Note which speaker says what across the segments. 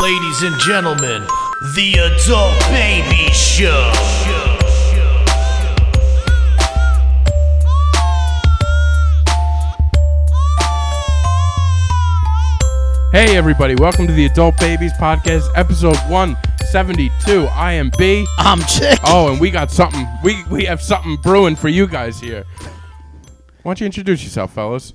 Speaker 1: Ladies and gentlemen, the Adult Baby Show.
Speaker 2: Hey, everybody, welcome to the Adult Babies Podcast, episode 172. I am B.
Speaker 3: I'm Chick.
Speaker 2: Oh, and we got something. We, we have something brewing for you guys here. Why don't you introduce yourself, fellas?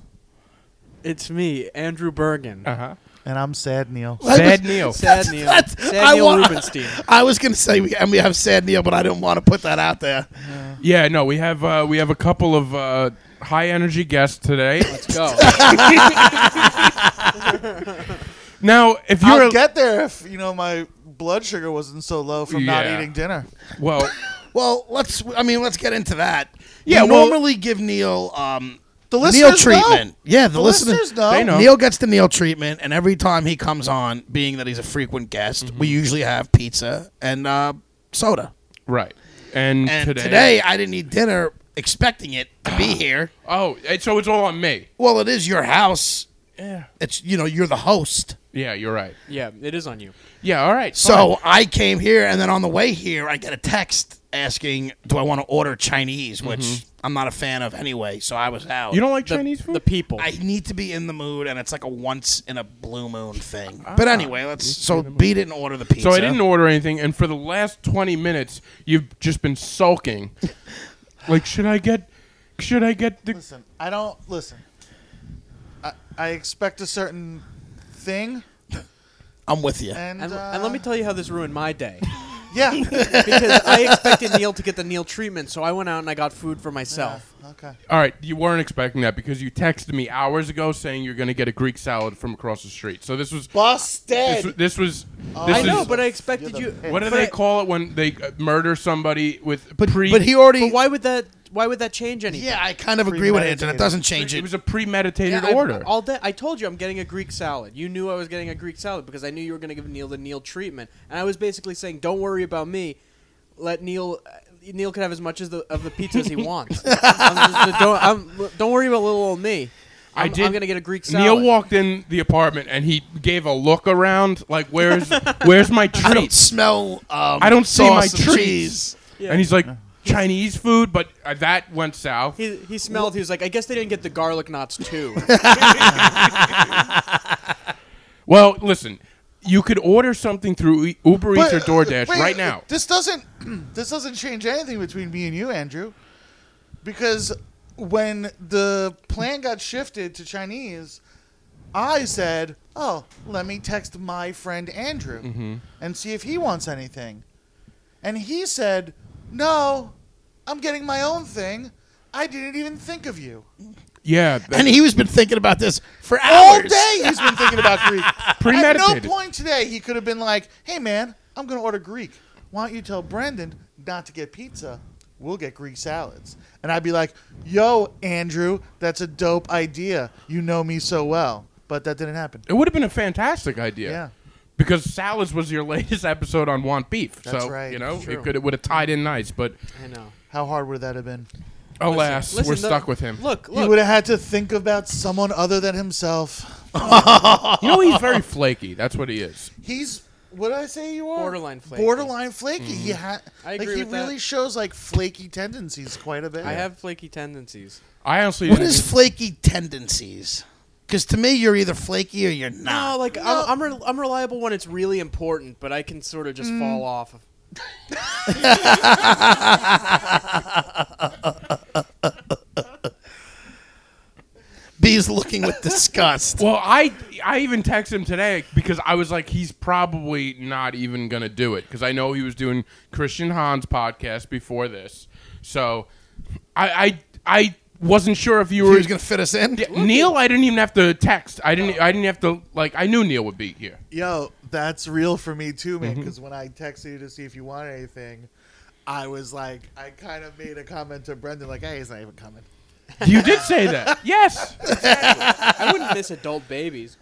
Speaker 4: It's me, Andrew Bergen.
Speaker 2: Uh huh.
Speaker 3: And I'm Sad Neil.
Speaker 2: Sad Neil.
Speaker 4: Sad Neil.
Speaker 3: That's-
Speaker 4: Sad
Speaker 3: I
Speaker 4: Neil
Speaker 3: want-
Speaker 4: Rubenstein.
Speaker 3: I was going to say, we, and we have Sad Neil, but I didn't want to put that out there.
Speaker 2: Yeah, no, we have uh, we have a couple of uh, high energy guests today.
Speaker 4: Let's go.
Speaker 2: Now, if you're
Speaker 5: I'll
Speaker 2: a-
Speaker 5: get there if you know my blood sugar wasn't so low from not
Speaker 2: Yeah.
Speaker 5: eating dinner.
Speaker 2: well,
Speaker 3: Well, let's. I mean, let's get into that.
Speaker 2: Yeah,
Speaker 3: we
Speaker 2: well-
Speaker 3: normally give Neil um
Speaker 5: The
Speaker 3: Neil
Speaker 5: listeners know.
Speaker 3: treatment. Yeah, the,
Speaker 5: The
Speaker 3: listener-
Speaker 5: listeners know.
Speaker 2: They know.
Speaker 3: Neil gets the Neil treatment, and every time he comes on, being that he's a frequent guest, we usually have pizza and uh, soda.
Speaker 2: right, and,
Speaker 3: And today, I didn't eat dinner, expecting it to be here.
Speaker 2: oh, it- so it's all on me.
Speaker 3: Well, it is your house.
Speaker 2: Yeah,
Speaker 3: It's you know you're the host.
Speaker 2: yeah, you're right.
Speaker 4: yeah, it is on you.
Speaker 2: Yeah, all right.
Speaker 3: So I came here, and then on the way here, I get a text asking, "Do I want to order Chinese?" Which I'm not a fan of anyway. So I was out.
Speaker 2: Mm-hmm. you don't like
Speaker 4: The,
Speaker 2: Chinese food?
Speaker 4: the people.
Speaker 3: I need to be in the mood, and it's like a once in a blue moon thing.
Speaker 2: Ah,
Speaker 3: but anyway, let's. So B didn't order the
Speaker 2: So
Speaker 3: pizza.
Speaker 2: I didn't order anything, and for the last twenty minutes, you've just been sulking. like, should I get? Should I get the?
Speaker 5: Listen, I don't listen. I, I expect a certain thing,
Speaker 3: I'm with you.
Speaker 2: Eh,
Speaker 5: and,
Speaker 4: and,
Speaker 5: uh,
Speaker 4: and let me tell you how this ruined my day.
Speaker 5: yeah,
Speaker 4: Because I expected Neil to get the Neil treatment, so I went out and I got food for myself.
Speaker 5: okay.
Speaker 2: All right, you weren't expecting that because you texted me hours ago saying you're going to get a Greek salad from across the street. So this was. This,
Speaker 5: Busted.
Speaker 2: was- this was. This
Speaker 4: Uh, I
Speaker 2: is,
Speaker 4: know, but I expected
Speaker 5: You're
Speaker 4: you.
Speaker 5: the-
Speaker 2: What do
Speaker 4: but
Speaker 2: they
Speaker 4: I-
Speaker 2: call it when they uh, murder somebody with
Speaker 3: But
Speaker 2: pre?
Speaker 3: but he already.
Speaker 4: But why would that? Why would that change anything?
Speaker 3: yeah, I kind of agree with it, and it
Speaker 5: Premeditated.
Speaker 3: doesn't change
Speaker 2: it was
Speaker 3: it.
Speaker 2: a premeditated
Speaker 4: Yeah, I-
Speaker 2: order.
Speaker 4: all day, I told you I'm getting a Greek salad. You knew I was getting a Greek salad because I knew you were going to give Neil the Neil treatment, and I was basically saying, "Don't worry about me. Let Neil." uh, Neil can have as much as the, of the pizza as he wants. I'm just- don't, I'm- don't worry about little old me.
Speaker 2: I
Speaker 4: I'm,
Speaker 2: did-
Speaker 4: am gonna get a Greek salad.
Speaker 2: Neil walked in the apartment and he gave a look around, like where's where's my treat?
Speaker 3: I don't smell. Um,
Speaker 2: I don't see my
Speaker 3: sauce and
Speaker 2: treats.
Speaker 3: cheese.
Speaker 4: Yeah.
Speaker 2: And he's like Chinese food, but uh, that went south.
Speaker 4: He, he smelled. he was like, "I guess they didn't get the garlic knots too."
Speaker 2: Well, listen, you could order something through E- Uber Eats
Speaker 5: But,
Speaker 2: or
Speaker 5: uh,
Speaker 2: DoorDash
Speaker 5: wait,
Speaker 2: right now.
Speaker 5: This doesn't this doesn't change anything between me and you, Andrew, because when the plan got shifted to Chinese, I said, "Oh, let me text my friend Andrew
Speaker 2: Mm-hmm.
Speaker 5: and see if he wants anything," and he said, "No, I'm getting my own thing. I didn't even think of you."
Speaker 2: Yeah, that-
Speaker 3: And he was been thinking about this for
Speaker 5: All
Speaker 3: hours.
Speaker 5: day he's been thinking about Greek. At no
Speaker 2: premeditated.
Speaker 5: point today he could have been like, "Hey man, I'm going to order Greek. Why don't you tell Brandon not to get pizza? We'll get Greek salads." And I'd be like, "Yo, Andrew, that's a dope idea. You know me so well." But that didn't happen.
Speaker 2: it would have been a fantastic idea.
Speaker 5: Yeah.
Speaker 2: Because salads was your latest episode on Want Beef,
Speaker 5: That's
Speaker 2: so
Speaker 5: right.
Speaker 2: you know
Speaker 4: True.
Speaker 2: it could it would have tied in nice, but
Speaker 4: I know.
Speaker 5: How hard would that have been?
Speaker 2: alas,
Speaker 4: Listen,
Speaker 2: we're
Speaker 4: the-
Speaker 2: stuck with him.
Speaker 4: Look,
Speaker 5: He would
Speaker 4: look.
Speaker 5: have had to think about someone other than himself.
Speaker 2: You know he's very flaky. That's what he is.
Speaker 5: He's what did I say you are?
Speaker 4: Borderline flaky. Mm-hmm.
Speaker 5: Borderline flaky. He ha-
Speaker 4: I
Speaker 5: like
Speaker 4: agree
Speaker 5: he
Speaker 4: with that.
Speaker 5: really shows like flaky tendencies quite a bit.
Speaker 4: I have flaky tendencies.
Speaker 2: I honestly
Speaker 3: What
Speaker 2: didn't
Speaker 3: is
Speaker 2: think-
Speaker 3: flaky tendencies? Because to me, you're either flaky or you're
Speaker 4: No,
Speaker 3: not.
Speaker 4: Ah, like I'm I'm, re- I'm reliable when it's really important, but I can sort of just fall off. of-
Speaker 3: B is looking with disgust.
Speaker 2: Well, I I even texted him today because I was like, he's probably not even gonna do it because I know he was doing Christian Hahn's podcast before this, so I I, I wasn't sure if you
Speaker 3: he
Speaker 2: were
Speaker 3: was going to fit us in.
Speaker 2: Yeah, Neil. I didn't even have to text. I didn't I didn't have to like. I knew Neil would be here.
Speaker 5: Yo, that's real for me too,
Speaker 4: Mm-hmm.
Speaker 5: man. Because when I texted you to see if you wanted anything, I was like, I kind of made a comment to Brendan, like, "Hey, he's not even coming."
Speaker 2: You did say that. Yes.
Speaker 4: I wouldn't miss adult babies.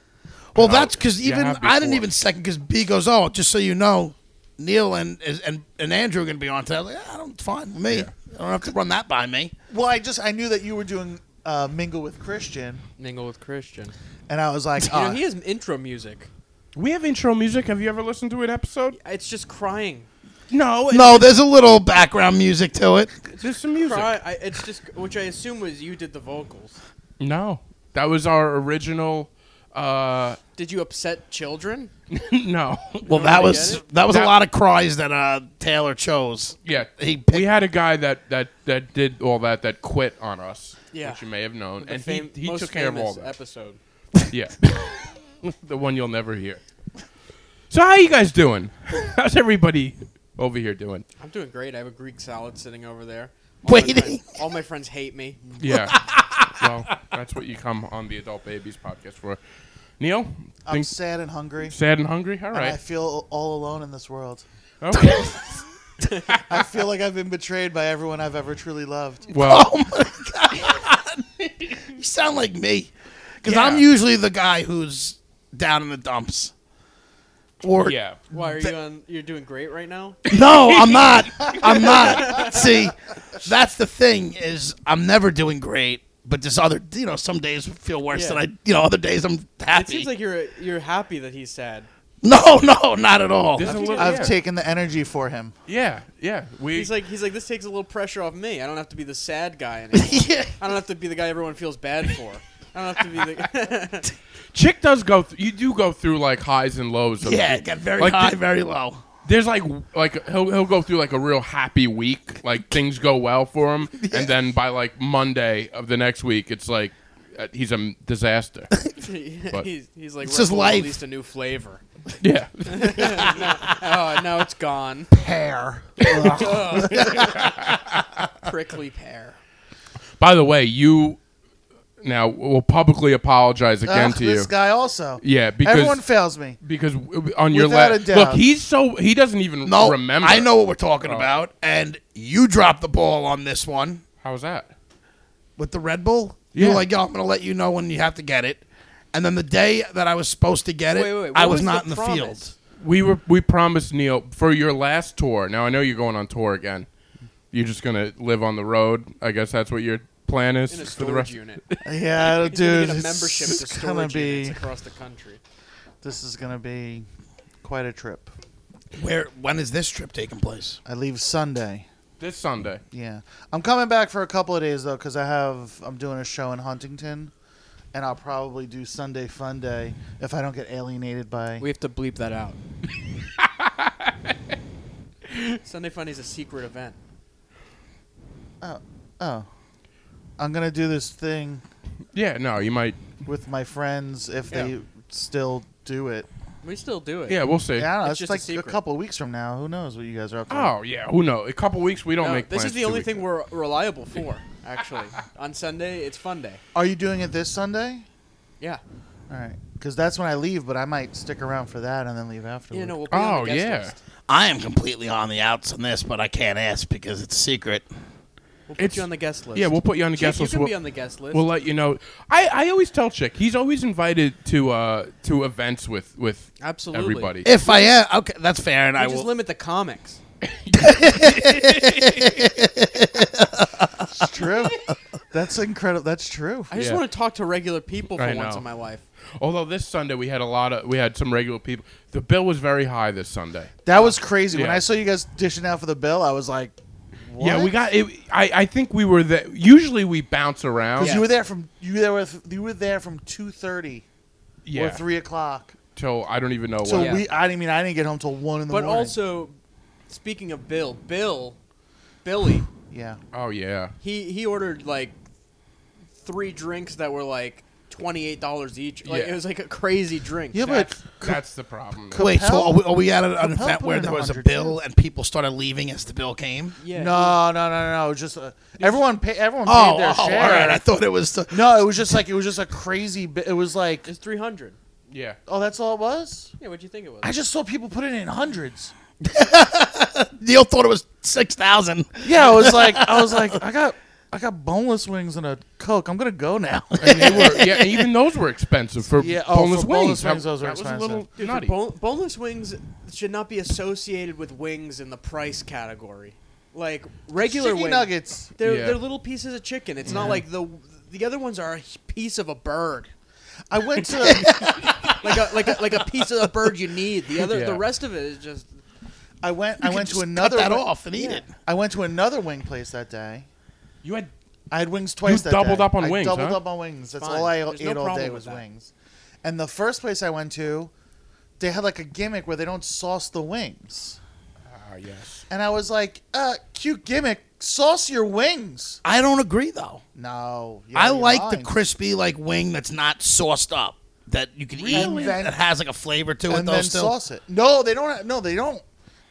Speaker 3: Well, that's because
Speaker 2: you
Speaker 3: even
Speaker 2: have
Speaker 3: I didn't
Speaker 2: before.
Speaker 3: even second because B goes, oh, just so you know, Neil and and, and Andrew are going to be on today. I was like, "Ah, I don't fine with me. I don't have to run that by me.
Speaker 5: Well, I just I knew that you were doing uh, mingle with Christian,
Speaker 4: Mingle with Christian.
Speaker 5: and I was like,
Speaker 4: You
Speaker 5: "Ah,
Speaker 4: know, he has intro music.
Speaker 2: We have intro music. Have you ever listened to an episode?
Speaker 4: It's just crying.
Speaker 2: No. it-
Speaker 3: No, there's a little background music to it.
Speaker 2: There's some music.
Speaker 4: Cry, I, it's just which I assume was you did the vocals.
Speaker 2: No. That was our original. Uh,
Speaker 4: Did you upset children?
Speaker 2: no.
Speaker 3: Well,
Speaker 4: I
Speaker 3: that
Speaker 4: get
Speaker 3: was
Speaker 4: it.
Speaker 3: that was
Speaker 2: That-
Speaker 3: a lot of cries that uh, Taylor chose.
Speaker 2: Yeah.
Speaker 3: He
Speaker 2: we
Speaker 3: picked-
Speaker 2: had a guy that, that, that did all that that quit on us.
Speaker 4: Yeah.
Speaker 2: Which you may have known.
Speaker 4: The
Speaker 2: and
Speaker 4: fam-
Speaker 2: he, he
Speaker 4: most
Speaker 2: took care of all
Speaker 4: famous
Speaker 2: that.
Speaker 4: episode.
Speaker 2: Yeah. the one you'll never hear. So how you guys doing? How's everybody over here doing?
Speaker 4: I'm doing great. I have a Greek salad sitting over there.
Speaker 3: Waiting.
Speaker 4: My friends, all my friends hate me.
Speaker 2: Yeah. well, that's what you come on the Adult Babies podcast for. Neil,
Speaker 5: I'm
Speaker 2: think
Speaker 5: sad and hungry.
Speaker 2: sad and hungry? All
Speaker 5: And I
Speaker 2: right.
Speaker 5: feel all alone in this world.
Speaker 2: Okay.
Speaker 5: I feel like I've been betrayed by everyone I've ever truly loved.
Speaker 2: Well,
Speaker 3: Oh my god! you sound like me, because
Speaker 2: Yeah.
Speaker 3: I'm usually the guy who's down in the dumps. Or
Speaker 2: yeah.
Speaker 4: Why are you on? You're doing great right now.
Speaker 3: no, I'm not. I'm not. See, that's the thing is I'm never doing great. But there's other, you know, some days feel worse
Speaker 4: Yeah.
Speaker 3: than I, you know, other days I'm happy.
Speaker 4: It seems like you're you're happy that he's sad.
Speaker 3: no, no, not at all.
Speaker 2: There's a little,
Speaker 5: I've
Speaker 2: yeah.
Speaker 5: taken the energy for him.
Speaker 2: Yeah, yeah. We
Speaker 4: He's like he's like this takes a little pressure off me. I don't have to be the sad guy anymore.
Speaker 3: yeah.
Speaker 4: I don't have to be the guy everyone feels bad for. I don't have to be the.
Speaker 2: chick does go. Th- you do go through like highs and lows. of-
Speaker 3: Yeah, it got very
Speaker 2: Like
Speaker 3: high,
Speaker 2: the-
Speaker 3: very low.
Speaker 2: There's like like he'll he'll go through like a real happy week. Like things go well for him, and then by like Monday of the next week, it's like uh, he's a m- disaster. But-
Speaker 4: he's, he's like
Speaker 3: It's just
Speaker 4: Red Bull
Speaker 3: life.
Speaker 4: released a new flavor.
Speaker 2: yeah.
Speaker 4: Oh, now it's gone.
Speaker 3: Hair.
Speaker 4: Prickly pear.
Speaker 2: By the way, you now will publicly apologize again
Speaker 5: Ugh,
Speaker 2: to you.
Speaker 5: This guy also.
Speaker 2: Yeah, because-
Speaker 5: everyone fails me.
Speaker 2: because w- on your
Speaker 5: Without
Speaker 2: last
Speaker 5: a doubt.
Speaker 2: look, he's so he doesn't even
Speaker 3: No,
Speaker 2: remember. Oh.
Speaker 3: I know what we're talking about, and you dropped the ball on this one
Speaker 2: How was that?
Speaker 3: with the Red Bull. You
Speaker 2: Yeah.
Speaker 3: were like, "Yo, I'm gonna let you know when you have to get it," and then the day that I was supposed to get it,
Speaker 4: Wait, wait, wait,
Speaker 3: I
Speaker 4: what
Speaker 3: was,
Speaker 4: was
Speaker 3: not in
Speaker 4: the
Speaker 3: the
Speaker 4: promise?
Speaker 3: field.
Speaker 2: We were we promised Neil for your last tour. Now I know you're going on tour again. You're just gonna live on the road. I guess that's what your plan is
Speaker 4: In a
Speaker 2: for the rest.
Speaker 4: storage unit.
Speaker 5: Yeah,
Speaker 4: He's gonna
Speaker 5: dude.
Speaker 4: get a
Speaker 5: it's
Speaker 4: membership to
Speaker 5: gonna
Speaker 4: storage
Speaker 5: be.
Speaker 4: units across the country.
Speaker 5: This is gonna be quite a trip.
Speaker 3: Where? When is this trip taking place?
Speaker 5: I leave Sunday.
Speaker 2: This Sunday.
Speaker 5: Yeah, I'm coming back for a couple of days though, cause I have I'm doing a show in Huntington, and I'll probably do Sunday Fun Day if I don't get alienated by.
Speaker 4: We have to bleep that out. Sunday Fun is a secret event.
Speaker 5: oh, I'm gonna do this thing
Speaker 2: Yeah, no, you might.
Speaker 5: with my friends if
Speaker 2: Yeah.
Speaker 5: they still do it.
Speaker 4: We still do it.
Speaker 2: Yeah, we'll see.
Speaker 5: Yeah, I don't know,
Speaker 4: It's
Speaker 5: it's,
Speaker 4: just a
Speaker 5: like a,
Speaker 4: secret.
Speaker 5: couple of weeks from now. Who knows what you guys are up to?
Speaker 2: Oh yeah, who knows? A couple weeks we don't
Speaker 4: No,
Speaker 2: make.
Speaker 4: this is
Speaker 2: plans
Speaker 4: the
Speaker 2: two
Speaker 4: only
Speaker 2: weeks
Speaker 4: thing
Speaker 2: out.
Speaker 4: we're reliable for, actually. On Sunday, it's Fun Day.
Speaker 5: are you doing it this Sunday?
Speaker 4: Yeah.
Speaker 5: All right, because that's when I leave, but I might stick around for that and then leave afterwards.
Speaker 4: You know, we'll be on
Speaker 2: Oh,
Speaker 4: the guest
Speaker 2: yeah.
Speaker 4: list.
Speaker 3: I am completely on the outs on this, but I can't ask because it's a secret.
Speaker 4: We'll put
Speaker 2: It's-
Speaker 4: you on the guest list.
Speaker 2: Yeah, we'll put you on the
Speaker 4: Chick,
Speaker 2: guest
Speaker 4: you
Speaker 2: list.
Speaker 4: can
Speaker 2: We'll,
Speaker 4: be on the guest list.
Speaker 2: we'll let you know. I, I always tell Chick he's always invited to uh to events with with
Speaker 4: Absolutely.
Speaker 2: everybody.
Speaker 3: If I am, okay, that's fair, and
Speaker 4: We
Speaker 3: I
Speaker 4: just
Speaker 3: will.
Speaker 4: limit the comics.
Speaker 5: it's true. that's incredible. That's true.
Speaker 4: I just
Speaker 2: Yeah.
Speaker 4: want to talk to regular people for
Speaker 2: I
Speaker 4: once
Speaker 2: know.
Speaker 4: in my life.
Speaker 2: Although this Sunday we had a lot of we had some regular people. The bill was very high this Sunday.
Speaker 5: That was crazy. When
Speaker 2: Yeah.
Speaker 5: I saw you guys dishing out for the bill, I was like, what?
Speaker 2: Yeah, we got. It, I I think we were the. Usually we bounce around.
Speaker 5: Because you were there from you were there with you were there from two thirty
Speaker 2: yeah.
Speaker 5: or three o'clock.
Speaker 2: Till I don't even know
Speaker 5: So
Speaker 2: what.
Speaker 4: Yeah.
Speaker 5: we, I didn't mean I didn't get home till one in the
Speaker 4: But
Speaker 5: morning.
Speaker 4: also, speaking of Bill, Bill, Billy,
Speaker 5: yeah,
Speaker 2: Oh yeah.
Speaker 4: he he ordered like three drinks that were like twenty eight dollars each. Like
Speaker 2: Yeah.
Speaker 4: it was like a crazy drink.
Speaker 5: yeah, but
Speaker 2: That's, that's the problem.
Speaker 3: Wait, so
Speaker 5: Capel-
Speaker 3: are we, are we at an, an
Speaker 5: Capel
Speaker 3: event
Speaker 5: put
Speaker 3: where
Speaker 5: in
Speaker 3: there was a
Speaker 5: 100,
Speaker 3: bill and people started leaving as the bill came?
Speaker 4: yeah,
Speaker 5: no, no, no, no. Just uh, everyone, pay, everyone
Speaker 3: Oh,
Speaker 5: paid their
Speaker 3: oh, all
Speaker 5: share.
Speaker 3: right. I thought it was the.
Speaker 5: no, it was just like it was just a crazy. Bi- it was like,
Speaker 4: it's three hundred.
Speaker 2: Yeah.
Speaker 5: oh, that's all it was.
Speaker 4: Yeah, what'd you think it was?
Speaker 5: I just saw people putting in hundreds.
Speaker 3: Neil thought it was six thousand.
Speaker 5: Yeah, I was like, I was like, I got, I got boneless wings and a coke. I'm gonna go now.
Speaker 2: And they were, yeah, and even those were expensive for
Speaker 5: Yeah, oh,
Speaker 2: boneless
Speaker 5: for
Speaker 2: wings.
Speaker 5: boneless
Speaker 2: That-
Speaker 5: wings, those were
Speaker 2: that was a little
Speaker 4: Dude,
Speaker 2: nutty.
Speaker 4: bone- boneless wings should not be associated with wings in the price category. Like regular
Speaker 5: Chicken
Speaker 4: wing-
Speaker 5: nuggets.
Speaker 4: they're
Speaker 2: Yeah.
Speaker 4: they're little pieces of chicken. It's not like the the other ones are a piece of a bird.
Speaker 5: I went to
Speaker 4: like a like a, like a piece of the bird you need. The other
Speaker 2: Yeah.
Speaker 4: the rest of it is just
Speaker 5: I went. I
Speaker 3: You
Speaker 5: went
Speaker 3: could
Speaker 5: to
Speaker 3: just
Speaker 5: another.
Speaker 3: Cut that
Speaker 5: wi-
Speaker 3: off and eat it.
Speaker 5: I went to another wing place that day.
Speaker 2: You had
Speaker 5: I had wings twice. that
Speaker 2: doubled
Speaker 5: day.
Speaker 2: up on
Speaker 5: I
Speaker 2: wings,
Speaker 5: Doubled
Speaker 2: huh?
Speaker 5: up on wings. That's
Speaker 4: Fine.
Speaker 5: all I
Speaker 4: There's
Speaker 5: ate
Speaker 4: no
Speaker 5: all
Speaker 4: problem
Speaker 5: day
Speaker 4: with
Speaker 5: was
Speaker 4: that.
Speaker 5: wings. And the first place I went to, they had like a gimmick where they don't sauce the wings,
Speaker 2: ah yes.
Speaker 5: and I was like, uh, "Cute gimmick, sauce your wings."
Speaker 3: I don't agree though.
Speaker 5: No, yeah,
Speaker 3: I
Speaker 5: you're
Speaker 3: like the
Speaker 5: lying.
Speaker 3: crispy like wing that's not sauced up that you can
Speaker 5: Really?
Speaker 3: eat that has like a flavor to it
Speaker 5: and
Speaker 3: though.
Speaker 5: then
Speaker 3: still,
Speaker 5: sauce it. No, they don't. Have, no, they don't.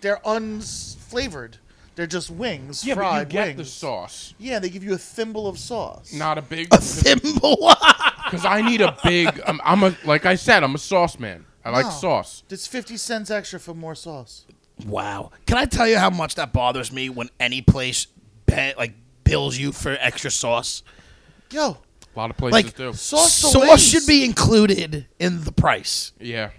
Speaker 5: They're unflavored. They're just wings,
Speaker 2: Yeah, but you
Speaker 5: fried
Speaker 2: get
Speaker 5: wings.
Speaker 2: the sauce.
Speaker 5: Yeah, they give you a thimble of sauce.
Speaker 2: Not a big
Speaker 3: a thimble.
Speaker 2: because I need a big. I'm, I'm a like I said. I'm a sauce man. I like
Speaker 5: No.
Speaker 2: sauce.
Speaker 5: It's fifty cents extra for more sauce.
Speaker 3: wow. Can I tell you how much that bothers me when any place ba- like bills you for extra sauce?
Speaker 5: Yo,
Speaker 2: A lot of places
Speaker 3: Like
Speaker 2: do.
Speaker 5: Sauce the
Speaker 3: sauce
Speaker 5: wings.
Speaker 3: should be included in the price.
Speaker 2: Yeah.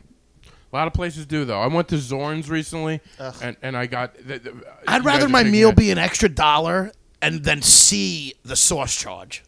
Speaker 2: A lot of places do though. I went to Zorn's recently,
Speaker 5: Ugh.
Speaker 2: and, and I got. Th- th- you
Speaker 3: I'd
Speaker 2: guys
Speaker 3: rather
Speaker 2: are
Speaker 3: my
Speaker 2: taking
Speaker 3: meal
Speaker 2: it.
Speaker 3: be an extra dollar and then see the sauce charge.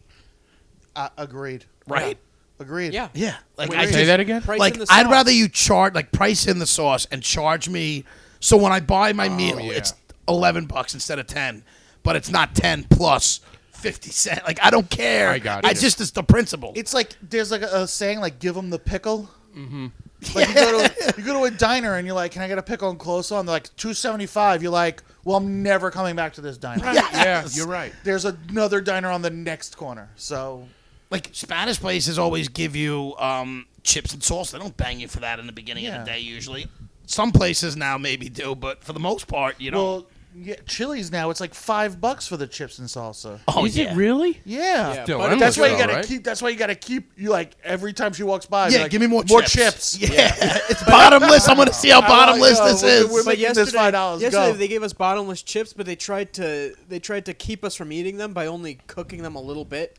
Speaker 5: uh, agreed.
Speaker 3: Right?
Speaker 5: Agreed.
Speaker 4: yeah.
Speaker 3: Yeah. Like
Speaker 4: Wait,
Speaker 3: I
Speaker 4: wait.
Speaker 2: Say
Speaker 3: just-
Speaker 2: that again.
Speaker 4: Price
Speaker 3: like
Speaker 4: in the
Speaker 3: I'd
Speaker 4: sauce.
Speaker 3: rather you charge like price in the sauce and charge me so when I buy my meal
Speaker 2: yeah.
Speaker 3: it's 11 bucks instead of 10 but it's not 10 plus 50 cent like I don't care
Speaker 2: I got
Speaker 3: I
Speaker 2: you.
Speaker 3: just it's the principle
Speaker 5: It's like there's like a, a saying like give them the pickle. Mm-hmm. Like you go to you go to a diner and you're like, can I get a pickle and coleslaw? And they're like two seventy five. You're like, well, I'm never coming back to this diner.
Speaker 2: Yeah,
Speaker 3: Yes.
Speaker 2: you're right.
Speaker 5: There's another diner on the next corner. So
Speaker 3: like Spanish places always give you um, chips and sauce they don't bang you for that in the beginning of the
Speaker 5: Yeah.
Speaker 3: day usually some places now maybe do but for the most part you know
Speaker 5: well, yeah, Chili's now it's like five bucks for the chips and salsa.
Speaker 3: oh
Speaker 2: Is
Speaker 3: yeah
Speaker 2: it really?
Speaker 5: Yeah.
Speaker 4: Yeah,
Speaker 2: Still,
Speaker 4: but
Speaker 2: endless,
Speaker 5: That's why you
Speaker 2: though,
Speaker 5: gotta
Speaker 2: right?
Speaker 5: keep. That's why you gotta keep. You like every time she walks by. be
Speaker 3: yeah
Speaker 5: like,
Speaker 3: give me more
Speaker 5: more
Speaker 3: chips,
Speaker 5: chips.
Speaker 3: yeah, it's bottomless I'm gonna see how bottomless
Speaker 5: yo,
Speaker 3: this
Speaker 5: uh, we're-
Speaker 3: is
Speaker 5: we're
Speaker 4: But
Speaker 5: making this
Speaker 4: yesterday,
Speaker 5: $5,
Speaker 4: yesterday
Speaker 5: go.
Speaker 4: they gave us bottomless chips, but they tried to they tried to keep us from eating them by only cooking them a little bit.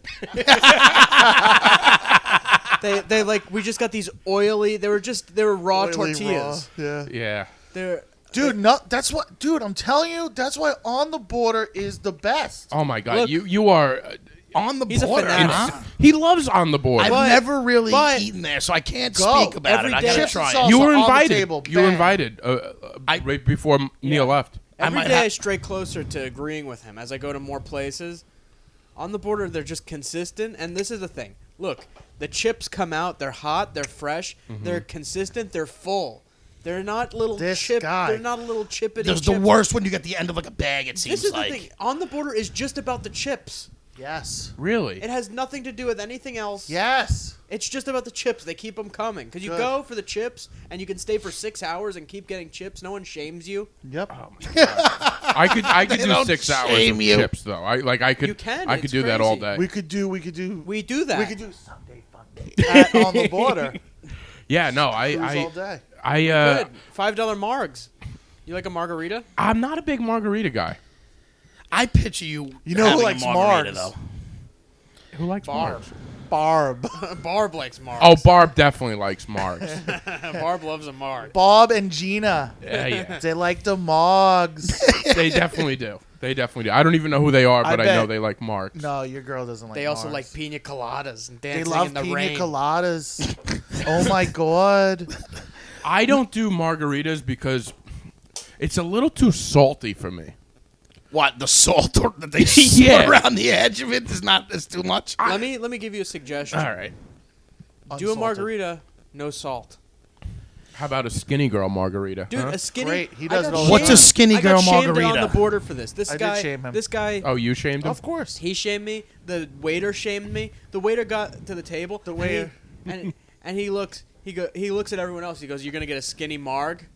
Speaker 4: they they like we just got these oily. They were just they were raw
Speaker 5: Oily
Speaker 4: tortillas.
Speaker 5: raw, Yeah.
Speaker 2: Yeah.
Speaker 4: They're
Speaker 5: Dude, no, that's what. Dude, I'm telling you, that's why on the border is the best.
Speaker 2: Oh my God.
Speaker 4: Look.
Speaker 2: you you are. uh,
Speaker 3: on the
Speaker 4: He's a
Speaker 3: border
Speaker 4: fanatic.
Speaker 3: huh?
Speaker 2: He loves on the board.
Speaker 3: I've
Speaker 5: But-
Speaker 3: never really
Speaker 5: but-
Speaker 3: eaten there, so I can't
Speaker 5: Go.
Speaker 3: speak about
Speaker 5: Every
Speaker 3: it. I
Speaker 5: day.
Speaker 3: gotta
Speaker 5: Chips
Speaker 3: try
Speaker 5: and
Speaker 3: it.
Speaker 5: sauce.
Speaker 2: you
Speaker 5: also
Speaker 2: were
Speaker 5: on the
Speaker 2: invited.
Speaker 5: table,
Speaker 2: you were
Speaker 5: bang.
Speaker 2: invited uh, uh, right before M- Neil left.
Speaker 3: I
Speaker 4: Every
Speaker 3: might
Speaker 4: day
Speaker 3: ha-
Speaker 4: I stray closer to agreeing with him as I go to more places. On the border, they're just consistent, and this is the thing. Look, the chips come out; they're hot, they're fresh,
Speaker 3: Mm-hmm.
Speaker 4: they're consistent, they're full. They're not little
Speaker 5: This
Speaker 4: chip.
Speaker 5: guy.
Speaker 4: They're not a little chippity.
Speaker 3: There's the
Speaker 4: chip.
Speaker 3: worst when you get the end of like a bag. It seems
Speaker 4: This is
Speaker 3: like
Speaker 4: the thing. On the border is just about the chips.
Speaker 5: Yes.
Speaker 2: Really?
Speaker 4: It has nothing to do with anything else.
Speaker 5: Yes.
Speaker 4: It's just about the chips. They keep them coming because you
Speaker 5: Good.
Speaker 4: go for the chips and you can stay for six hours and keep getting chips. No one shames you.
Speaker 5: Yep.
Speaker 3: Oh,
Speaker 2: I could I could
Speaker 3: They
Speaker 2: do
Speaker 3: don't
Speaker 2: six hours
Speaker 3: shame
Speaker 2: of
Speaker 3: you.
Speaker 2: chips though. I like I could
Speaker 4: You can,
Speaker 2: I could
Speaker 4: it's
Speaker 2: do that all day.
Speaker 4: crazy.
Speaker 5: we could do. We could do.
Speaker 4: We do that.
Speaker 5: we could do Sunday fun day at, on the border.
Speaker 2: yeah, no, I
Speaker 5: Cruise all
Speaker 2: I
Speaker 5: day.
Speaker 2: I uh,
Speaker 4: Good. Five dollar margs. You like a margarita?
Speaker 2: I'm not a big margarita guy.
Speaker 3: I picture you.
Speaker 5: You know who
Speaker 3: having a
Speaker 5: likes
Speaker 3: margarita,
Speaker 5: Margs?
Speaker 3: though.
Speaker 2: Who likes
Speaker 4: Barb.
Speaker 2: margs?
Speaker 5: Barb.
Speaker 4: Barb likes margs.
Speaker 2: Oh, Barb definitely likes margs. yeah,
Speaker 4: Barb loves a marg.
Speaker 5: Bob and Gina.
Speaker 2: yeah.
Speaker 5: They like the Mogs.
Speaker 2: they definitely do. They definitely do. I don't even know who they are,
Speaker 5: I
Speaker 2: but I, know
Speaker 5: bet.
Speaker 2: they like marks.
Speaker 5: no, your girl doesn't like.
Speaker 4: They also
Speaker 5: Margs.
Speaker 4: like pina coladas and
Speaker 5: They
Speaker 4: dancing
Speaker 5: love
Speaker 4: in the
Speaker 5: pina
Speaker 4: rain.
Speaker 5: coladas. oh my god.
Speaker 2: I don't do margaritas because it's a little too salty for me.
Speaker 3: What the salt or that they
Speaker 2: Yeah.
Speaker 3: put around the edge of it is not is too much.
Speaker 4: let me let me give you a suggestion.
Speaker 2: All right.
Speaker 4: Do a
Speaker 5: Unsalted.
Speaker 4: margarita, no salt.
Speaker 2: How about a skinny girl margarita?
Speaker 4: Dude,
Speaker 2: huh?
Speaker 4: a skinny.
Speaker 5: Great. He
Speaker 4: I
Speaker 5: does
Speaker 4: got
Speaker 5: it all the
Speaker 3: What's a
Speaker 5: time.
Speaker 4: shamed-
Speaker 3: skinny
Speaker 4: I got
Speaker 3: girl
Speaker 4: shamed on
Speaker 3: margarita?
Speaker 4: the border for this. This
Speaker 5: I did
Speaker 4: guy.
Speaker 5: shame him.
Speaker 4: This guy.
Speaker 2: oh, you shamed him?
Speaker 5: Of course.
Speaker 4: He shamed me. The waiter shamed me. The waiter got to the table. The
Speaker 5: waiter.
Speaker 4: and he, and he looks. He go. He looks at everyone else. He goes, "You're gonna get a skinny marg."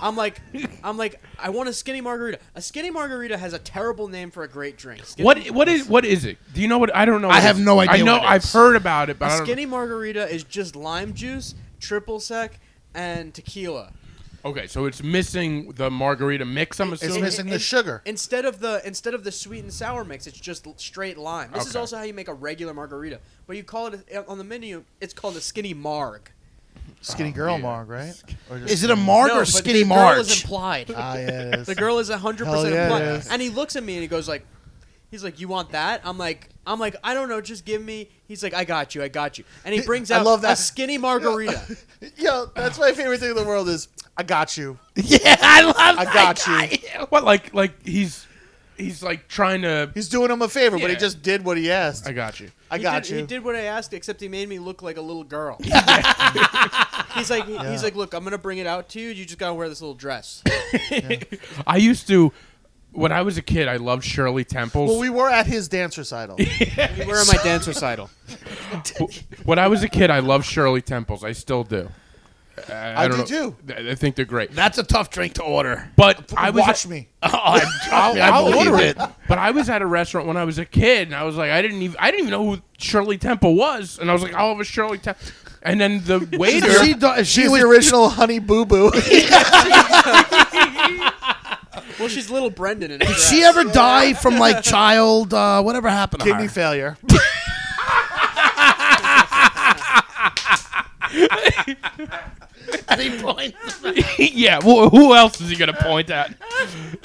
Speaker 4: I'm like, I'm like, I want a skinny margarita. A skinny margarita has a terrible name for a great drink. Skinny-
Speaker 2: What what is what is it? Do you know what? I don't know. what it
Speaker 3: have
Speaker 2: is.
Speaker 3: no
Speaker 2: I
Speaker 3: idea
Speaker 2: know
Speaker 3: what it
Speaker 2: I've
Speaker 3: is.
Speaker 2: heard about it, but
Speaker 4: A
Speaker 2: I don't.
Speaker 4: skinny margarita is just lime juice, triple sec, and tequila.
Speaker 2: Okay, so it's missing the margarita mix. I'm
Speaker 5: It's
Speaker 2: assuming.
Speaker 5: missing the
Speaker 4: in-
Speaker 5: sugar.
Speaker 4: Instead of the instead of the sweet and sour mix, it's just l- straight lime. This is
Speaker 2: Okay.
Speaker 4: also how you make a regular margarita, but you call it a- on the menu. It's called a skinny marg.
Speaker 3: Oh,
Speaker 5: Skinny girl
Speaker 2: yeah.
Speaker 5: Marg, right? Or just-
Speaker 3: Is it a marg
Speaker 4: No,
Speaker 3: or
Speaker 4: but
Speaker 3: skinny
Speaker 4: the girl is
Speaker 3: march?
Speaker 4: implied.
Speaker 5: Ah, yeah, it is.
Speaker 4: the girl is hundred
Speaker 5: Hell
Speaker 4: percent
Speaker 5: yeah,
Speaker 4: implied.
Speaker 5: it is.
Speaker 4: And he looks at me and he goes like, he's like, "You want that?" I'm like, I'm like, I don't know, just give me. He's like, I got you, I got you. And he brings
Speaker 5: I
Speaker 4: out
Speaker 5: love
Speaker 4: a
Speaker 5: that.
Speaker 4: skinny margarita.
Speaker 5: Yo, that's my favorite thing in the world is I got you.
Speaker 3: Yeah, I love.
Speaker 5: I got you.
Speaker 2: What like like he's he's like trying to.
Speaker 5: He's doing him a favor, but he
Speaker 2: Yeah.
Speaker 5: just did what he asked.
Speaker 2: I got you.
Speaker 5: I
Speaker 4: He
Speaker 5: got
Speaker 4: did,
Speaker 5: you.
Speaker 4: He did what I asked, except he made me look like a little girl. he's like, he's like, look, I'm gonna bring it out to you. You just gotta wear this little dress.
Speaker 2: I used to when I was a kid. I loved Shirley Temples.
Speaker 5: Well, we were at his dance recital.
Speaker 4: You wear my dance recital.
Speaker 2: when I was a kid, I loved Shirley Temples. I still do. I,
Speaker 5: I
Speaker 2: don't
Speaker 5: do
Speaker 2: know. I I think they're great.
Speaker 3: That's a tough drink to order.
Speaker 2: But I was
Speaker 5: Watch me.
Speaker 3: Oh, I, trust me, I
Speaker 2: I'll
Speaker 3: believe
Speaker 2: order
Speaker 3: it.
Speaker 2: it. But I was at a restaurant when I was a kid, and I was like, I didn't even, I didn't even know who Shirley Temple was, and I was like, I'll have a Shirley Temple. And then the waiter,
Speaker 5: She, do- she's the original Honey Boo Boo.
Speaker 4: Well, she's little Brendan in a dress.
Speaker 3: She ever die from like child? Uh, whatever happened to
Speaker 5: Kidney
Speaker 3: her?
Speaker 5: failure.
Speaker 3: At any point?
Speaker 2: yeah, wh- who else is he gonna point at?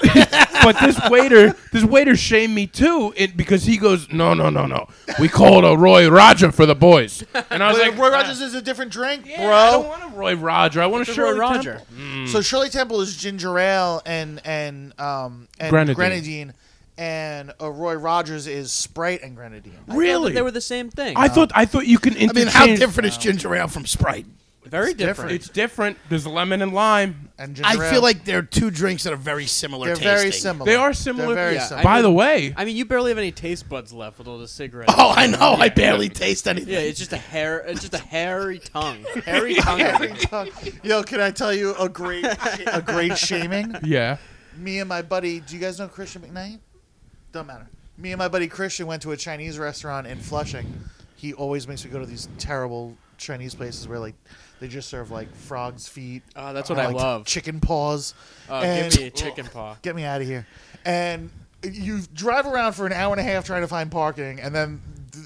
Speaker 2: but this waiter, this waiter shamed me too, it, because he goes, no, no, no, no, we called a Roy Roger for the boys, and I was
Speaker 5: But
Speaker 2: like,
Speaker 5: Roy Rogers is a different drink,
Speaker 2: "Yeah, I don't
Speaker 5: bro.
Speaker 2: want a Roy Roger, I want a
Speaker 4: Roy
Speaker 2: Shirley
Speaker 4: Roger.
Speaker 2: Temple.
Speaker 5: So Shirley Temple is ginger ale and and um and
Speaker 2: Grenadine.
Speaker 5: grenadine, and uh, Roy Rogers is Sprite and grenadine.
Speaker 2: Really?
Speaker 4: They were the same thing.
Speaker 2: I thought, I thought you can
Speaker 3: I
Speaker 2: interchange.
Speaker 3: mean, how different is ginger ale from Sprite?
Speaker 4: Very different.
Speaker 2: It's different. There's lemon and lime.
Speaker 5: And
Speaker 3: I
Speaker 5: ginger
Speaker 3: feel
Speaker 5: ale.
Speaker 3: like they're two drinks that are very similar.
Speaker 5: they're very
Speaker 3: tasting.
Speaker 5: similar.
Speaker 2: They are similar.
Speaker 5: They're very
Speaker 4: Yeah,
Speaker 5: similar.
Speaker 2: By
Speaker 4: I
Speaker 2: the
Speaker 4: mean-
Speaker 2: way,
Speaker 4: I mean, you barely have any taste buds left with all the cigarettes.
Speaker 3: Oh, I know. I barely taste anything.
Speaker 4: Yeah, it's just a hair. It's just a hairy tongue. Hairy tongue.
Speaker 5: Every tongue- Yo, can I tell you a great a great shaming?
Speaker 2: yeah.
Speaker 5: Me and my buddy. Do you guys know Christian McKnight? Don't matter. Me and my buddy Christian went to a Chinese restaurant in Flushing. He always makes me go to these terrible Chinese places where like they just serve like frogs' feet.
Speaker 4: Oh, that's what
Speaker 5: or,
Speaker 4: I
Speaker 5: like,
Speaker 4: love.
Speaker 5: Chicken paws.
Speaker 4: Oh,
Speaker 5: And-
Speaker 4: give me a chicken paw.
Speaker 5: get me out of here. And you drive around for an hour and a half trying to find parking, and then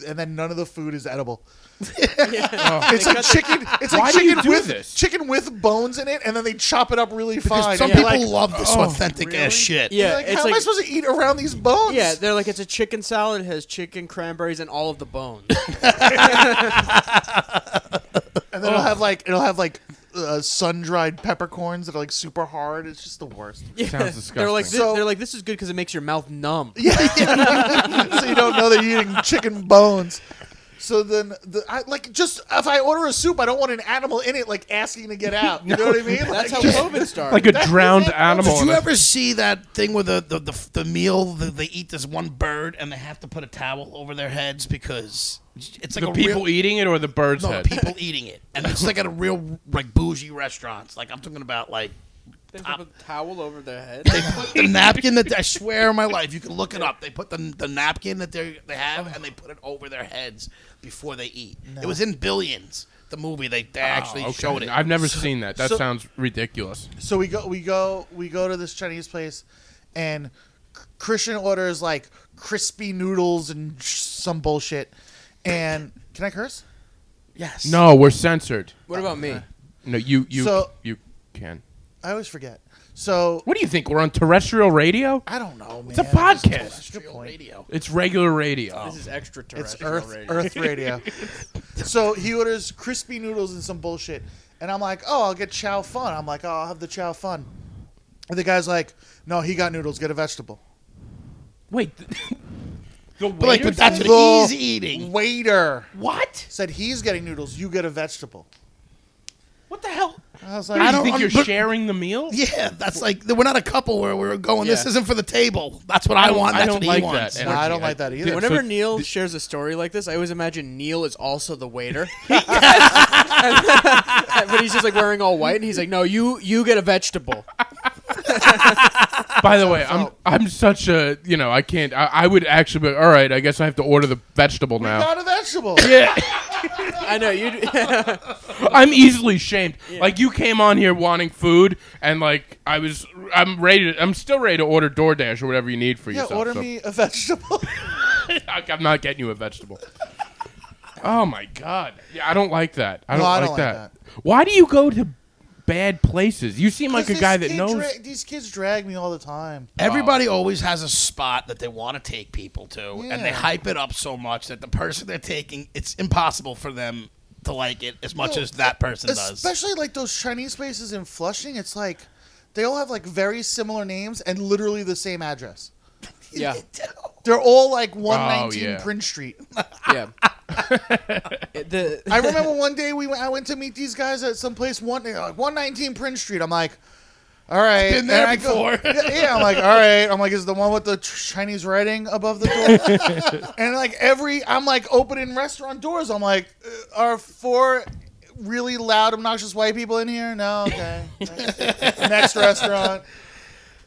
Speaker 5: and then none of the food is edible. It's like chicken. It's
Speaker 2: Why
Speaker 5: like
Speaker 2: do you
Speaker 5: chicken
Speaker 2: do
Speaker 5: with
Speaker 2: this?
Speaker 5: chicken with bones in it, and then they chop it up really fine.
Speaker 3: Because some
Speaker 5: and
Speaker 3: people
Speaker 5: you're like,
Speaker 3: love this authentic ass shit.
Speaker 4: oh, Yeah,
Speaker 5: you're like,
Speaker 4: it's
Speaker 5: how am I
Speaker 4: like-
Speaker 5: supposed to eat around these bones?
Speaker 4: Yeah, they're like it's a chicken salad. It has chicken, cranberries, and all of the bones.
Speaker 5: and then it'll have like it'll have like uh, sun dried peppercorns that are like super hard. It's just the worst.
Speaker 4: Yeah.
Speaker 2: Sounds disgusting.
Speaker 4: They're like, thi-
Speaker 5: So-
Speaker 4: they're like, this is good because it makes your mouth numb.
Speaker 5: so you don't know that you're eating chicken bones. So then, the, I, like, just if I order a soup, I don't want an animal in it, like asking to get out. You know what I mean?
Speaker 4: That's how
Speaker 5: Like,
Speaker 4: COVID started.
Speaker 2: like a drowned animal.
Speaker 3: Did
Speaker 2: in
Speaker 3: you
Speaker 2: a-
Speaker 3: ever see that thing with the the, the, the meal that they eat this one bird and they have to put a towel over their heads because it's like
Speaker 2: the
Speaker 3: a
Speaker 2: people
Speaker 3: real,
Speaker 2: eating it or the bird's
Speaker 3: no,
Speaker 2: head?
Speaker 3: people eating it and it's like at a real like bougie restaurants like I'm talking about like
Speaker 4: they put a towel over their head.
Speaker 3: they put the napkin that I swear in my life you can look it up they put the, the napkin that they they have and they put it over their heads before they eat it was in Billions the movie they, they actually
Speaker 2: Oh, okay.
Speaker 3: showed it
Speaker 2: I've never seen that. That
Speaker 5: so-
Speaker 2: sounds ridiculous.
Speaker 5: So we go, we go, we go to this Chinese place, and C- Christian orders like crispy noodles and sh- some bullshit. And can I curse?
Speaker 3: yes
Speaker 2: No, we're censored.
Speaker 4: What about me?
Speaker 2: No, you you
Speaker 5: So-
Speaker 2: you can.
Speaker 5: I always forget. So
Speaker 2: What do you think? We're on terrestrial radio?
Speaker 5: I don't know.
Speaker 2: It's a
Speaker 5: man. I just-
Speaker 2: podcast.
Speaker 5: Good point.
Speaker 3: radio
Speaker 2: It's regular radio.
Speaker 4: This is
Speaker 5: It's
Speaker 4: extraterrestrial
Speaker 5: Earth
Speaker 4: radio.
Speaker 5: Earth Radio. so he orders crispy noodles and some bullshit, and I'm like, oh, I'll get chow fun. I'm like, oh, I'll have the chow fun. And the guy's like, no, he got noodles. Get a vegetable.
Speaker 2: Wait. th- The
Speaker 3: but like
Speaker 2: waiter
Speaker 3: but that's
Speaker 2: said-
Speaker 3: what he's
Speaker 5: The
Speaker 3: eating
Speaker 5: Waiter
Speaker 3: what
Speaker 5: said he's getting noodles. You get a vegetable.
Speaker 3: what the hell
Speaker 5: I was
Speaker 2: What,
Speaker 5: like,
Speaker 2: do
Speaker 3: I
Speaker 2: you
Speaker 3: don't-
Speaker 2: think
Speaker 3: I'm-
Speaker 2: you're
Speaker 3: but-
Speaker 2: sharing the meal?
Speaker 3: Yeah, that's like we're not a couple where we're going. This
Speaker 4: Yeah.
Speaker 3: isn't for the table. That's what I,
Speaker 2: don't-
Speaker 3: want.
Speaker 2: I
Speaker 3: That's
Speaker 2: don't
Speaker 3: what he
Speaker 2: like
Speaker 3: wants.
Speaker 2: that.
Speaker 5: No, I don't like that either.
Speaker 4: Whenever
Speaker 2: So-
Speaker 4: Neil shares a story like this, I always imagine Neil is also the waiter, but he's just like wearing all white, and he's like, "No, you you get a vegetable."
Speaker 2: By the way, I'm I'm such a you know I can't I, I would actually be all right. I guess I have to order the vegetable
Speaker 5: you
Speaker 2: now.
Speaker 5: got a vegetable.
Speaker 2: yeah,
Speaker 4: I know you.
Speaker 2: I'm easily shamed. Like you came on here wanting food, and like I was, I'm ready. To, I'm still ready to order DoorDash or whatever you need for
Speaker 5: Yeah,
Speaker 2: yourself.
Speaker 5: order
Speaker 2: so-
Speaker 5: me a vegetable.
Speaker 2: I- I'm not getting you a vegetable. oh my god! Yeah, I don't like that. I
Speaker 5: No,
Speaker 2: don't,
Speaker 5: I don't
Speaker 2: like,
Speaker 5: like
Speaker 2: that. Why do you go to bad places. You seem like a
Speaker 5: Because
Speaker 2: guy
Speaker 5: these
Speaker 2: that
Speaker 5: kid
Speaker 2: knows.
Speaker 5: dra- these kids drag me all the time.
Speaker 3: Everybody always has a spot that they want to take people to, and they
Speaker 5: Yeah.
Speaker 3: hype it up so much that the person they're taking, it's impossible for them to like it as much
Speaker 5: No,
Speaker 3: as that person does.
Speaker 5: Especially like those Chinese places in Flushing. It's like they all have like very similar names and literally the same address.
Speaker 4: Yeah,
Speaker 5: They're all like 119
Speaker 2: Oh, yeah.
Speaker 5: Prince Street.
Speaker 4: yeah. It- the
Speaker 5: I remember one day we went, I went to meet these guys at some place one they're like 119 Prince Street. I'm like, all right.
Speaker 3: Been there
Speaker 5: And I go-
Speaker 3: before.
Speaker 5: yeah, yeah, I'm like, all right. I'm like, is it the one with the ch- Chinese writing above the door? and like every, I'm like opening restaurant doors. I'm like, uh, are four really loud, obnoxious white people in here? No, okay. Next restaurant.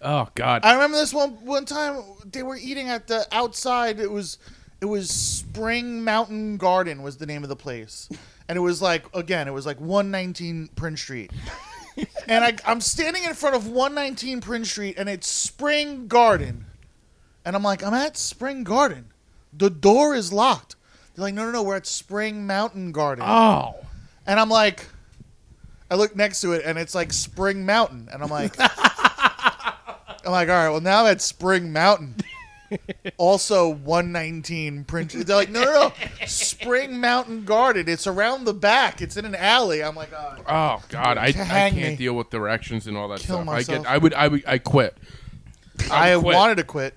Speaker 2: Oh God.
Speaker 5: I remember this one one time they were eating at the outside. It was it was Spring Mountain Garden was the name of the place, and it was like again it was like 119 Prince Street. and I, I'm standing in front of 119 Prince Street, and it's Spring Garden, and I'm like I'm at Spring Garden. The door is locked. They're like, no, no, no, we're at Spring Mountain Garden.
Speaker 2: oh.
Speaker 5: And I'm like, I look next to it and it's like Spring Mountain. And I'm like, I'm like, all right, well, now I'm at Spring Mountain. Also 119 Prince. They're like, no, no, no. Spring Mountain Garden. It's around the back. It's in an alley. I'm like, oh.
Speaker 2: Oh God. I, I
Speaker 5: Hang
Speaker 2: can't
Speaker 5: me.
Speaker 2: deal with directions and all that
Speaker 5: Kill
Speaker 2: stuff. I
Speaker 5: myself.
Speaker 2: get. I would. I would. I quit.
Speaker 5: I
Speaker 2: quit.
Speaker 5: wanted to quit.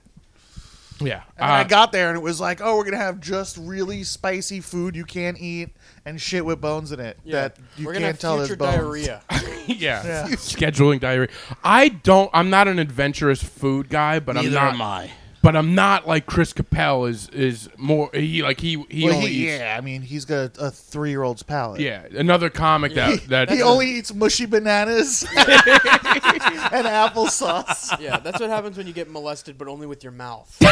Speaker 2: Yeah.
Speaker 5: And then I
Speaker 2: Uh,
Speaker 5: got there and it was like, oh, we're going to have just really spicy food you can't eat and shit with bones in it
Speaker 4: yeah.
Speaker 5: that you
Speaker 4: We're gonna
Speaker 5: can't
Speaker 4: have
Speaker 5: tell there's
Speaker 4: future
Speaker 5: bones.
Speaker 4: diarrhea.
Speaker 2: yeah.
Speaker 5: Yeah.
Speaker 2: Scheduling diary. I don't. I'm not an adventurous food guy, but
Speaker 3: Neither
Speaker 2: I'm not.
Speaker 3: am I.
Speaker 2: But I'm not like Chris Capel is is more. He like he he
Speaker 5: Well,
Speaker 2: only
Speaker 5: he-
Speaker 2: eats.
Speaker 5: yeah, I mean, he's got a, a three year old's palate.
Speaker 2: Yeah, another comic that that
Speaker 5: he only eats mushy bananas and applesauce.
Speaker 4: Yeah, that's what happens when you get molested, but only with your mouth. you're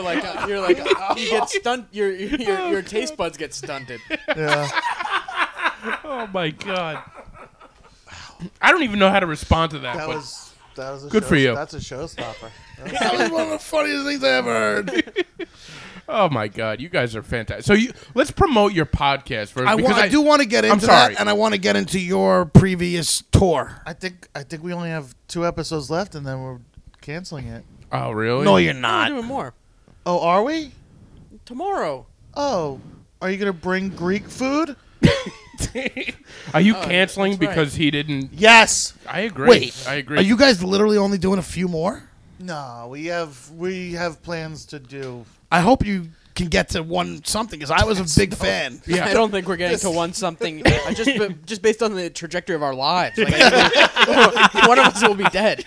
Speaker 4: like uh, you're like uh, you get stunt. Your
Speaker 5: Oh,
Speaker 4: your your taste buds get stunted.
Speaker 5: Yeah.
Speaker 2: Oh my god. I don't even know how to respond to that.
Speaker 5: That
Speaker 2: but
Speaker 5: was that was a
Speaker 2: Good
Speaker 5: show-
Speaker 2: for you.
Speaker 5: That's a showstopper. That was-
Speaker 3: That was one of the funniest things I ever heard.
Speaker 2: oh my god, you guys are fantastic. So you let's promote your podcast first.
Speaker 3: I,
Speaker 2: because
Speaker 3: want, I, do want to get into
Speaker 2: sorry.
Speaker 3: that, and I want to get into your previous tour.
Speaker 5: I think I think we only have two episodes left, and then we're canceling it.
Speaker 2: Oh really?
Speaker 3: No, you're
Speaker 4: We're
Speaker 3: not.
Speaker 4: doing more
Speaker 5: Oh, are we?
Speaker 4: tomorrow.
Speaker 5: Oh, are you gonna bring Greek food?
Speaker 2: Are you canceling
Speaker 4: that's right.
Speaker 2: because he didn't?
Speaker 5: Yes.
Speaker 2: I agree.
Speaker 3: Wait,
Speaker 2: I agree.
Speaker 3: Are you guys literally only doing a few more?
Speaker 5: No, we have we have plans to do.
Speaker 3: I hope you can get to one something, because I was a big fan.
Speaker 4: I
Speaker 2: Yeah.
Speaker 4: don't think we're getting to one something. I just b- just based on the trajectory of our lives, like, I think one of us will be dead.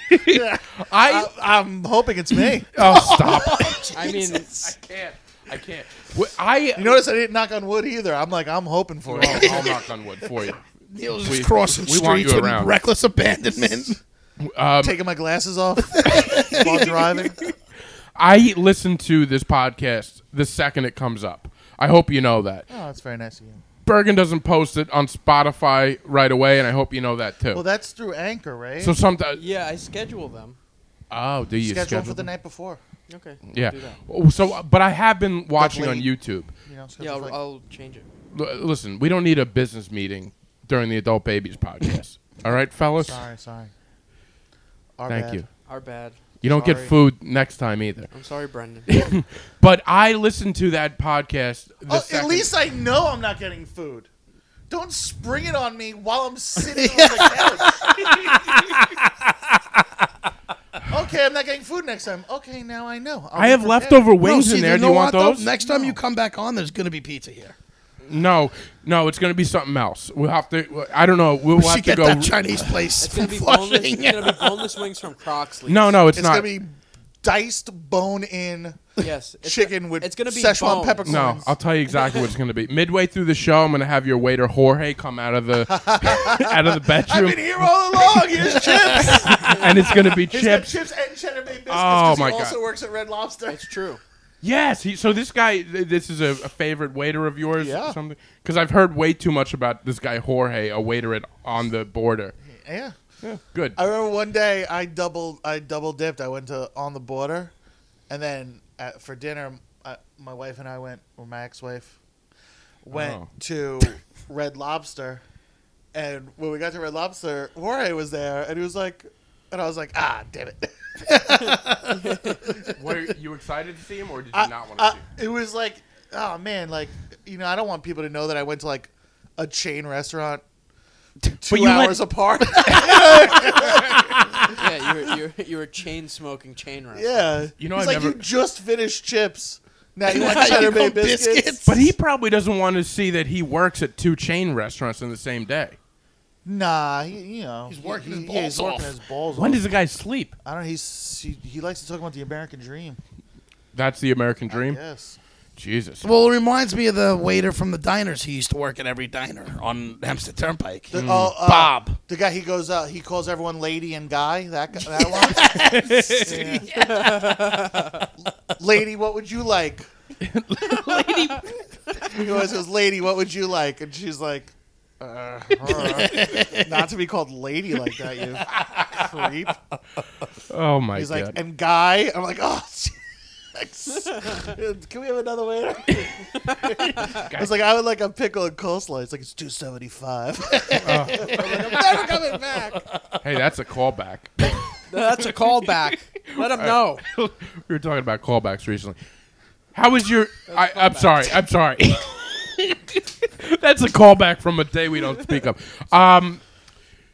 Speaker 2: I.
Speaker 5: I'm hoping it's me.
Speaker 2: Oh stop.
Speaker 4: I mean,
Speaker 2: I can't. I can't. Wh- I.
Speaker 5: You notice I didn't knock on wood either. I'm like I'm hoping for
Speaker 2: I'll,
Speaker 5: it.
Speaker 2: I'll knock on wood for you.
Speaker 3: Neil was just
Speaker 2: We-
Speaker 3: crossing
Speaker 2: we want
Speaker 3: streets
Speaker 2: you
Speaker 3: with
Speaker 2: around.
Speaker 3: reckless abandonment.
Speaker 2: Um,
Speaker 5: Taking my glasses off while driving. Oh,
Speaker 2: I listen to this podcast the second it comes up. I hope you know that.
Speaker 5: Oh, that's very nice of you.
Speaker 2: Bergen doesn't post it on Spotify right away, and I hope you know that too.
Speaker 5: Well, that's through Anchor, right?
Speaker 2: so sometimes,
Speaker 4: yeah, I schedule them.
Speaker 2: oh, do you
Speaker 5: schedule,
Speaker 2: schedule
Speaker 5: for the
Speaker 2: them?
Speaker 5: night before.
Speaker 4: Okay. I'll
Speaker 2: Yeah.
Speaker 4: do that.
Speaker 2: Oh, So, uh, but I have been watching on
Speaker 5: late.
Speaker 2: YouTube.
Speaker 5: You know,
Speaker 4: Yeah,
Speaker 5: schedule for
Speaker 4: I'll,
Speaker 5: like-
Speaker 4: I'll change it.
Speaker 2: L- listen, we don't need a business meeting during the Adult Babies podcast. All right, fellas.
Speaker 5: sorry, sorry. Our
Speaker 2: Thank
Speaker 5: bad.
Speaker 2: you.
Speaker 4: Our bad.
Speaker 2: You don't
Speaker 5: Sorry.
Speaker 2: get food next time either.
Speaker 4: I'm sorry, Brendan.
Speaker 2: But I listened to that podcast. The
Speaker 5: Oh, at
Speaker 2: second-
Speaker 5: least I know I'm not getting food. Don't spring it on me while I'm sitting on the couch. okay, I'm not getting food next time. Okay, now I know. I'll
Speaker 2: I
Speaker 5: be
Speaker 2: have
Speaker 5: prepared.
Speaker 2: leftover wings
Speaker 3: No, see,
Speaker 2: in there.
Speaker 3: you
Speaker 2: Do
Speaker 3: know
Speaker 2: you want
Speaker 3: what, though?
Speaker 2: those?
Speaker 3: Next time you come back on, there's going to be pizza here.
Speaker 2: No, no, it's going to be something else. We'll have to. I don't know. We'll
Speaker 3: She
Speaker 2: have to
Speaker 3: get
Speaker 2: go.
Speaker 3: that Chinese place.
Speaker 4: It's gonna be boneless.
Speaker 3: Flushing.
Speaker 4: It's gonna be boneless wings from Croxley.
Speaker 2: no, no, it's,
Speaker 5: It's
Speaker 2: not.
Speaker 5: gonna be diced bone in
Speaker 4: Yes. It's
Speaker 5: chicken
Speaker 4: gonna,
Speaker 5: with
Speaker 4: It's gonna be
Speaker 5: Szechuan
Speaker 4: bones.
Speaker 5: peppercorns.
Speaker 2: no, I'll tell you exactly what it's going to be. Midway through the show, I'm going to have your waiter Jorge come out of the out of the
Speaker 5: I've
Speaker 2: bedroom,
Speaker 5: been here all along. Here's chips.
Speaker 2: and it's going to be
Speaker 5: He's got
Speaker 2: chips.
Speaker 5: chips and cheddar bay biscuits.
Speaker 2: Oh,
Speaker 5: 'cause
Speaker 2: my
Speaker 5: he also
Speaker 2: God.
Speaker 5: works at Red Lobster.
Speaker 4: It's true.
Speaker 2: Yes. He, so this guy, th- this is a, a favorite waiter of yours,
Speaker 5: Yeah.
Speaker 2: or something. Because I've heard way too much about this guy Jorge, a waiter at on the border.
Speaker 5: Yeah.
Speaker 2: Good.
Speaker 5: I remember one day I double I double dipped. I went to on the border, and then at, for dinner, I, my wife and I went, or my ex-wife, went
Speaker 2: Oh.
Speaker 5: to Red Lobster, and when we got to Red Lobster, Jorge was there, and he was like, and I was like, ah, damn it.
Speaker 2: Were you excited to see him, or did you
Speaker 5: I-
Speaker 2: not want to
Speaker 5: I-
Speaker 2: see him?
Speaker 5: It was like, oh man, like you know, I don't want people to know that I went to like a chain restaurant. Two
Speaker 6: you let-
Speaker 5: hours apart.
Speaker 4: yeah, you were, you were, you were chain smoking chain rap.
Speaker 5: yeah,
Speaker 2: You know,
Speaker 5: He's
Speaker 2: I've
Speaker 5: like
Speaker 2: never-
Speaker 5: you just finished chips. Now you want
Speaker 3: Now you
Speaker 5: cheddar bay
Speaker 3: want
Speaker 5: biscuits.
Speaker 3: biscuits?
Speaker 2: But he probably doesn't want to see that he works at two chain restaurants in the same day.
Speaker 5: Nah, he, you know
Speaker 3: He's working his
Speaker 5: he- yeah, he's
Speaker 3: balls
Speaker 5: working
Speaker 3: off.
Speaker 5: his balls
Speaker 2: When
Speaker 5: off.
Speaker 2: does the guy sleep?
Speaker 5: I don't know. He's he, he likes to talk about the American dream.
Speaker 2: That's the American dream.
Speaker 5: Yes.
Speaker 2: Jesus.
Speaker 3: Well, it reminds me of the waiter from the diners who used to work at every diner on Hampstead Turnpike.
Speaker 5: The, oh, uh,
Speaker 3: Bob.
Speaker 5: the guy he goes uh, he calls everyone lady and guy. That guy, that one. Yeah. lady, what would you like? lady. He always goes, lady, what would you like? And she's like, uh, her. not to be called lady like that, you creep.
Speaker 2: Oh my
Speaker 5: He's
Speaker 2: god.
Speaker 5: like, and guy. I'm like, oh. Can we have another waiter? I was like, I would like a pickle and coleslaw. It's like it's two seventy five.
Speaker 4: Never coming back.
Speaker 2: hey, that's a callback.
Speaker 4: That's a callback. Let him know.
Speaker 2: we were talking about callbacks recently. How was your? I, I'm sorry. I'm sorry. That's a callback from a day we don't speak of. Um,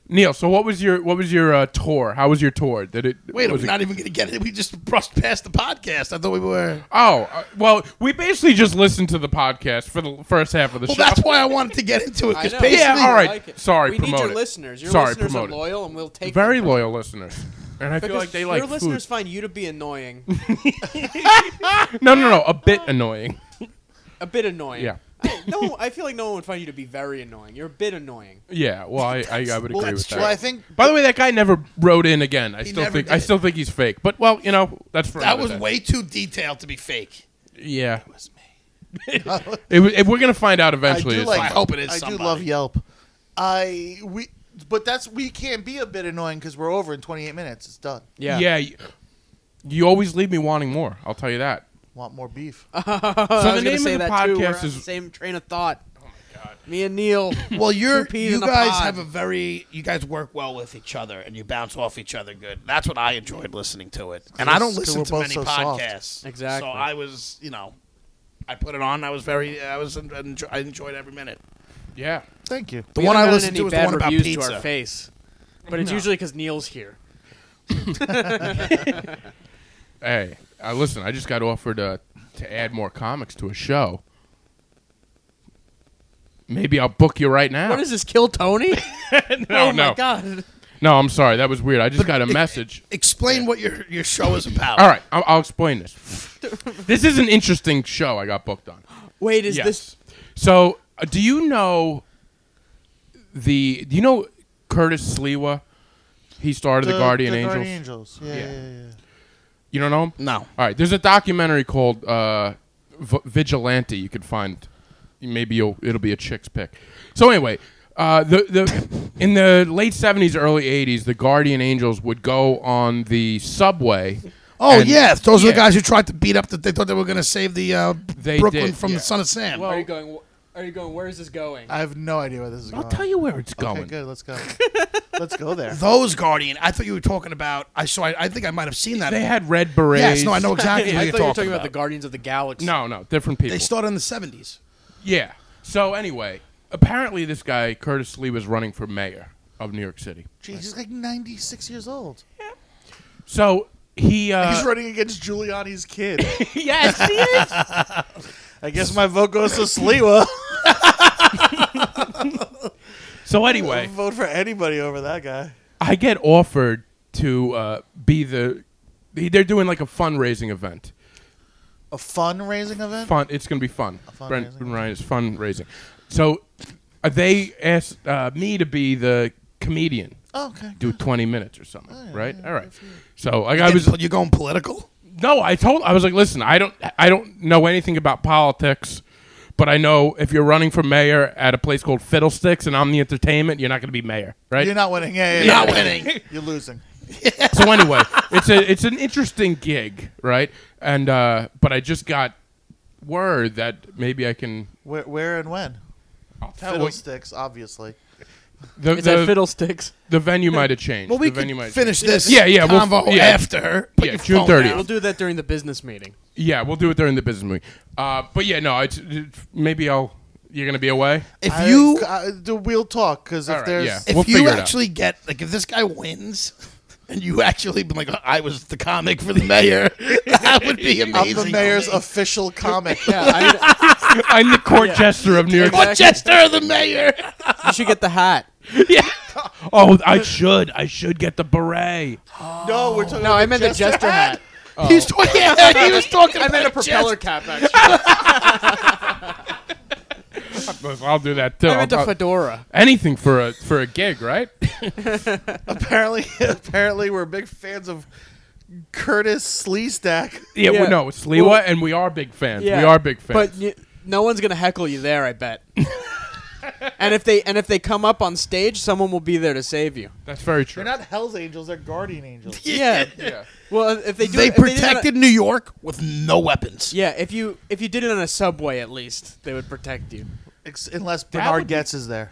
Speaker 2: Neil, so what was your what was your uh, tour? How was your tour? Did it?
Speaker 3: Wait,
Speaker 2: was
Speaker 3: we're
Speaker 2: it-
Speaker 3: not even going to get it. We just brushed past the podcast. I thought we were.
Speaker 2: Oh, uh, well, we basically just listened to the podcast for the first half of the
Speaker 3: Well,
Speaker 2: show.
Speaker 3: that's why I wanted to get into it.
Speaker 4: I
Speaker 3: Because
Speaker 4: know.
Speaker 3: basically,
Speaker 2: Yeah, all right.
Speaker 4: it.
Speaker 2: Sorry,
Speaker 4: we
Speaker 2: promote
Speaker 4: need your
Speaker 2: it.
Speaker 4: listeners. Your
Speaker 2: Sorry,
Speaker 4: listeners are
Speaker 2: promote it.
Speaker 4: loyal, and we'll take
Speaker 2: Very
Speaker 4: them.
Speaker 2: loyal listeners, and I feel like they like
Speaker 4: your
Speaker 2: food.
Speaker 4: listeners find you to be annoying,
Speaker 2: No, no, no, a bit annoying.
Speaker 4: a bit annoying.
Speaker 2: Yeah.
Speaker 4: I, no, I feel like no one would find you to be very annoying. You're a bit annoying.
Speaker 2: Yeah, well, I, I, I would agree
Speaker 5: Well,
Speaker 2: with
Speaker 5: that's
Speaker 2: that.
Speaker 5: true. I think
Speaker 2: By the way, that guy never wrote in again. I still
Speaker 3: never
Speaker 2: think I
Speaker 3: did.
Speaker 2: still think he's fake. But well, you know, that's for
Speaker 3: that
Speaker 2: another
Speaker 3: was
Speaker 2: day.
Speaker 3: way too detailed to be fake.
Speaker 2: Yeah,
Speaker 3: That's me.
Speaker 2: it, was- if we're gonna find out
Speaker 5: I
Speaker 2: eventually.
Speaker 5: do
Speaker 2: it's
Speaker 5: like.
Speaker 2: fine.
Speaker 3: I hope it is
Speaker 5: I do
Speaker 3: somebody.
Speaker 5: love Yelp. I we, but that's we can't be a bit annoying because we're over in twenty eight minutes. It's done.
Speaker 2: yeah. you, you always leave me wanting more. I'll tell you that.
Speaker 5: Want more beef?
Speaker 4: So
Speaker 2: the name of the podcast is-
Speaker 4: same train of thought. Oh my god. Me and Neil.
Speaker 3: Well, you're
Speaker 4: Two peas
Speaker 3: you
Speaker 4: in a
Speaker 3: guys
Speaker 4: pod.
Speaker 3: have a very you guys work well with each other and you bounce off each other good. That's what I enjoyed listening to it. And I don't
Speaker 5: Because
Speaker 3: listen
Speaker 5: we're
Speaker 3: to
Speaker 5: both
Speaker 3: many
Speaker 5: so soft.
Speaker 3: podcasts.
Speaker 4: Exactly.
Speaker 3: So I was, you know, I put it on. I was very I was enjoy, I enjoyed every minute.
Speaker 2: Yeah,
Speaker 5: Thank you.
Speaker 3: The
Speaker 4: We
Speaker 3: one I
Speaker 4: haven't gotten
Speaker 3: listened
Speaker 4: any
Speaker 3: to was the
Speaker 4: bad
Speaker 3: one about
Speaker 4: reviews To
Speaker 3: pizza.
Speaker 4: our face, but it's usually because Neil's here.
Speaker 2: Hey, uh, listen, I just got offered uh, to add more comics to a show. Maybe I'll book you right now.
Speaker 4: What is this? Kill Tony?
Speaker 2: no,
Speaker 4: oh
Speaker 2: no,
Speaker 4: my god.
Speaker 2: no. I'm sorry, that was weird. I just got a message.
Speaker 3: e-, Explain what your your show is about.
Speaker 2: All right, I'll, I'll explain this. this is an interesting show I got booked on.
Speaker 4: Wait, is
Speaker 2: yes.
Speaker 4: this?
Speaker 2: So, uh, do you know the? Do you know Curtis Slewa? He started the, Guardian
Speaker 5: the
Speaker 2: Angels.
Speaker 5: Guardian Angels. Yeah, yeah,
Speaker 2: Yeah.
Speaker 5: yeah. yeah.
Speaker 2: You don't know him?
Speaker 3: No.
Speaker 2: All right. There's a documentary called uh, v- Vigilante. You can find. Maybe you'll, it'll be a chick's pick. So anyway, uh, the the in the late '70s, early '80s, the Guardian Angels would go on the subway.
Speaker 3: Oh
Speaker 2: and-
Speaker 3: yes, those are
Speaker 2: yeah.
Speaker 3: the guys who tried to beat up. The, they thought they were going to save the uh,
Speaker 2: They
Speaker 3: Brooklyn
Speaker 2: did,
Speaker 3: from
Speaker 2: yeah.
Speaker 3: the son of Sam.
Speaker 4: are you going? Are you going? Where is this going?
Speaker 5: I have no idea where this is
Speaker 2: I'll
Speaker 5: going.
Speaker 2: tell you where it's
Speaker 5: Okay,
Speaker 2: going.
Speaker 5: good. Let's go. let's go there.
Speaker 3: those Guardian. I thought you were talking about. I saw. I, I think I might have seen that.
Speaker 2: they had red berets.
Speaker 3: yes. No, I know exactly who
Speaker 4: I
Speaker 3: you're
Speaker 4: thought you were
Speaker 3: talking
Speaker 4: talking about
Speaker 3: about.
Speaker 4: the Guardians of the Galaxy.
Speaker 2: No, no, different people.
Speaker 3: They started in the seventies.
Speaker 2: Yeah. So anyway, apparently this guy Curtis Lee was running for mayor of New York City.
Speaker 5: Jeez, he's like ninety six years old.
Speaker 2: So he uh,
Speaker 5: He's running against Giuliani's kid.
Speaker 2: yes, he is.
Speaker 5: I guess my vote goes to Sliwa.
Speaker 2: So anyway,
Speaker 5: vote for anybody over that guy.
Speaker 2: I get offered to uh, be the. They're doing like a fundraising event.
Speaker 5: A fundraising event.
Speaker 2: Fun. It's going to be fun.
Speaker 5: fundraising
Speaker 2: Brent
Speaker 5: event.
Speaker 2: Ryan is fundraising. So uh, they asked uh, me to be the comedian.
Speaker 5: Oh, okay.
Speaker 2: Do twenty minutes or something,
Speaker 3: Oh,
Speaker 2: right? All right. So like, I
Speaker 3: I
Speaker 2: was
Speaker 3: was. You going political?
Speaker 2: No, I told I was like, listen, I don't I don't know anything about politics, but I know if you're running for mayor at a place called Fiddlesticks and I'm the entertainment, you're not going to be mayor, right?
Speaker 5: You're not winning. Yeah, yeah,
Speaker 3: You're
Speaker 5: yeah.
Speaker 3: not winning.
Speaker 5: You're losing.
Speaker 2: so anyway, it's a it's an interesting gig, right? And uh but I just got were that maybe I can.
Speaker 5: Where, where and when?
Speaker 2: I'll tell you.
Speaker 5: Fiddlesticks, obviously.
Speaker 2: The,
Speaker 4: It's at
Speaker 2: the,
Speaker 4: Fiddlesticks.
Speaker 2: the venue might have changed.
Speaker 3: Well, we
Speaker 2: the venue might
Speaker 3: can
Speaker 2: have
Speaker 3: finish
Speaker 2: changed.
Speaker 3: this.
Speaker 2: Uh, Yeah, yeah, we'll-
Speaker 3: Convo
Speaker 2: yeah.
Speaker 3: after. Put
Speaker 2: Yeah,
Speaker 3: your
Speaker 2: June
Speaker 3: phone
Speaker 2: 30th.
Speaker 3: down.
Speaker 4: We'll do that during the business meeting.
Speaker 2: Yeah, we'll do it during the business meeting. Uh, but yeah, no, it's, it's maybe I'll. You're gonna be away.
Speaker 3: If
Speaker 5: I-
Speaker 3: you
Speaker 5: I- the we'll talk because if
Speaker 2: All right,
Speaker 5: there's
Speaker 2: yeah.
Speaker 3: if
Speaker 2: We'll
Speaker 3: you
Speaker 2: figure it out.
Speaker 3: actually get like if this guy wins and you actually been like I was the comic for the mayor, that would be
Speaker 5: I'm
Speaker 3: amazing.
Speaker 5: the mayor's
Speaker 3: to me.
Speaker 5: official comic.
Speaker 4: Yeah, I mean,
Speaker 2: I'm the court jester of New York.
Speaker 4: Exactly.
Speaker 3: Winchester, the mayor.
Speaker 4: you should get the hat.
Speaker 2: Yeah. Oh, I should. I should get the beret.
Speaker 5: No, we're talking.
Speaker 4: No, I meant the jester hat.
Speaker 2: Oh.
Speaker 3: He's talking. Yeah, he was talking.
Speaker 4: I
Speaker 3: about
Speaker 4: meant a propeller
Speaker 3: Chester.
Speaker 4: cap. Actually,
Speaker 2: I'll do that too.
Speaker 4: I meant
Speaker 2: I'll-
Speaker 4: a
Speaker 2: I'll-
Speaker 4: fedora.
Speaker 2: anything for a for a gig, right?
Speaker 5: Apparently, apparently, we're big fans of Curtis Sleestack.
Speaker 2: Yeah,
Speaker 4: Yeah.
Speaker 2: Well, no, it's Lewa,
Speaker 4: Well-
Speaker 2: and we are big fans. We are big fans.
Speaker 4: But you, no one's gonna heckle you there. I bet. and if they and if they come up on stage, someone will be there to save you.
Speaker 2: That's very true.
Speaker 5: They're not Hell's Angels; they're Guardian Angels.
Speaker 4: Yeah.
Speaker 2: yeah.
Speaker 4: Well, if they do,
Speaker 3: They
Speaker 4: if did it on a-
Speaker 3: protected New York with no weapons.
Speaker 4: yeah, if you if you did it on a subway, at least they would protect you.
Speaker 5: Ex- unless
Speaker 2: would
Speaker 5: Bernard
Speaker 2: be-
Speaker 5: Getz is there.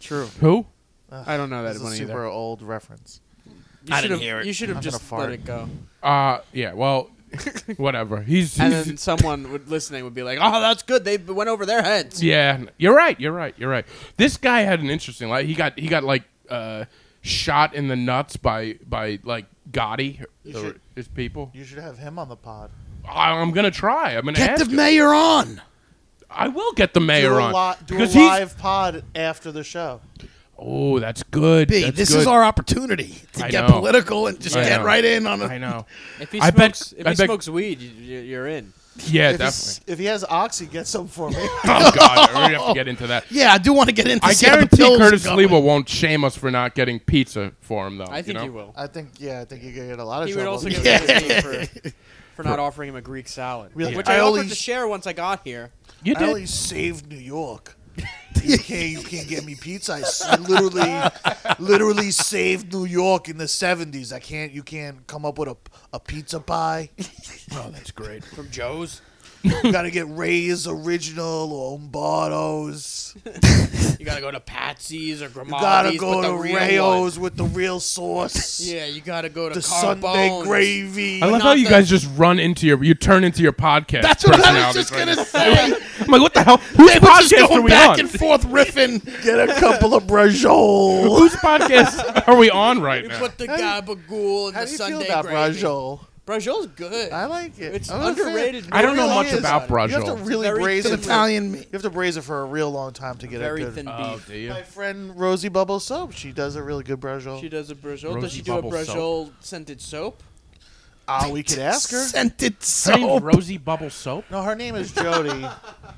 Speaker 4: True.
Speaker 2: Who?
Speaker 4: I don't know that
Speaker 5: That's a
Speaker 4: one
Speaker 5: super
Speaker 4: either.
Speaker 5: old reference.
Speaker 4: You
Speaker 3: I
Speaker 4: should
Speaker 3: didn't
Speaker 4: have-
Speaker 3: hear it.
Speaker 4: You should have
Speaker 5: I'm gonna
Speaker 4: just
Speaker 5: fart.
Speaker 4: let it go.
Speaker 2: Uh, yeah. Well, whatever. He's.
Speaker 4: And
Speaker 2: he's-
Speaker 4: then someone would, listening would be like, "Oh, that's good. They went over their heads."
Speaker 2: yeah, you're right. You're right. You're right. This guy had an interesting life. He got he got like uh, shot in the nuts by by like Gotti, the-
Speaker 5: should-
Speaker 2: his people.
Speaker 5: You should have him on the pod.
Speaker 2: I, I'm gonna try. I'm gonna
Speaker 3: Get
Speaker 2: ask
Speaker 3: the
Speaker 2: him.
Speaker 3: mayor on.
Speaker 2: I will get the mayor
Speaker 5: do a,
Speaker 2: on
Speaker 5: li- do a
Speaker 2: because he's.
Speaker 5: live pod after the show.
Speaker 2: Oh, that's good.
Speaker 3: B,
Speaker 2: that's
Speaker 3: this
Speaker 2: good.
Speaker 3: is our opportunity to
Speaker 2: I
Speaker 3: get
Speaker 2: know.
Speaker 3: political and just
Speaker 2: I
Speaker 3: get
Speaker 2: know.
Speaker 3: right in on
Speaker 2: I
Speaker 3: it.
Speaker 2: know.
Speaker 4: If he
Speaker 2: I bet-
Speaker 4: smokes, if
Speaker 2: I
Speaker 4: he
Speaker 2: bet-
Speaker 4: smokes weed, you- you, you're in.
Speaker 2: Yeah,
Speaker 5: If, he's-
Speaker 2: definitely.
Speaker 5: if he has oxy, get some for me.
Speaker 2: Oh God, we have to get into that.
Speaker 3: Yeah, I do want to get into.
Speaker 2: I
Speaker 3: see how the
Speaker 2: guarantee
Speaker 3: pills
Speaker 2: Curtis
Speaker 3: go.
Speaker 2: Lewa won't shame us for not getting pizza for him, though.
Speaker 4: I think
Speaker 2: you know?
Speaker 4: he will.
Speaker 5: I think, yeah, I think you could get a lot of
Speaker 4: He would
Speaker 5: trouble.
Speaker 4: also get
Speaker 3: Yeah.
Speaker 4: yeah. for, for not offering him a Greek salad,
Speaker 5: Really?
Speaker 4: which
Speaker 5: Yeah.
Speaker 4: I,
Speaker 5: I
Speaker 4: offered
Speaker 5: only-
Speaker 4: to share once I got here.
Speaker 2: You
Speaker 5: I
Speaker 2: did.
Speaker 5: only saved New York. You can't, you can't get me pizza. I s- literally, literally saved New York in the '70s. I can't. You can't come up with a, a pizza pie.
Speaker 2: oh, that's great.
Speaker 4: From Joe's,
Speaker 5: You gotta get Ray's original or Umbardo's.
Speaker 4: you gotta go to Patsy's or
Speaker 5: You gotta
Speaker 4: Grimaldi's.
Speaker 5: go
Speaker 4: with
Speaker 5: to
Speaker 4: the real one.
Speaker 5: Rayo's with the real sauce.
Speaker 4: Yeah, you gotta go to
Speaker 5: The
Speaker 4: Carbone's.
Speaker 5: Sunday gravy.
Speaker 2: I love
Speaker 4: not
Speaker 2: how you
Speaker 4: the-
Speaker 2: guys just run into your, you turn into your podcast.
Speaker 3: That's what I was
Speaker 2: personalities
Speaker 3: just
Speaker 2: right
Speaker 3: gonna
Speaker 2: now.
Speaker 3: say.
Speaker 2: I'm like, what the hell? Whose
Speaker 3: They were just
Speaker 2: podcast are
Speaker 3: going
Speaker 2: we
Speaker 3: back
Speaker 2: on?
Speaker 3: and forth riffing.
Speaker 5: Get a couple of Rajol.
Speaker 2: Whose podcast are we on right now?
Speaker 4: Put the gabagool and the Sunday gravy.
Speaker 5: Rajol?
Speaker 4: Brajol's good.
Speaker 5: I like it.
Speaker 4: It's
Speaker 5: I'm a fan.
Speaker 4: underrated.
Speaker 2: I don't know
Speaker 4: Really
Speaker 2: much
Speaker 4: is.
Speaker 2: about Brajol.
Speaker 5: You have to really
Speaker 4: Very
Speaker 5: braise
Speaker 4: thin
Speaker 5: it.
Speaker 4: It's
Speaker 5: for-
Speaker 3: Italian meat.
Speaker 5: You have to braise it for a real long time to get
Speaker 4: Very
Speaker 5: it good.
Speaker 4: thin
Speaker 2: oh,
Speaker 4: beef.
Speaker 2: do you?
Speaker 5: My friend Rosie Bubble Soap, she does a really good
Speaker 4: She
Speaker 5: brajol.
Speaker 4: does a Brajol.
Speaker 2: Rosie
Speaker 4: Does she do a
Speaker 2: Bubble soap.
Speaker 4: Brajol scented soap?
Speaker 5: Ah, we could ask her.
Speaker 3: Scented
Speaker 2: Her name's
Speaker 3: soap.
Speaker 2: Rosie Bubble Soap.
Speaker 5: No, her name is Jody.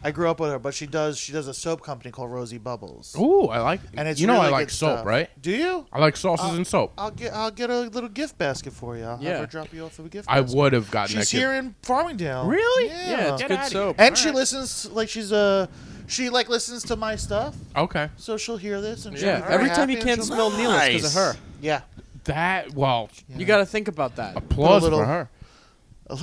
Speaker 5: I grew up with her, but she does she does a soap company called Rosie Bubbles.
Speaker 2: Ooh, I like.
Speaker 5: And it's
Speaker 2: you know
Speaker 5: really
Speaker 2: I like
Speaker 5: good
Speaker 2: soap,
Speaker 5: stuff.
Speaker 2: right?
Speaker 5: Do you?
Speaker 2: I like sauces and soap.
Speaker 5: I'll get I'll get a little gift basket for you. I'll
Speaker 4: Yeah.
Speaker 5: have her drop you off with a gift.
Speaker 2: I
Speaker 5: basket.
Speaker 2: would have gotten
Speaker 5: She's
Speaker 2: that.
Speaker 5: here in Farmingdale.
Speaker 2: Really?
Speaker 5: Yeah.
Speaker 4: Yeah, it's
Speaker 2: Get
Speaker 4: good
Speaker 2: outta
Speaker 4: soap.
Speaker 5: and she listens like she's a she like listens to my stuff,
Speaker 2: Okay,
Speaker 5: so she'll hear this and she'll be
Speaker 4: Yeah.
Speaker 5: very
Speaker 4: Every time
Speaker 5: happy
Speaker 4: you
Speaker 5: and
Speaker 4: can't
Speaker 5: she'll-
Speaker 4: smell Neil, it's because of her.
Speaker 3: Nice.
Speaker 5: Yeah.
Speaker 2: that well,
Speaker 4: You got to think about that.
Speaker 2: applause
Speaker 5: little-
Speaker 2: for her.
Speaker 5: All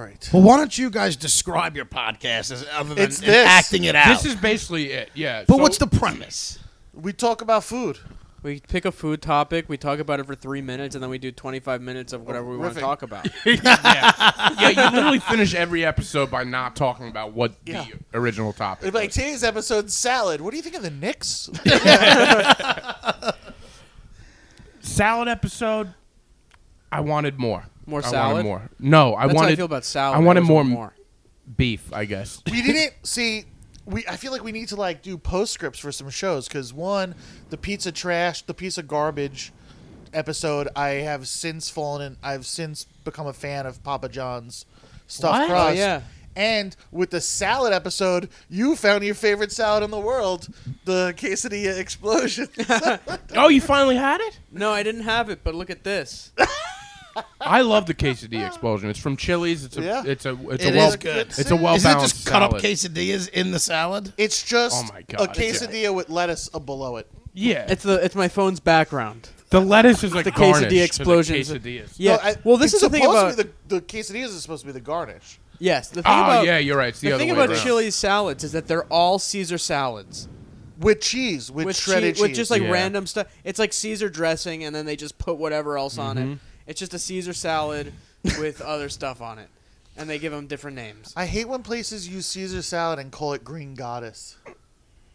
Speaker 5: right.
Speaker 3: Well, why don't you guys describe your podcast as other than
Speaker 5: It's this.
Speaker 3: acting it out?
Speaker 2: This is basically it. Yeah.
Speaker 3: but
Speaker 2: so-
Speaker 3: what's the premise?
Speaker 5: We talk about food.
Speaker 4: We pick a food topic, we talk about it for three minutes, and then we do 25 minutes of whatever we want to
Speaker 5: riffing.
Speaker 4: talk about.
Speaker 2: yeah, you literally finish every episode by not talking about what
Speaker 5: Yeah.
Speaker 2: the original topic.
Speaker 5: It'd be like today's episode salad. What do you think of the Knicks?
Speaker 2: Salad episode. I wanted more.
Speaker 4: More
Speaker 2: I
Speaker 4: salad?
Speaker 2: wanted more. No, I
Speaker 4: That's
Speaker 2: wanted
Speaker 4: how I feel about salad.
Speaker 2: I wanted
Speaker 4: always
Speaker 2: more,
Speaker 4: want
Speaker 2: beef. I guess.
Speaker 5: we didn't see we I feel like we need to like do postscripts for some shows cuz one the pizza trash, the piece of garbage episode I have since fallen in I've since become a fan of Papa John's stuffed
Speaker 4: What?
Speaker 5: crust.
Speaker 4: Oh, yeah.
Speaker 5: And with the salad episode, you found your favorite salad in the world, the quesadilla explosion.
Speaker 2: Oh, you finally had it.
Speaker 4: No, I didn't have it, but look at this.
Speaker 2: I love the quesadilla explosion. It's from Chili's. It's a.
Speaker 5: Yeah.
Speaker 2: It's a. It's
Speaker 3: It
Speaker 2: a well.
Speaker 3: is good.
Speaker 2: It's a well
Speaker 3: Isn't it
Speaker 2: balanced
Speaker 3: just cut
Speaker 2: salad.
Speaker 3: up quesadillas in the salad?
Speaker 5: It's just
Speaker 2: Oh my
Speaker 5: a
Speaker 2: God, it's-
Speaker 5: quesadilla with lettuce uh, below it.
Speaker 2: yeah.
Speaker 4: It's the it's my phone's background.
Speaker 2: the lettuce is like
Speaker 4: The
Speaker 2: garnish to
Speaker 4: quesadilla explosions.
Speaker 2: The quesadillas.
Speaker 4: Yeah.
Speaker 5: No, I-
Speaker 4: well, this
Speaker 5: it's
Speaker 4: is the thing
Speaker 5: supposed
Speaker 4: about
Speaker 5: to be the, the quesadillas is supposed to be the garnish.
Speaker 4: Yes. The thing
Speaker 2: Oh,
Speaker 4: about,
Speaker 2: yeah, you're right. It's the other
Speaker 4: thing
Speaker 2: way
Speaker 4: about
Speaker 2: around.
Speaker 4: Chili's salads is that they're all Caesar salads
Speaker 5: with cheese, with,
Speaker 4: with
Speaker 5: shredded cheese,
Speaker 4: cheese, with just like
Speaker 2: Yeah.
Speaker 4: random stuff. It's like Caesar dressing, and then they just put whatever else on
Speaker 2: Mm-hmm.
Speaker 4: it. It's just a Caesar salad with other stuff on it, and they give them different names.
Speaker 5: I hate when places use Caesar salad and call it Green Goddess.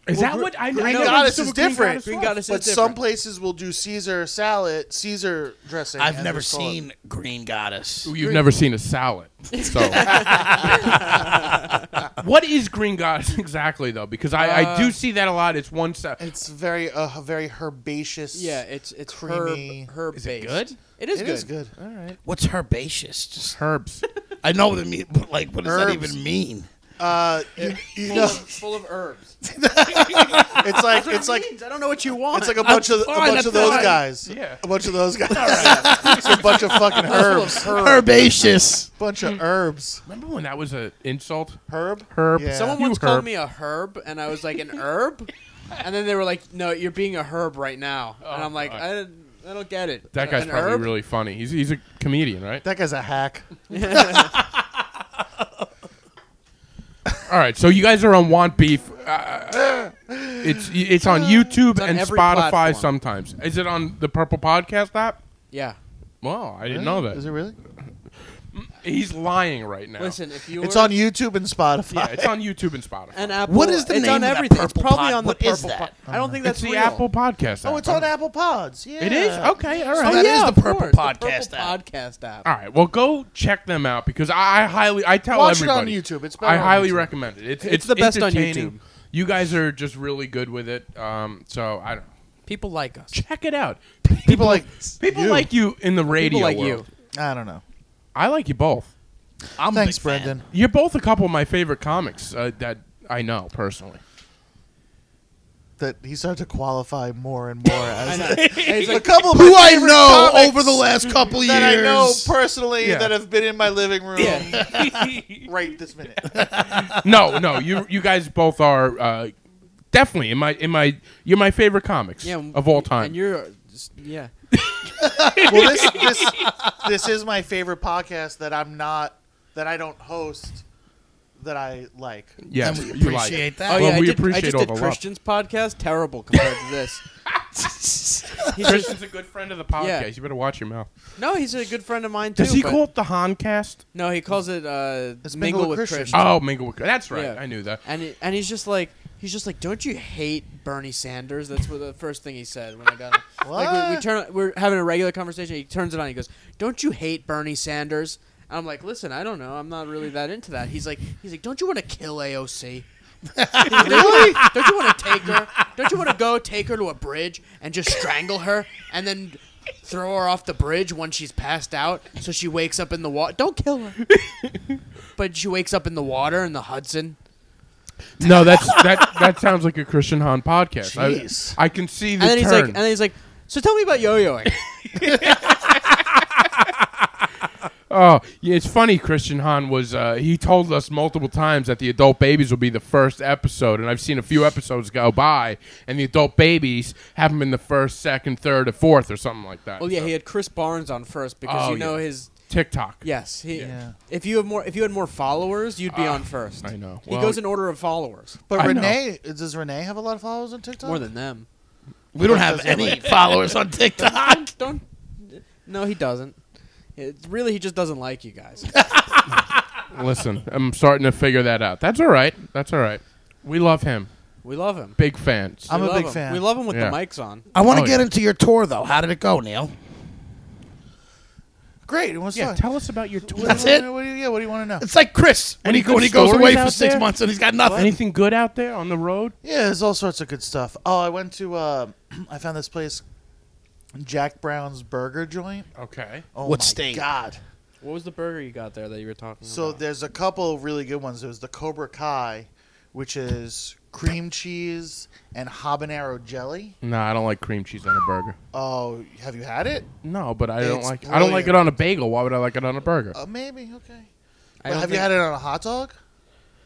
Speaker 2: Is
Speaker 4: Well,
Speaker 2: that
Speaker 4: gr-
Speaker 2: what I, I
Speaker 4: Green
Speaker 2: never
Speaker 5: Green
Speaker 2: understood
Speaker 5: Goddess
Speaker 2: what
Speaker 5: is different.
Speaker 4: Green
Speaker 2: was.
Speaker 4: Goddess is
Speaker 5: but some
Speaker 4: different.
Speaker 5: places will do Caesar salad, Caesar dressing.
Speaker 3: I've
Speaker 5: and
Speaker 3: never
Speaker 5: just call it-
Speaker 3: seen Green Goddess.
Speaker 2: You've never seen a salad. So. what is Green Goddess exactly, though? Because I, I
Speaker 4: Uh,
Speaker 2: do see that a lot. It's one salad.
Speaker 5: It's very a uh, very herbaceous.
Speaker 4: Yeah, it's it's
Speaker 5: Creamy.
Speaker 4: herb herb
Speaker 2: Is it
Speaker 4: based.
Speaker 2: good?
Speaker 4: It is
Speaker 5: it
Speaker 4: good.
Speaker 5: is good. All right.
Speaker 3: What's herbaceous? Just-
Speaker 2: Herbs.
Speaker 3: I know what it mean, but like, what does that
Speaker 5: Herbs.
Speaker 3: even mean?
Speaker 5: Uh, you, you know,
Speaker 4: Full of herbs.
Speaker 5: it's like it's like
Speaker 4: I don't know what you want.
Speaker 5: it's like a bunch of a
Speaker 3: fine,
Speaker 5: bunch
Speaker 3: that's
Speaker 5: of those
Speaker 3: fine.
Speaker 5: guys.
Speaker 2: Yeah.
Speaker 5: a bunch of those guys. it's a bunch of fucking herbs.
Speaker 3: Herbaceous.
Speaker 5: bunch of herbs.
Speaker 2: Remember when that was an insult?
Speaker 5: Herb.
Speaker 2: Herb.
Speaker 5: Yeah.
Speaker 4: Someone
Speaker 2: You
Speaker 4: once called
Speaker 2: herb.
Speaker 4: me a herb, and I was like, an herb? And then they were like, no, you're being a herb right now. and I'm like,
Speaker 2: God.
Speaker 4: I, didn't- I don't get it.
Speaker 2: Oh, That guy's
Speaker 4: An
Speaker 2: probably
Speaker 4: herb?
Speaker 2: really funny. He's, he's a comedian, right?
Speaker 5: That guy's a hack.
Speaker 2: All right, so you guys are on Want Beef. Uh, it's it's on YouTube
Speaker 4: on
Speaker 2: and
Speaker 4: every
Speaker 2: Spotify
Speaker 4: platform.
Speaker 2: sometimes. Is it on the Purple Podcast app?
Speaker 4: Yeah.
Speaker 2: Well, I didn't know that.
Speaker 5: Is it really?
Speaker 2: He's lying right now.
Speaker 4: Listen, if you
Speaker 5: It's
Speaker 4: were-
Speaker 5: on YouTube and Spotify.
Speaker 2: yeah, it's on YouTube and Spotify.
Speaker 4: an Apple.
Speaker 3: What is the
Speaker 4: it's
Speaker 3: name
Speaker 4: on
Speaker 3: of that
Speaker 4: everything.
Speaker 3: purple
Speaker 4: it's probably
Speaker 3: pod?
Speaker 4: on the
Speaker 3: What
Speaker 4: purple
Speaker 3: is that?
Speaker 4: pod. I don't think that's
Speaker 2: it's the
Speaker 4: real.
Speaker 2: Apple Podcast.
Speaker 5: Oh,
Speaker 2: app. Um,
Speaker 5: it's on Apple Pods. Yeah.
Speaker 2: It is okay. All right.
Speaker 4: Oh,
Speaker 3: That
Speaker 4: yeah,
Speaker 3: is the
Speaker 4: of
Speaker 3: Purple
Speaker 4: course, the
Speaker 3: Podcast
Speaker 4: Purple
Speaker 3: app.
Speaker 4: Podcast app.
Speaker 2: All right. Well, go check them out because I, I highly I tell
Speaker 5: Watch it on
Speaker 2: everybody
Speaker 5: YouTube. It's better
Speaker 2: I
Speaker 5: on
Speaker 2: highly
Speaker 5: YouTube.
Speaker 2: recommend it. It's, it's,
Speaker 4: the best on
Speaker 2: entertaining.
Speaker 4: YouTube.
Speaker 2: You guys are just really good with it. Um, so I don't
Speaker 4: People like us.
Speaker 2: check it out.
Speaker 5: People like
Speaker 2: People
Speaker 5: you.
Speaker 2: like you in the radio
Speaker 4: People like
Speaker 2: world.
Speaker 4: you.
Speaker 5: I don't know.
Speaker 2: I like you both.
Speaker 3: I'm a
Speaker 5: Thanks,
Speaker 3: big fan.
Speaker 5: Brendan.
Speaker 2: You're both a couple of my favorite comics uh, that I know personally.
Speaker 5: That he started to qualify more and more as
Speaker 4: Hey, it's
Speaker 5: a
Speaker 4: like,
Speaker 5: couple of my
Speaker 3: Who I
Speaker 5: favorite
Speaker 3: know
Speaker 5: comics
Speaker 3: over the last couple years.
Speaker 5: that I know personally
Speaker 2: Yeah.
Speaker 5: that have been in my living room
Speaker 4: yeah.
Speaker 5: right this minute.
Speaker 2: no, no, you you guys both are uh, definitely in my in my you're my favorite comics
Speaker 4: Yeah,
Speaker 2: of all time.
Speaker 4: And you're, just, yeah.
Speaker 5: well, this, this this is my favorite podcast that I'm not that I don't host that I like.
Speaker 2: yes,
Speaker 3: And we
Speaker 2: you like
Speaker 3: appreciate
Speaker 2: it.
Speaker 3: that.
Speaker 4: Oh,
Speaker 2: Well, we
Speaker 4: yeah, I did, I
Speaker 2: appreciate
Speaker 4: just
Speaker 2: all
Speaker 4: did
Speaker 2: the love.
Speaker 4: Christian's podcast. Terrible compared to this. He's just-
Speaker 2: Christian's a good friend of the podcast.
Speaker 4: Yeah.
Speaker 2: You better watch your mouth.
Speaker 4: no, he's a good friend of mine too.
Speaker 2: Does he
Speaker 4: but-
Speaker 2: call it the Honcast?
Speaker 4: No, he calls it uh,
Speaker 5: It's
Speaker 4: mingle with Christian.
Speaker 2: Oh, mingle with. That's right.
Speaker 4: Yeah.
Speaker 2: I knew that.
Speaker 4: And he, and he's just like he's just like, don't you hate Bernie Sanders? That's what the first thing he said when I got him. like we, we
Speaker 5: What?
Speaker 4: turn we're having a regular conversation. He turns it on. He goes, don't you hate Bernie Sanders? And I'm like, listen, I don't know. I'm not really that into that. He's like, he's like, don't you want to kill AOC? really? Don't you want to take her? Don't you want to go take her to a bridge and just strangle her and then throw her off the bridge when she's passed out so she wakes up in the water? Don't kill her. but she wakes up in the water in the Hudson.
Speaker 2: No, that's that. That sounds like a Christian Han podcast.
Speaker 3: Jeez.
Speaker 2: I, I can see the
Speaker 4: And then he's like,
Speaker 2: turn.
Speaker 4: and then he's like, so tell me about yo-yoing.
Speaker 2: oh, yeah, it's funny. Christian Han was. Uh, he told us multiple times that the adult babies will be the first episode, and I've seen a few episodes go by, and the adult babies haven't been the first, second, third, or fourth, or something like that.
Speaker 4: well, Oh, yeah,
Speaker 2: So,
Speaker 4: he had Chris Barnes on first because
Speaker 2: Oh,
Speaker 4: you know
Speaker 2: yeah.
Speaker 4: his.
Speaker 2: TikTok.
Speaker 4: Yes, he,
Speaker 5: Yeah.
Speaker 4: if you have more, if you had more followers, you'd be on first.
Speaker 2: Ah, I know.
Speaker 4: He
Speaker 2: Well-
Speaker 4: goes in order of followers,
Speaker 5: But
Speaker 2: I know.
Speaker 5: Renee, does Renee have a lot of followers on TikTok?
Speaker 4: more than them.
Speaker 3: We don't have any followers on TikTok.
Speaker 4: Don't, don't. No, he doesn't. It, really, he just doesn't like you guys.
Speaker 2: Listen, I'm starting to figure that out. That's all right. That's all right. We love him.
Speaker 4: We love him.
Speaker 2: Big fans.
Speaker 5: I'm
Speaker 4: We
Speaker 5: a
Speaker 4: love
Speaker 5: big
Speaker 4: him.
Speaker 5: fan.
Speaker 4: We love him with
Speaker 2: Yeah.
Speaker 4: the mics on.
Speaker 3: I want to
Speaker 2: Oh,
Speaker 3: get
Speaker 2: yeah.
Speaker 3: into your tour though. How did it go, Neil?
Speaker 5: Great. It was
Speaker 2: yeah,
Speaker 5: fun.
Speaker 2: tell us about your
Speaker 5: What do you
Speaker 2: tour.
Speaker 3: That's
Speaker 5: wanna-
Speaker 3: it?
Speaker 5: What do you, yeah. What do you want to know?
Speaker 3: It's like Chris when
Speaker 2: Any
Speaker 3: he, go-
Speaker 2: good
Speaker 3: when he goes away
Speaker 2: stories
Speaker 3: for
Speaker 2: out
Speaker 3: six
Speaker 2: there?
Speaker 3: months and he's got nothing.
Speaker 2: Anything good out there on the road?
Speaker 5: Yeah, there's all sorts of good stuff. Oh, I went to. Uh, I found this place, Jack Brown's Burger Joint.
Speaker 2: Okay.
Speaker 5: Oh
Speaker 3: What
Speaker 5: my
Speaker 3: state?
Speaker 5: God.
Speaker 4: What was the burger you got there that you were talking
Speaker 5: So
Speaker 4: about?
Speaker 5: there's a couple of really good ones. There's the Cobra Kai, which is cream cheese and habanero jelly.
Speaker 2: No, I don't like cream cheese on a burger.
Speaker 5: Oh, have you had it?
Speaker 2: No, but I don't
Speaker 5: It's
Speaker 2: like I don't like
Speaker 5: brilliant.
Speaker 2: it on a bagel. Why would I like it on a burger?
Speaker 5: Uh, maybe. Okay.
Speaker 4: I
Speaker 5: But
Speaker 4: don't
Speaker 5: have you
Speaker 4: think-
Speaker 5: had it on a hot dog?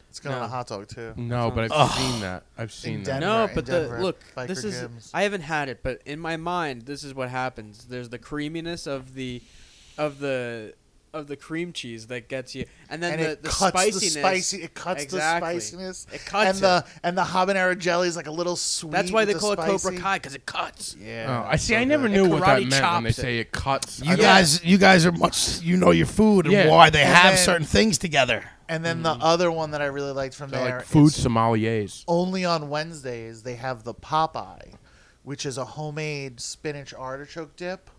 Speaker 5: It's good on
Speaker 4: No. Mm.
Speaker 5: a hot dog too.
Speaker 2: no, but I've seen that. I've seen that.
Speaker 5: Denver.
Speaker 4: No,
Speaker 5: in
Speaker 4: but
Speaker 5: Denver,
Speaker 4: the look,
Speaker 5: biker
Speaker 4: this is
Speaker 5: gyms.
Speaker 4: I haven't had it, but in my mind, this is what happens. There's the creaminess of the of the of the cream cheese that gets you, and then
Speaker 5: and
Speaker 4: the,
Speaker 5: it
Speaker 4: the
Speaker 5: cuts
Speaker 4: spiciness.
Speaker 5: the spicy. It cuts
Speaker 4: Exactly.
Speaker 5: the spiciness.
Speaker 4: It cuts
Speaker 5: and
Speaker 4: it.
Speaker 5: the and the habanero jelly is like a little sweet.
Speaker 4: That's why they
Speaker 5: with
Speaker 4: call
Speaker 5: the
Speaker 4: it Cobra
Speaker 5: spicy.
Speaker 4: Kai because it cuts.
Speaker 5: Yeah,
Speaker 2: Oh, I see. I
Speaker 5: so
Speaker 2: never
Speaker 5: good.
Speaker 2: knew what that
Speaker 4: karate
Speaker 2: meant when they
Speaker 4: chops
Speaker 2: say it cuts. I
Speaker 3: You
Speaker 2: don't-
Speaker 3: guys, you guys are much. You know your food and
Speaker 2: Yeah.
Speaker 3: why they
Speaker 5: And
Speaker 3: have
Speaker 5: then-
Speaker 3: certain things together.
Speaker 5: And then
Speaker 4: Mm.
Speaker 5: the other one that I really liked from
Speaker 2: They're
Speaker 5: there
Speaker 2: like food
Speaker 5: is
Speaker 2: sommeliers.
Speaker 5: only on Wednesdays they have the Popeye, which is a homemade spinach artichoke dip,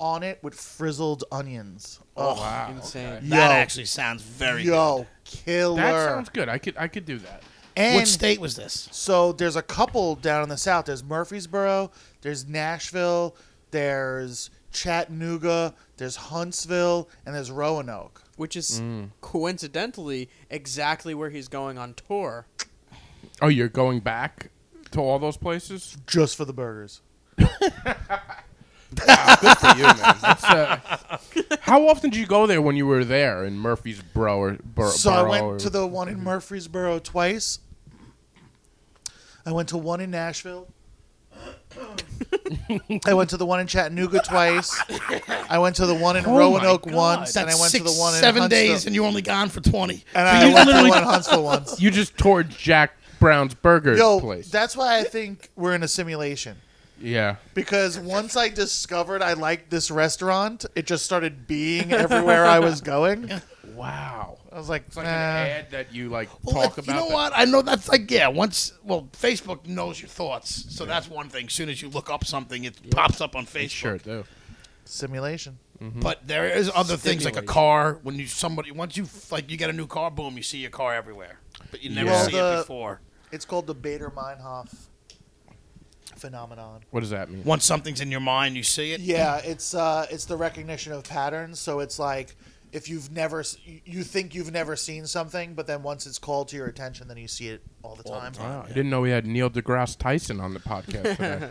Speaker 5: on it with frizzled onions. Oh,
Speaker 2: Wow.
Speaker 4: Insane.
Speaker 2: okay.
Speaker 3: that
Speaker 5: Yo.
Speaker 3: actually sounds very
Speaker 5: yo, killer!
Speaker 2: That sounds good. I could I could do that.
Speaker 3: good.
Speaker 5: and
Speaker 3: What state was this?
Speaker 5: So there's a couple down in the south. There's Murfreesboro, there's Nashville, there's Chattanooga, there's Huntsville, and there's Roanoke.
Speaker 4: Which is coincidentally exactly where he's going on tour.
Speaker 2: Oh, you're going back to all those places?
Speaker 5: Just for the burgers.
Speaker 2: Good for you, man. That's, uh, how often did you go there when you were there in Murfreesboro? Or, bur-
Speaker 5: so I
Speaker 2: borough
Speaker 5: went
Speaker 2: or-
Speaker 5: to the one in Murfreesboro twice. I went to one in Nashville. I went to the one in Chattanooga twice. I went to the one in Roanoke once,
Speaker 3: Oh That's
Speaker 5: and I went
Speaker 3: six,
Speaker 5: to the one in
Speaker 3: seven
Speaker 5: Huntsville.
Speaker 3: days, and you're only gone for twenty.
Speaker 5: and I went to the one in Huntsville once.
Speaker 2: You just toured Jack Brown's Burgers
Speaker 5: Yo,
Speaker 2: place.
Speaker 5: that's why I think we're in a simulation.
Speaker 2: yeah.
Speaker 5: Because once I discovered I liked this restaurant, it just started being everywhere I was going.
Speaker 2: Wow.
Speaker 5: I was like,
Speaker 2: It's like
Speaker 5: nah.
Speaker 2: an ad that you like
Speaker 5: oh,
Speaker 3: Well,
Speaker 2: talk
Speaker 3: like,
Speaker 2: about.
Speaker 3: you know
Speaker 2: that-
Speaker 3: what? I know that's like yeah. Once well, Facebook knows your thoughts, so that's one thing. As soon as you look up something, it pops up on Facebook.
Speaker 2: Sure do.
Speaker 5: simulation.
Speaker 2: Mm-hmm.
Speaker 3: But there is other things like a
Speaker 2: Stimulation.
Speaker 3: car. When you somebody once you like you get a new car, boom, you see your car everywhere. But you never
Speaker 2: Yeah.
Speaker 3: see
Speaker 5: Well,
Speaker 3: it
Speaker 5: the-
Speaker 3: before.
Speaker 5: It's called the Bader Meinhof phenomenon.
Speaker 2: What does that mean?
Speaker 3: Once something's in your mind, you see it.
Speaker 5: Yeah, it's uh, it's the recognition of patterns. So it's like if you've never, s- you- you think you've never seen something, but then once it's called to your attention, then you see it all the time.
Speaker 2: Wow, I didn't know we had Neil deGrasse Tyson on the podcast today.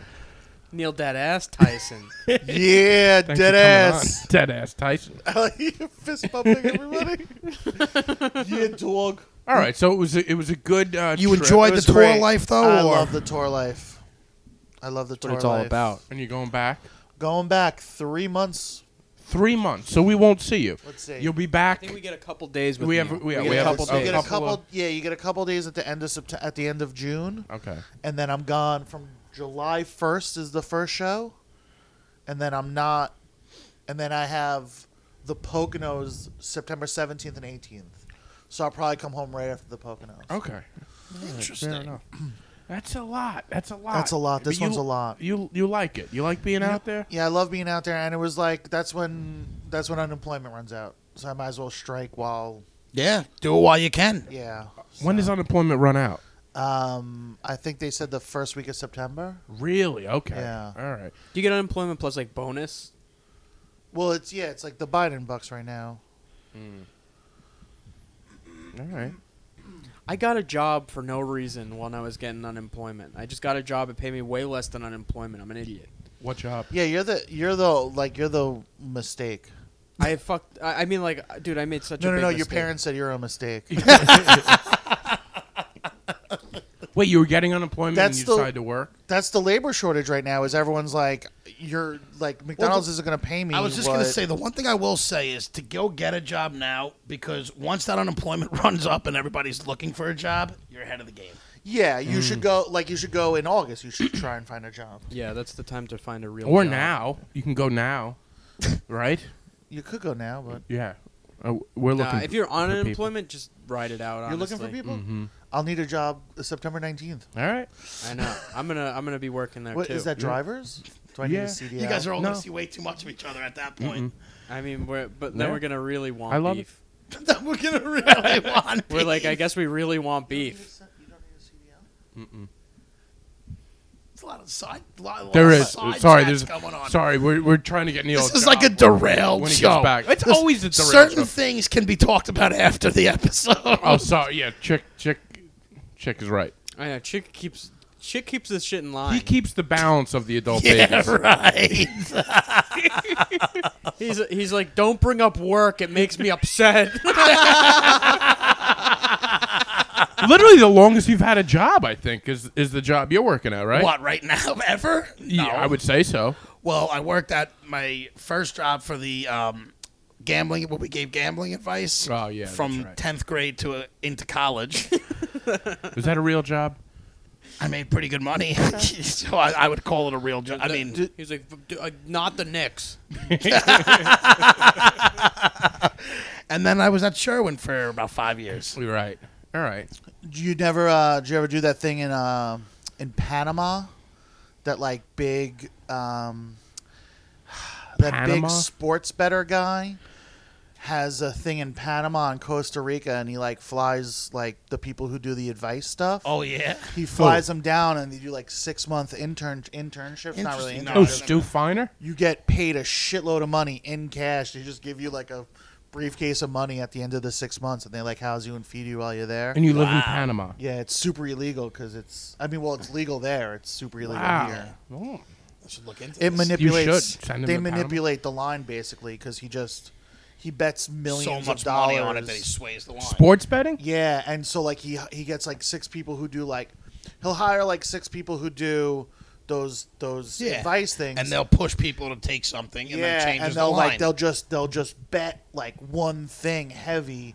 Speaker 4: Neil Dead Ass Tyson.
Speaker 5: yeah,
Speaker 2: Thanks
Speaker 5: dead ass.
Speaker 2: Dead ass Tyson.
Speaker 5: fist bumping everybody. yeah, dog.
Speaker 2: All right, so it was a, it was a good. Uh,
Speaker 3: You
Speaker 2: trip,
Speaker 3: enjoyed the
Speaker 5: was
Speaker 3: tour
Speaker 5: great.
Speaker 3: life though,
Speaker 5: I
Speaker 3: or
Speaker 5: love the tour life. I love the tour
Speaker 4: it's all
Speaker 5: life.
Speaker 4: about.
Speaker 2: and you're going back
Speaker 5: Going back three months.
Speaker 2: three months, so we won't see you.
Speaker 5: Let's see.
Speaker 2: You'll be
Speaker 4: I
Speaker 2: back.
Speaker 4: think we get a couple days with
Speaker 2: We
Speaker 4: Neil.
Speaker 2: have- we- yeah,
Speaker 4: get
Speaker 2: we
Speaker 4: a
Speaker 2: have
Speaker 4: couple
Speaker 2: a-
Speaker 5: you
Speaker 4: days.
Speaker 5: get a couple.
Speaker 2: of-
Speaker 5: yeah, you get a couple days at the end of Sept- at the end of June,
Speaker 2: okay.
Speaker 5: and then I'm gone from July 1st is the first show, and then I'm not, and then I have the Poconos September 17th and 18th. So I'll probably come home right after the Poconos.
Speaker 2: Okay.
Speaker 3: interesting.
Speaker 2: That's a lot. That's a lot.
Speaker 5: That's a lot. This
Speaker 2: But you-
Speaker 5: one's a lot.
Speaker 2: You you like it? You like being out there?
Speaker 5: Yeah, I love being out there, and it was like that's when that's when unemployment runs out, so I might as well strike while
Speaker 3: Yeah, do it while you can.
Speaker 5: yeah.
Speaker 2: When does unemployment run out?
Speaker 5: Um, I think they said the first week of September.
Speaker 2: Really? Okay.
Speaker 5: Yeah.
Speaker 2: All right.
Speaker 4: Do you get unemployment plus like bonus?
Speaker 5: Well, it's yeah, it's like the Biden bucks right now.
Speaker 2: All right.
Speaker 4: I got a job for no reason when I was getting unemployment. I just got a job. It paid me way less than unemployment. I'm an idiot.
Speaker 2: What job?
Speaker 5: Yeah, you're the you're the like you're the mistake.
Speaker 4: I fucked. I, I mean, like, uh, dude, I made such
Speaker 5: No,
Speaker 4: a
Speaker 5: no,
Speaker 4: big
Speaker 5: no. Your
Speaker 4: mistake.
Speaker 5: parents said you're a mistake.
Speaker 2: Wait, you were getting unemployment and
Speaker 5: That's
Speaker 2: you
Speaker 5: the-
Speaker 2: decided to work?
Speaker 5: That's the labor shortage right now. Is everyone's like you're like McDonald's isn't going to pay me.
Speaker 3: I was just
Speaker 5: what-
Speaker 3: gonna say the one thing I will say is to go get a job now because once that unemployment runs up and everybody's looking for a job, you're ahead of the game.
Speaker 5: Yeah, you should go. Like you should go in August. You should try and find a job.
Speaker 4: Yeah, that's the time to find a real.
Speaker 2: Or
Speaker 4: job.
Speaker 2: now? You can go now, right?
Speaker 5: You could go now, but
Speaker 2: Yeah. Uh, we're
Speaker 4: Nah,
Speaker 2: looking.
Speaker 4: if you're on
Speaker 2: for people.
Speaker 4: unemployment, just ride it out.
Speaker 5: you're looking for
Speaker 4: honestly.
Speaker 5: people. I'll need a job September 19th.
Speaker 2: All right.
Speaker 4: I know. I'm gonna. I'm gonna be working there
Speaker 5: What
Speaker 4: too.
Speaker 5: is that? Drivers? Do I need
Speaker 2: Yeah.
Speaker 5: a CDL?
Speaker 3: You guys are all
Speaker 2: No.
Speaker 3: gonna see way too much of each other at that point.
Speaker 2: Mm-hmm.
Speaker 4: I mean, we're but then
Speaker 2: Yeah.
Speaker 4: we're gonna really want
Speaker 2: I love it.
Speaker 4: beef.
Speaker 3: That We're gonna really want.
Speaker 4: We're like,
Speaker 3: beef.
Speaker 4: I guess we really want beef.
Speaker 5: You don't need
Speaker 3: It's a lot of side. a lot- a lot
Speaker 2: There
Speaker 3: of
Speaker 2: is.
Speaker 3: side
Speaker 2: Sorry,
Speaker 3: chats
Speaker 2: there's.
Speaker 3: going on.
Speaker 2: Sorry, we're, we're trying to get Neil.
Speaker 3: This is
Speaker 2: job
Speaker 3: like a
Speaker 2: when-
Speaker 3: derailed
Speaker 2: when he
Speaker 3: show.
Speaker 2: Gets back. It's
Speaker 3: There's-
Speaker 2: always a derailed
Speaker 3: Certain
Speaker 2: show.
Speaker 3: things can be talked about after the episode.
Speaker 2: oh, sorry. Yeah, chick, chick, chick is right.
Speaker 4: I know. Chick keeps. Chick keeps this shit in line.
Speaker 2: He keeps the balance of the adult
Speaker 3: yeah,
Speaker 2: babies.
Speaker 3: right.
Speaker 4: he's he's like, don't bring up work. It makes me upset.
Speaker 2: Literally, the longest you've had a job, I think, is is the job you're working at, right?
Speaker 3: What right now? Ever?
Speaker 2: Yeah,
Speaker 3: No.
Speaker 2: I would say so.
Speaker 3: Well, I worked at my first job for the um, gambling when we gave gambling advice.
Speaker 2: Oh, yeah, that's
Speaker 3: from
Speaker 2: right.
Speaker 3: tenth grade to uh, into college,
Speaker 2: Is that a real job?
Speaker 3: I made pretty good money. so I, I would call it a real job. I mean,
Speaker 4: he's like, "F- d- uh, not the Knicks.
Speaker 3: and then I was at Sherwin for about five years.
Speaker 2: You're right. All right.
Speaker 5: Do you never? Uh, do you ever do that thing in uh, in Panama? That like big, um, that
Speaker 2: Panama?
Speaker 5: big sports better guy has a thing in Panama and Costa Rica, and he like flies like the people who do the advice stuff.
Speaker 3: Oh yeah,
Speaker 5: He flies them down, and they do like six month intern internships. Not really.
Speaker 3: Interesting.
Speaker 5: Intern-
Speaker 3: No,
Speaker 2: Oh,
Speaker 3: I don't
Speaker 2: Stu Finer?
Speaker 5: You get paid a shitload of money in cash. They just give you like a briefcase of money at the end of the six months, and they like house you and feed you while you're there.
Speaker 2: And you live in Panama.
Speaker 5: Yeah, it's super illegal because it's. I mean, well, it's legal there. It's super illegal
Speaker 2: Wow.
Speaker 5: here.
Speaker 2: Oh.
Speaker 3: I should look into
Speaker 5: It
Speaker 3: this.
Speaker 5: manipulates.
Speaker 2: should send him
Speaker 5: They
Speaker 2: to Panama.
Speaker 5: manipulate the line basically because he just he bets millions
Speaker 3: so
Speaker 5: of
Speaker 3: much
Speaker 5: dollars
Speaker 3: money on it that he sways the line.
Speaker 2: Sports betting?
Speaker 5: Yeah, and so like he he gets like six people who do like he'll hire like six people who do those those
Speaker 3: Yeah.
Speaker 5: advice things
Speaker 3: and they'll push people to take something and
Speaker 5: yeah
Speaker 3: then changes
Speaker 5: and they'll
Speaker 3: the line.
Speaker 5: like they'll just they'll just bet like one thing heavy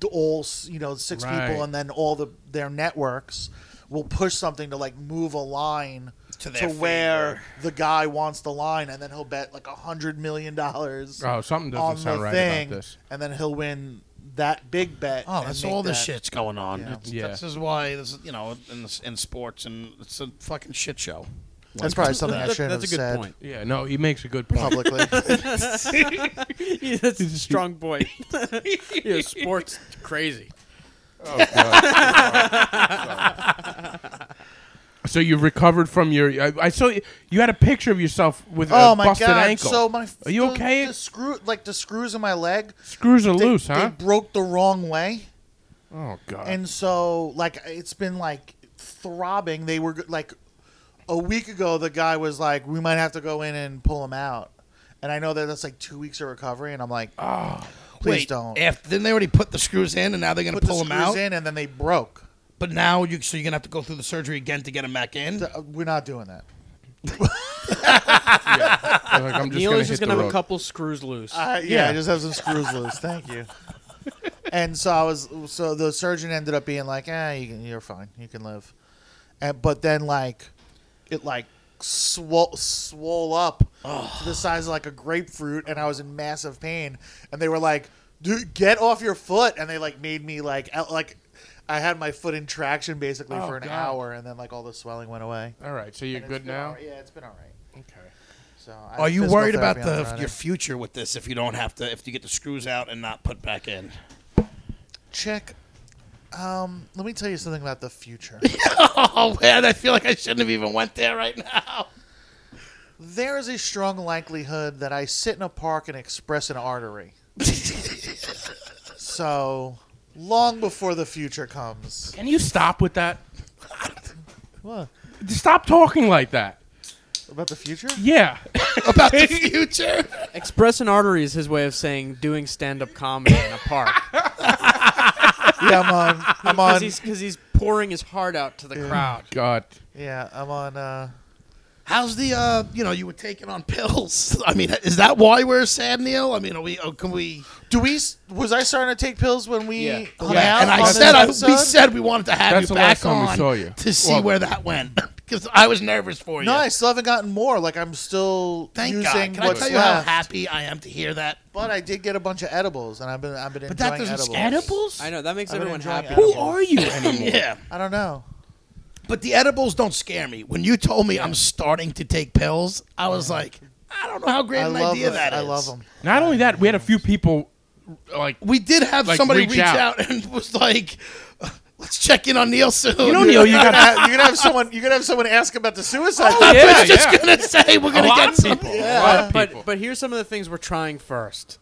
Speaker 5: the all s- you know six
Speaker 2: Right.
Speaker 5: people and then all the their networks will push something to like move a line
Speaker 3: To
Speaker 5: to,
Speaker 3: their
Speaker 5: where
Speaker 3: favor.
Speaker 5: the guy wants the line and then he'll bet like a hundred million dollars
Speaker 2: Oh, something doesn't
Speaker 5: on
Speaker 2: sound
Speaker 5: the
Speaker 2: right
Speaker 5: thing
Speaker 2: about this.
Speaker 5: and then he'll win that big bet
Speaker 3: Oh,
Speaker 5: and
Speaker 3: that's
Speaker 5: make
Speaker 3: all the
Speaker 5: that-
Speaker 3: shit's going on.
Speaker 5: Yeah.
Speaker 3: That's-
Speaker 2: Yeah.
Speaker 3: This is why this is, you know, in, this, in sports and it's a fucking shit show.
Speaker 5: that's probably something i
Speaker 4: That-
Speaker 5: shouldn't
Speaker 4: that's a
Speaker 5: have
Speaker 4: good
Speaker 5: said
Speaker 4: point.
Speaker 2: Yeah, no, he makes a good point.
Speaker 5: publicly
Speaker 4: Yeah, that's a strong point. yeah, sports crazy.
Speaker 2: so you've recovered from your. I, I saw you, you had a picture of yourself with
Speaker 5: Oh
Speaker 2: a
Speaker 5: my
Speaker 2: busted
Speaker 5: god!
Speaker 2: ankle.
Speaker 5: So my
Speaker 2: Are you
Speaker 5: the-
Speaker 2: okay?
Speaker 5: The screw like the screws in my leg.
Speaker 2: Screws are
Speaker 5: they-
Speaker 2: loose, huh?
Speaker 5: They broke the wrong way,
Speaker 2: oh god.
Speaker 5: and so like it's been like throbbing. They were like a week ago. The guy was like, "We might have to go in and pull him out," and I know that that's like two weeks of recovery, and I'm like, please
Speaker 3: Ah. Wait,
Speaker 5: don't."
Speaker 3: After, didn't they already put the screws in and now they're going
Speaker 5: Put
Speaker 3: to pull
Speaker 5: the
Speaker 3: them
Speaker 5: screws
Speaker 3: out?
Speaker 5: in, and then they broke.
Speaker 3: But now you so you're going to have to go through the surgery again to get them back in?
Speaker 5: Th- uh, We're not doing that.
Speaker 2: Like, I'm just
Speaker 4: Neil
Speaker 2: gonna
Speaker 4: is just
Speaker 2: hit
Speaker 4: gonna
Speaker 2: the
Speaker 4: have a
Speaker 2: road.
Speaker 4: couple screws loose.
Speaker 5: Uh, yeah, I just have some screws loose. Thank you. And so I was. So the surgeon ended up being like, "Ah, you can, you're fine. You can live." And but then like, it like swole swole up to the size of like a grapefruit, and I was in massive pain. And they were like, "Dude, get off your foot!" And they like made me like out, like. I had my foot in traction basically
Speaker 2: Oh,
Speaker 5: for an
Speaker 2: God.
Speaker 5: hour, and then like all the swelling went away.
Speaker 2: All right, so you're
Speaker 5: And it's
Speaker 2: good
Speaker 5: been
Speaker 2: now.
Speaker 5: alright. Yeah, it's been all right.
Speaker 2: Okay.
Speaker 5: So
Speaker 3: Are you worried about the your future with this if you don't have to if you get the screws out and not put back in?
Speaker 5: Check. Um, let me tell you something about the future.
Speaker 3: oh man, I feel like I shouldn't have even went there right now.
Speaker 5: there is a strong likelihood that I sit in a park and express an artery. so long before the future comes.
Speaker 2: Can you stop with that? Stop talking like that.
Speaker 5: About the future?
Speaker 2: Yeah.
Speaker 3: About the future?
Speaker 4: Express an artery is his way of saying doing stand-up comedy in a park
Speaker 5: Yeah, I'm on. I'm
Speaker 4: because
Speaker 5: on.
Speaker 4: he's because he's pouring his heart out to the crowd.
Speaker 2: God.
Speaker 5: Yeah, I'm on. Uh,
Speaker 3: How's the uh? You know, you were taking on pills. I mean, is that why we're sad, Neil? I mean, are we? Oh, can we?
Speaker 5: do we? s- Was I starting to take pills when we
Speaker 4: Yeah.
Speaker 5: hung
Speaker 2: Yeah,
Speaker 5: out?
Speaker 3: and I
Speaker 5: on
Speaker 3: said,
Speaker 5: this
Speaker 3: I, we
Speaker 5: episode?
Speaker 3: said we wanted to have
Speaker 2: That's
Speaker 3: you
Speaker 2: the
Speaker 3: back
Speaker 2: last time we
Speaker 3: on
Speaker 2: saw you.
Speaker 3: to see
Speaker 2: Well-
Speaker 3: where that went because I was nervous for you.
Speaker 5: No, I still haven't gotten more. Like I'm still
Speaker 3: Thank
Speaker 5: using
Speaker 3: God. Can I
Speaker 5: what's
Speaker 3: tell you
Speaker 5: left.
Speaker 3: how happy I am to hear that?
Speaker 5: but I did get a bunch of edibles, and I've been I've been
Speaker 3: But that
Speaker 5: enjoying
Speaker 3: doesn't
Speaker 5: edibles.
Speaker 3: scare edibles.
Speaker 4: I know that makes
Speaker 5: I've been
Speaker 4: everyone
Speaker 5: enjoying
Speaker 4: happy.
Speaker 5: edibles.
Speaker 2: Who are you anymore?
Speaker 3: Yeah,
Speaker 5: I don't know.
Speaker 3: but the edibles don't scare me. When you told me I'm starting to take pills, I was like, I don't know how great
Speaker 5: I
Speaker 3: an
Speaker 5: love
Speaker 3: idea
Speaker 5: it.
Speaker 3: that is.
Speaker 5: I love them.
Speaker 2: Not only that, we had a few people like
Speaker 3: We did have
Speaker 2: Like,
Speaker 3: somebody
Speaker 2: reach
Speaker 3: reach out.
Speaker 2: out.
Speaker 3: and was like, "Let's check in on Neil soon." You
Speaker 2: don't, Neil, you
Speaker 5: You're
Speaker 2: got
Speaker 5: gonna have, you're gonna have someone. You're gonna have someone ask about the suicide.
Speaker 3: I
Speaker 5: thing.
Speaker 2: Yeah,
Speaker 3: was just
Speaker 2: yeah.
Speaker 3: gonna say we're
Speaker 2: a
Speaker 3: gonna
Speaker 2: lot
Speaker 3: get
Speaker 2: of
Speaker 3: some.
Speaker 2: people. A lot of people.
Speaker 4: But but here's some of the things we're trying first: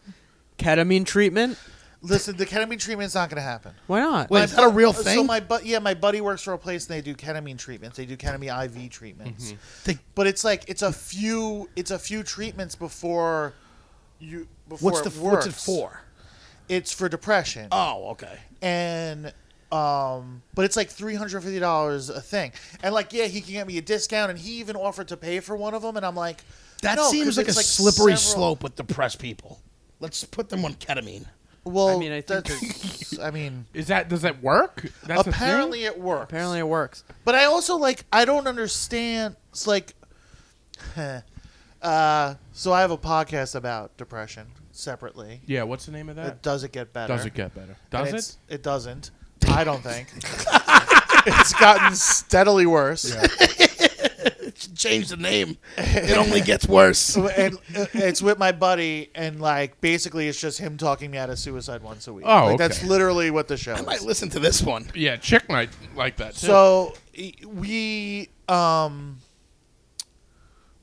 Speaker 4: ketamine treatment.
Speaker 5: Listen, the ketamine treatment's not gonna happen.
Speaker 4: Why not?
Speaker 3: Wait, is that a real thing?
Speaker 5: Oh, So my but yeah, my buddy works for a place and they do ketamine treatments. They do ketamine IV treatments.
Speaker 3: They-
Speaker 5: But it's like it's a few it's a few treatments before you before
Speaker 3: what's the
Speaker 5: it
Speaker 3: what's it
Speaker 5: works.
Speaker 3: for?
Speaker 5: It's for depression.
Speaker 3: Oh, okay.
Speaker 5: and um but it's like $350 a thing. And like yeah, he can get me a discount and he even offered to pay for one of them and I'm like
Speaker 3: That
Speaker 5: no,
Speaker 3: seems
Speaker 5: 'cause
Speaker 3: like a
Speaker 5: it's
Speaker 3: slippery
Speaker 5: several-
Speaker 3: slope with depressed people. Let's put them on ketamine.
Speaker 5: Well,
Speaker 4: mean, I think
Speaker 5: that's, I mean,
Speaker 2: Is that does that work? That's a thing?
Speaker 5: apparently it works.
Speaker 4: Apparently, it works.
Speaker 5: But I also like I don't understand. It's like, uh, so I have a podcast about depression separately.
Speaker 2: Yeah. What's the name of
Speaker 5: It
Speaker 2: that?
Speaker 5: does it get better?
Speaker 2: Does it get better?
Speaker 5: And
Speaker 2: Does it?
Speaker 5: it's- It doesn't. I don't think. it's gotten steadily worse.
Speaker 3: It should change the name. It only gets worse.
Speaker 5: and uh, it's with my buddy, and like basically, it's just him talking me out of suicide once a week.
Speaker 2: Oh,
Speaker 5: like, that's
Speaker 2: okay.
Speaker 5: literally what the show.
Speaker 3: I
Speaker 5: Is.
Speaker 3: might listen to this one.
Speaker 2: Yeah. Chick might like that. Too.
Speaker 5: So e- we um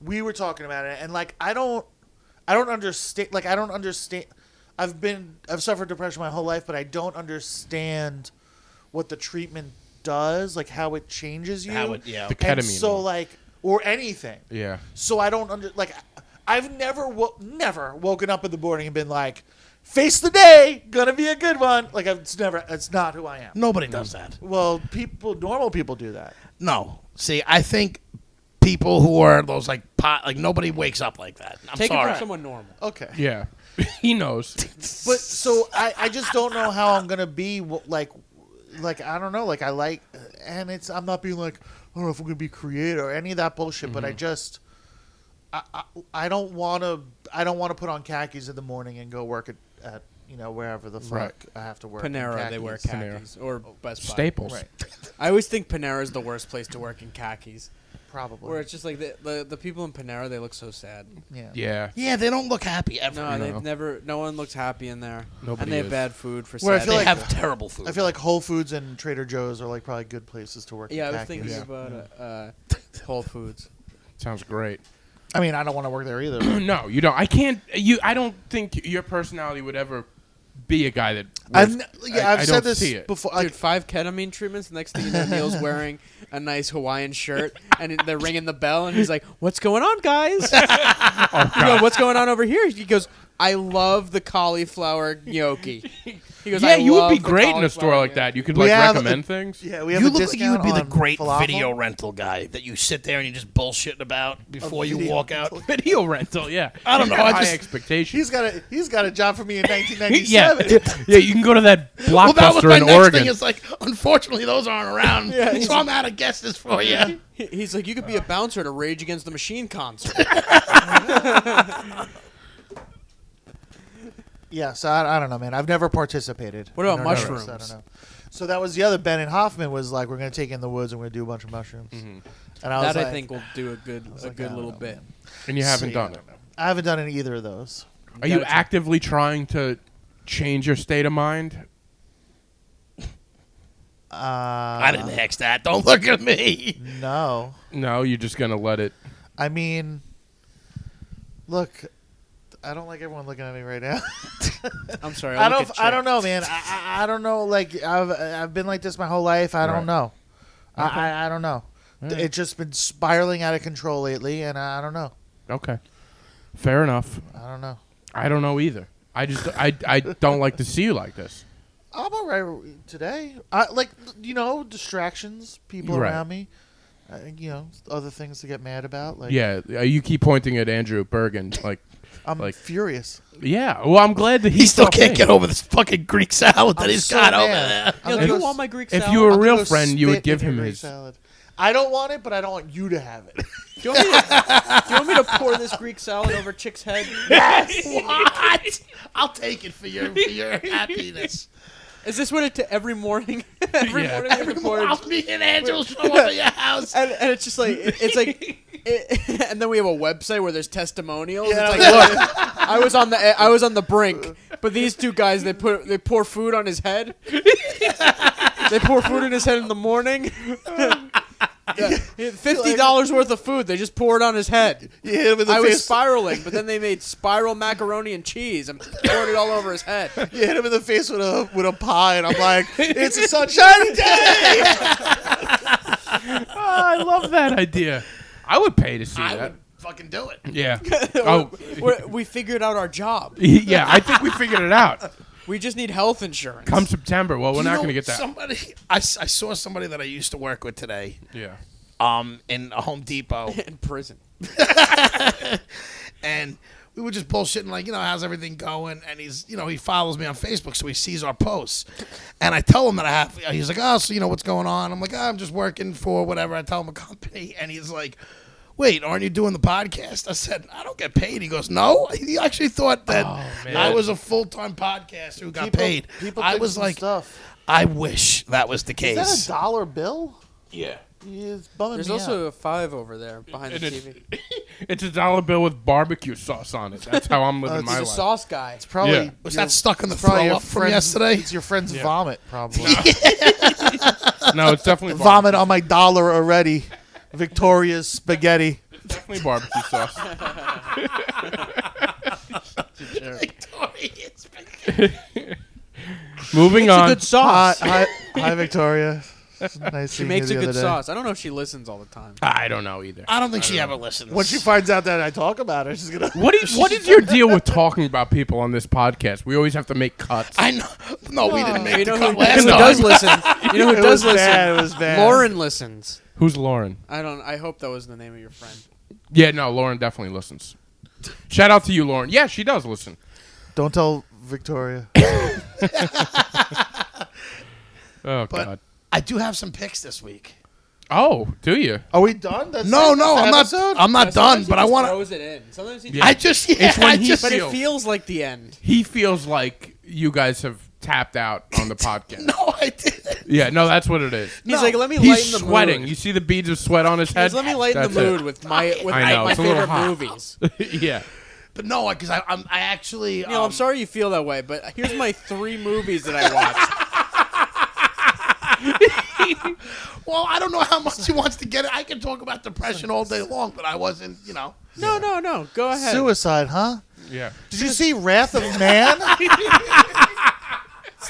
Speaker 5: we were talking about it, and like I don't, I don't understand. Like I don't understand. I've been I've suffered depression my whole life, but I don't understand what the treatment does, like how it changes you.
Speaker 3: How it- yeah.
Speaker 2: The
Speaker 5: And
Speaker 2: ketamine
Speaker 5: so
Speaker 2: one.
Speaker 5: like or anything.
Speaker 2: yeah.
Speaker 5: So I don't under like I've never wo- never woken up in the morning and been like, face the day, gonna be a good one. Like I've, it's never. It's not who I am.
Speaker 3: Nobody does that.
Speaker 5: Well, people, normal people do that.
Speaker 3: No. See, I think people who are those like pot, like nobody wakes up like that. I'm
Speaker 4: Take it
Speaker 3: sorry.
Speaker 4: from someone normal.
Speaker 5: Okay.
Speaker 2: Yeah. he knows.
Speaker 5: But so I, I just don't know how I'm gonna be wh- like, like I don't know. Like I like, and it's I'm not being like I don't know if I'm gonna be creative or any of that bullshit. But I
Speaker 4: Mm-hmm.
Speaker 5: just. I, I, I don't want to. I don't want to put on khakis in the morning and go work at, at you know wherever the fuck
Speaker 2: Right.
Speaker 5: I have to work. in
Speaker 4: Panera, they wear
Speaker 5: khakis.
Speaker 4: khakis or Best Buy.
Speaker 2: Staples.
Speaker 5: Right.
Speaker 4: I always think Panera's the worst place to work in khakis,
Speaker 5: Probably.
Speaker 4: where it's just like the the, the people in Panera they look so sad.
Speaker 5: yeah.
Speaker 2: Yeah.
Speaker 3: Yeah, they don't look happy ever.
Speaker 4: No,
Speaker 2: No.
Speaker 4: they've never. No one looks happy in there,
Speaker 2: Nobody
Speaker 4: and they
Speaker 2: is.
Speaker 4: have bad food for.
Speaker 5: Well, I
Speaker 4: sad
Speaker 5: feel
Speaker 3: they
Speaker 4: days.
Speaker 5: like-
Speaker 3: have terrible food.
Speaker 5: I feel like Whole Foods and Trader Joe's are like probably good places to work. in
Speaker 4: yeah, I was
Speaker 5: khakis.
Speaker 4: thinking
Speaker 2: Yeah.
Speaker 4: about uh, uh, Whole Foods.
Speaker 2: Sounds great.
Speaker 5: I mean, I don't want to work there either. but
Speaker 2: No, you don't. I can't. You. I don't think your personality would ever be a guy that.
Speaker 5: I've,
Speaker 2: works-
Speaker 5: n- yeah, I've
Speaker 2: I
Speaker 5: said
Speaker 2: don't
Speaker 5: this
Speaker 2: see it.
Speaker 5: before.
Speaker 4: Dude,
Speaker 5: Like,
Speaker 4: five ketamine treatments. The next thing you know, Neil's wearing a nice Hawaiian shirt, and they're ringing the bell, and he's like, "What's going on, guys? You know, what's going on over here?" He goes, "I love the cauliflower gnocchi." He goes,
Speaker 2: Yeah,
Speaker 4: "I
Speaker 2: you would be
Speaker 4: love the
Speaker 2: great in a store
Speaker 4: cauliflower
Speaker 2: like that. You could
Speaker 5: We
Speaker 2: like
Speaker 5: have-
Speaker 2: recommend things.
Speaker 5: yeah, we have
Speaker 3: you
Speaker 5: a
Speaker 3: look like you would
Speaker 5: discount
Speaker 3: be the
Speaker 5: on
Speaker 3: great
Speaker 5: falafel.
Speaker 3: video rental guy that you sit there and you're just bullshitting about before you
Speaker 5: video
Speaker 3: walk out.
Speaker 2: Video rental. Yeah.
Speaker 3: I don't
Speaker 2: He's
Speaker 3: know,
Speaker 2: got
Speaker 3: I
Speaker 2: high
Speaker 3: just-
Speaker 2: expectations.
Speaker 5: He's got a he's got a job for me in
Speaker 2: yeah.
Speaker 5: 1997.
Speaker 2: yeah. You can go to that
Speaker 3: Well, that was
Speaker 2: blockbuster
Speaker 3: my
Speaker 2: in
Speaker 3: next
Speaker 2: Oregon.
Speaker 3: thing. It's like, unfortunately, those aren't around,
Speaker 4: Yeah.
Speaker 3: so I'm out of guesses for you.
Speaker 4: He- He's like, you could be a bouncer at a Rage Against the Machine concert.
Speaker 5: yeah, so I, I don't know, man. I've never participated.
Speaker 4: What about
Speaker 5: in our
Speaker 4: mushrooms?
Speaker 5: race, I don't know. So that was the other Ben and Hoffman was like, we're gonna take in the woods and we're gonna do a bunch of mushrooms. And I was
Speaker 4: that I
Speaker 5: like,
Speaker 4: think will do a good, a
Speaker 5: like, I
Speaker 4: good
Speaker 5: don't
Speaker 4: little
Speaker 5: know,
Speaker 4: bit.
Speaker 2: and you haven't
Speaker 5: See,
Speaker 2: done
Speaker 5: I
Speaker 2: it.
Speaker 5: don't know. I haven't done any either of those.
Speaker 2: Are you
Speaker 4: Gotta check.
Speaker 2: actively trying to change your state of mind?
Speaker 5: Uh,
Speaker 3: I didn't hex that. Don't look at me.
Speaker 5: No,
Speaker 2: No, you're just gonna let it.
Speaker 5: I mean, look, I don't like everyone looking at me right now.
Speaker 4: I'm sorry. I'll
Speaker 5: I
Speaker 4: look
Speaker 5: don't.
Speaker 4: at
Speaker 5: I
Speaker 4: Chip.
Speaker 5: don't know, man. I, I, I don't know. Like I've I've been like this my whole life. I
Speaker 2: Right.
Speaker 5: don't know. I, I I don't know.
Speaker 2: All right.
Speaker 5: It's just been spiraling out of control lately, and I, I don't know.
Speaker 2: Okay. Fair enough.
Speaker 5: I don't know.
Speaker 2: I don't know either. I just I I don't like to see you like this.
Speaker 5: I'm all right today. I like you know distractions, people
Speaker 2: Right.
Speaker 5: around me, uh, you know other things to get mad about. Like
Speaker 2: Yeah, uh, you keep pointing at Andrew Bergen like
Speaker 5: I'm
Speaker 2: like-
Speaker 5: furious.
Speaker 2: yeah. Well, I'm glad that
Speaker 3: He still
Speaker 2: felt
Speaker 3: can't
Speaker 2: pain.
Speaker 3: get over this fucking Greek salad that
Speaker 5: I'm
Speaker 3: he's
Speaker 5: so
Speaker 3: got over
Speaker 5: mad.
Speaker 3: there.
Speaker 5: I'm
Speaker 4: Neil,
Speaker 5: gonna
Speaker 4: do you
Speaker 5: go
Speaker 4: want my Greek
Speaker 2: oh, if
Speaker 4: salad?
Speaker 2: you were a
Speaker 5: I'm gonna
Speaker 2: real
Speaker 5: go
Speaker 2: friend, you would
Speaker 5: spit
Speaker 2: give
Speaker 5: in
Speaker 2: him
Speaker 5: your
Speaker 2: his.
Speaker 5: salad. I don't want it, but I don't want you to have it.
Speaker 4: do, you want me to, do you want me to pour this Greek salad over Chick's head?
Speaker 3: What? I'll take it for your for your happiness.
Speaker 4: Is this what it to every morning? every
Speaker 2: Yeah.
Speaker 4: morning, we have to pour it.
Speaker 3: I'll be an angel show up at your house.
Speaker 4: and, and it's just like it- it's like. It, and then we have a website where there's testimonials.
Speaker 5: Yeah.
Speaker 4: It's like, look, I was on the I was on the brink, but these two guys they put they pour food on his head. they pour food in his head in the morning. Yeah, Fifty dollars worth of food they just poured on his head.
Speaker 5: You hit him in the
Speaker 4: I
Speaker 5: face.
Speaker 4: was spiraling, but then they made spiral macaroni and cheese and poured it all over his head.
Speaker 5: You hit him in the face with a with a pie, and I'm like, it's a sunshiny day.
Speaker 2: Oh, I love that idea. I would pay to see
Speaker 3: I
Speaker 2: that.
Speaker 3: would fucking do it.
Speaker 2: Yeah. oh.
Speaker 4: We're- we figured out our job.
Speaker 2: yeah, I think we figured it out.
Speaker 4: We just need health insurance.
Speaker 2: Come September. Well, we're
Speaker 3: You
Speaker 2: not
Speaker 3: know,
Speaker 2: going to get that.
Speaker 3: Somebody, I, s- I saw somebody that I used to work with today,
Speaker 2: yeah.
Speaker 3: um, in a Home Depot,
Speaker 4: in prison.
Speaker 3: and we were just bullshitting, like, you know, how's everything going? And he's, you know, he follows me on Facebook, so he sees our posts. And I tell him that I have, he's like, oh, so, you know, what's going on? I'm like, "Ah, I'm just working for whatever. I tell him a company. And he's like, wait, aren't you doing the podcast? I said, I don't get paid. He goes, no. He actually thought that
Speaker 2: man.
Speaker 3: I was a full time podcaster who got
Speaker 5: Oh, People-
Speaker 3: paid.
Speaker 5: people
Speaker 3: I
Speaker 5: think
Speaker 3: was
Speaker 5: some
Speaker 3: like,
Speaker 5: stuff.
Speaker 3: I wish that was the
Speaker 5: Is
Speaker 3: case.
Speaker 5: that a dollar bill?
Speaker 2: Yeah.
Speaker 5: It's bumming
Speaker 4: There's
Speaker 5: me
Speaker 4: also
Speaker 5: out.
Speaker 4: a five over there behind the
Speaker 2: And it's,
Speaker 4: TV.
Speaker 2: it's a dollar bill with barbecue sauce on it. That's how I'm living
Speaker 5: it's
Speaker 2: my
Speaker 5: a
Speaker 2: life.
Speaker 4: Sauce guy.
Speaker 5: It's probably
Speaker 2: Yeah.
Speaker 3: was
Speaker 5: your-
Speaker 3: that stuck in the
Speaker 5: it's probably
Speaker 3: throw
Speaker 5: your
Speaker 3: up from
Speaker 5: friend's-
Speaker 3: yesterday?
Speaker 5: It's your friend's vomit, probably.
Speaker 2: No, it's definitely barbecue.
Speaker 5: vomit on my dollar already. Victoria's spaghetti.
Speaker 2: Definitely barbecue sauce.
Speaker 3: Victoria's
Speaker 2: Moving
Speaker 4: It's a
Speaker 2: on.
Speaker 4: good
Speaker 5: Hi,
Speaker 4: sauce.
Speaker 5: hi, hi Victoria. It's Nice
Speaker 4: she
Speaker 5: seeing
Speaker 4: makes a
Speaker 5: you the
Speaker 4: good
Speaker 5: other day.
Speaker 4: sauce. I don't know if she listens all the time.
Speaker 2: I don't know either.
Speaker 3: I don't think she ever listens.
Speaker 5: When she finds out that I talk about her, she's gonna.
Speaker 2: What is what is your deal with talking about people on this podcast? We always have to make cuts.
Speaker 3: I know. No, we didn't make
Speaker 4: Oh. you
Speaker 3: the
Speaker 4: know
Speaker 3: cut
Speaker 4: who,
Speaker 3: last
Speaker 4: who
Speaker 3: time.
Speaker 4: does listen? You know who
Speaker 5: It
Speaker 4: does
Speaker 5: was
Speaker 4: listen?
Speaker 5: bad, it was bad.
Speaker 4: Lauren listens.
Speaker 2: Who's Lauren?
Speaker 4: I don't. I hope that was the name of your friend.
Speaker 2: Yeah, no, Lauren definitely listens. Shout out to you, Lauren. Yeah, she does listen.
Speaker 5: Don't tell Victoria.
Speaker 2: Oh
Speaker 3: But
Speaker 2: god.
Speaker 3: I do have some picks this week.
Speaker 2: Oh, do you?
Speaker 5: Are we done? That's
Speaker 3: No,
Speaker 5: it?
Speaker 3: no, I'm
Speaker 5: That's the
Speaker 3: not.
Speaker 5: episode?
Speaker 3: I'm not done.
Speaker 4: Sometimes he
Speaker 3: But I
Speaker 4: just
Speaker 3: want to.
Speaker 4: Throws it in. Sometimes he.
Speaker 2: Yeah.
Speaker 4: Just,
Speaker 3: I just. Yeah,
Speaker 2: It's when
Speaker 3: I
Speaker 2: he
Speaker 3: just.
Speaker 4: but it
Speaker 2: Ew.
Speaker 4: feels like the end.
Speaker 2: He feels like you guys have tapped out on the podcast.
Speaker 3: No, I didn't.
Speaker 2: Yeah, no, that's what it is.
Speaker 4: He's like, let me lighten
Speaker 2: He's
Speaker 4: the
Speaker 2: sweating.
Speaker 4: mood.
Speaker 2: You see the beads of sweat on his
Speaker 4: He goes,
Speaker 2: head.
Speaker 4: let me lighten the mood
Speaker 2: That's
Speaker 4: with my with
Speaker 2: I know,
Speaker 4: my
Speaker 2: it's a little
Speaker 4: favorite
Speaker 2: hot.
Speaker 4: movies.
Speaker 2: it. yeah.
Speaker 3: But no, because I, I'm. I actually.
Speaker 4: Neil,
Speaker 3: um,
Speaker 4: I'm sorry you feel that way, but here's my three movies that I watched.
Speaker 3: Well, I don't know how much he wants to get it. I can talk about depression all day long, but I wasn't. You know.
Speaker 4: No, no, no. Go ahead.
Speaker 5: Suicide, huh?
Speaker 2: Yeah.
Speaker 5: Did you see Wrath of Man? it's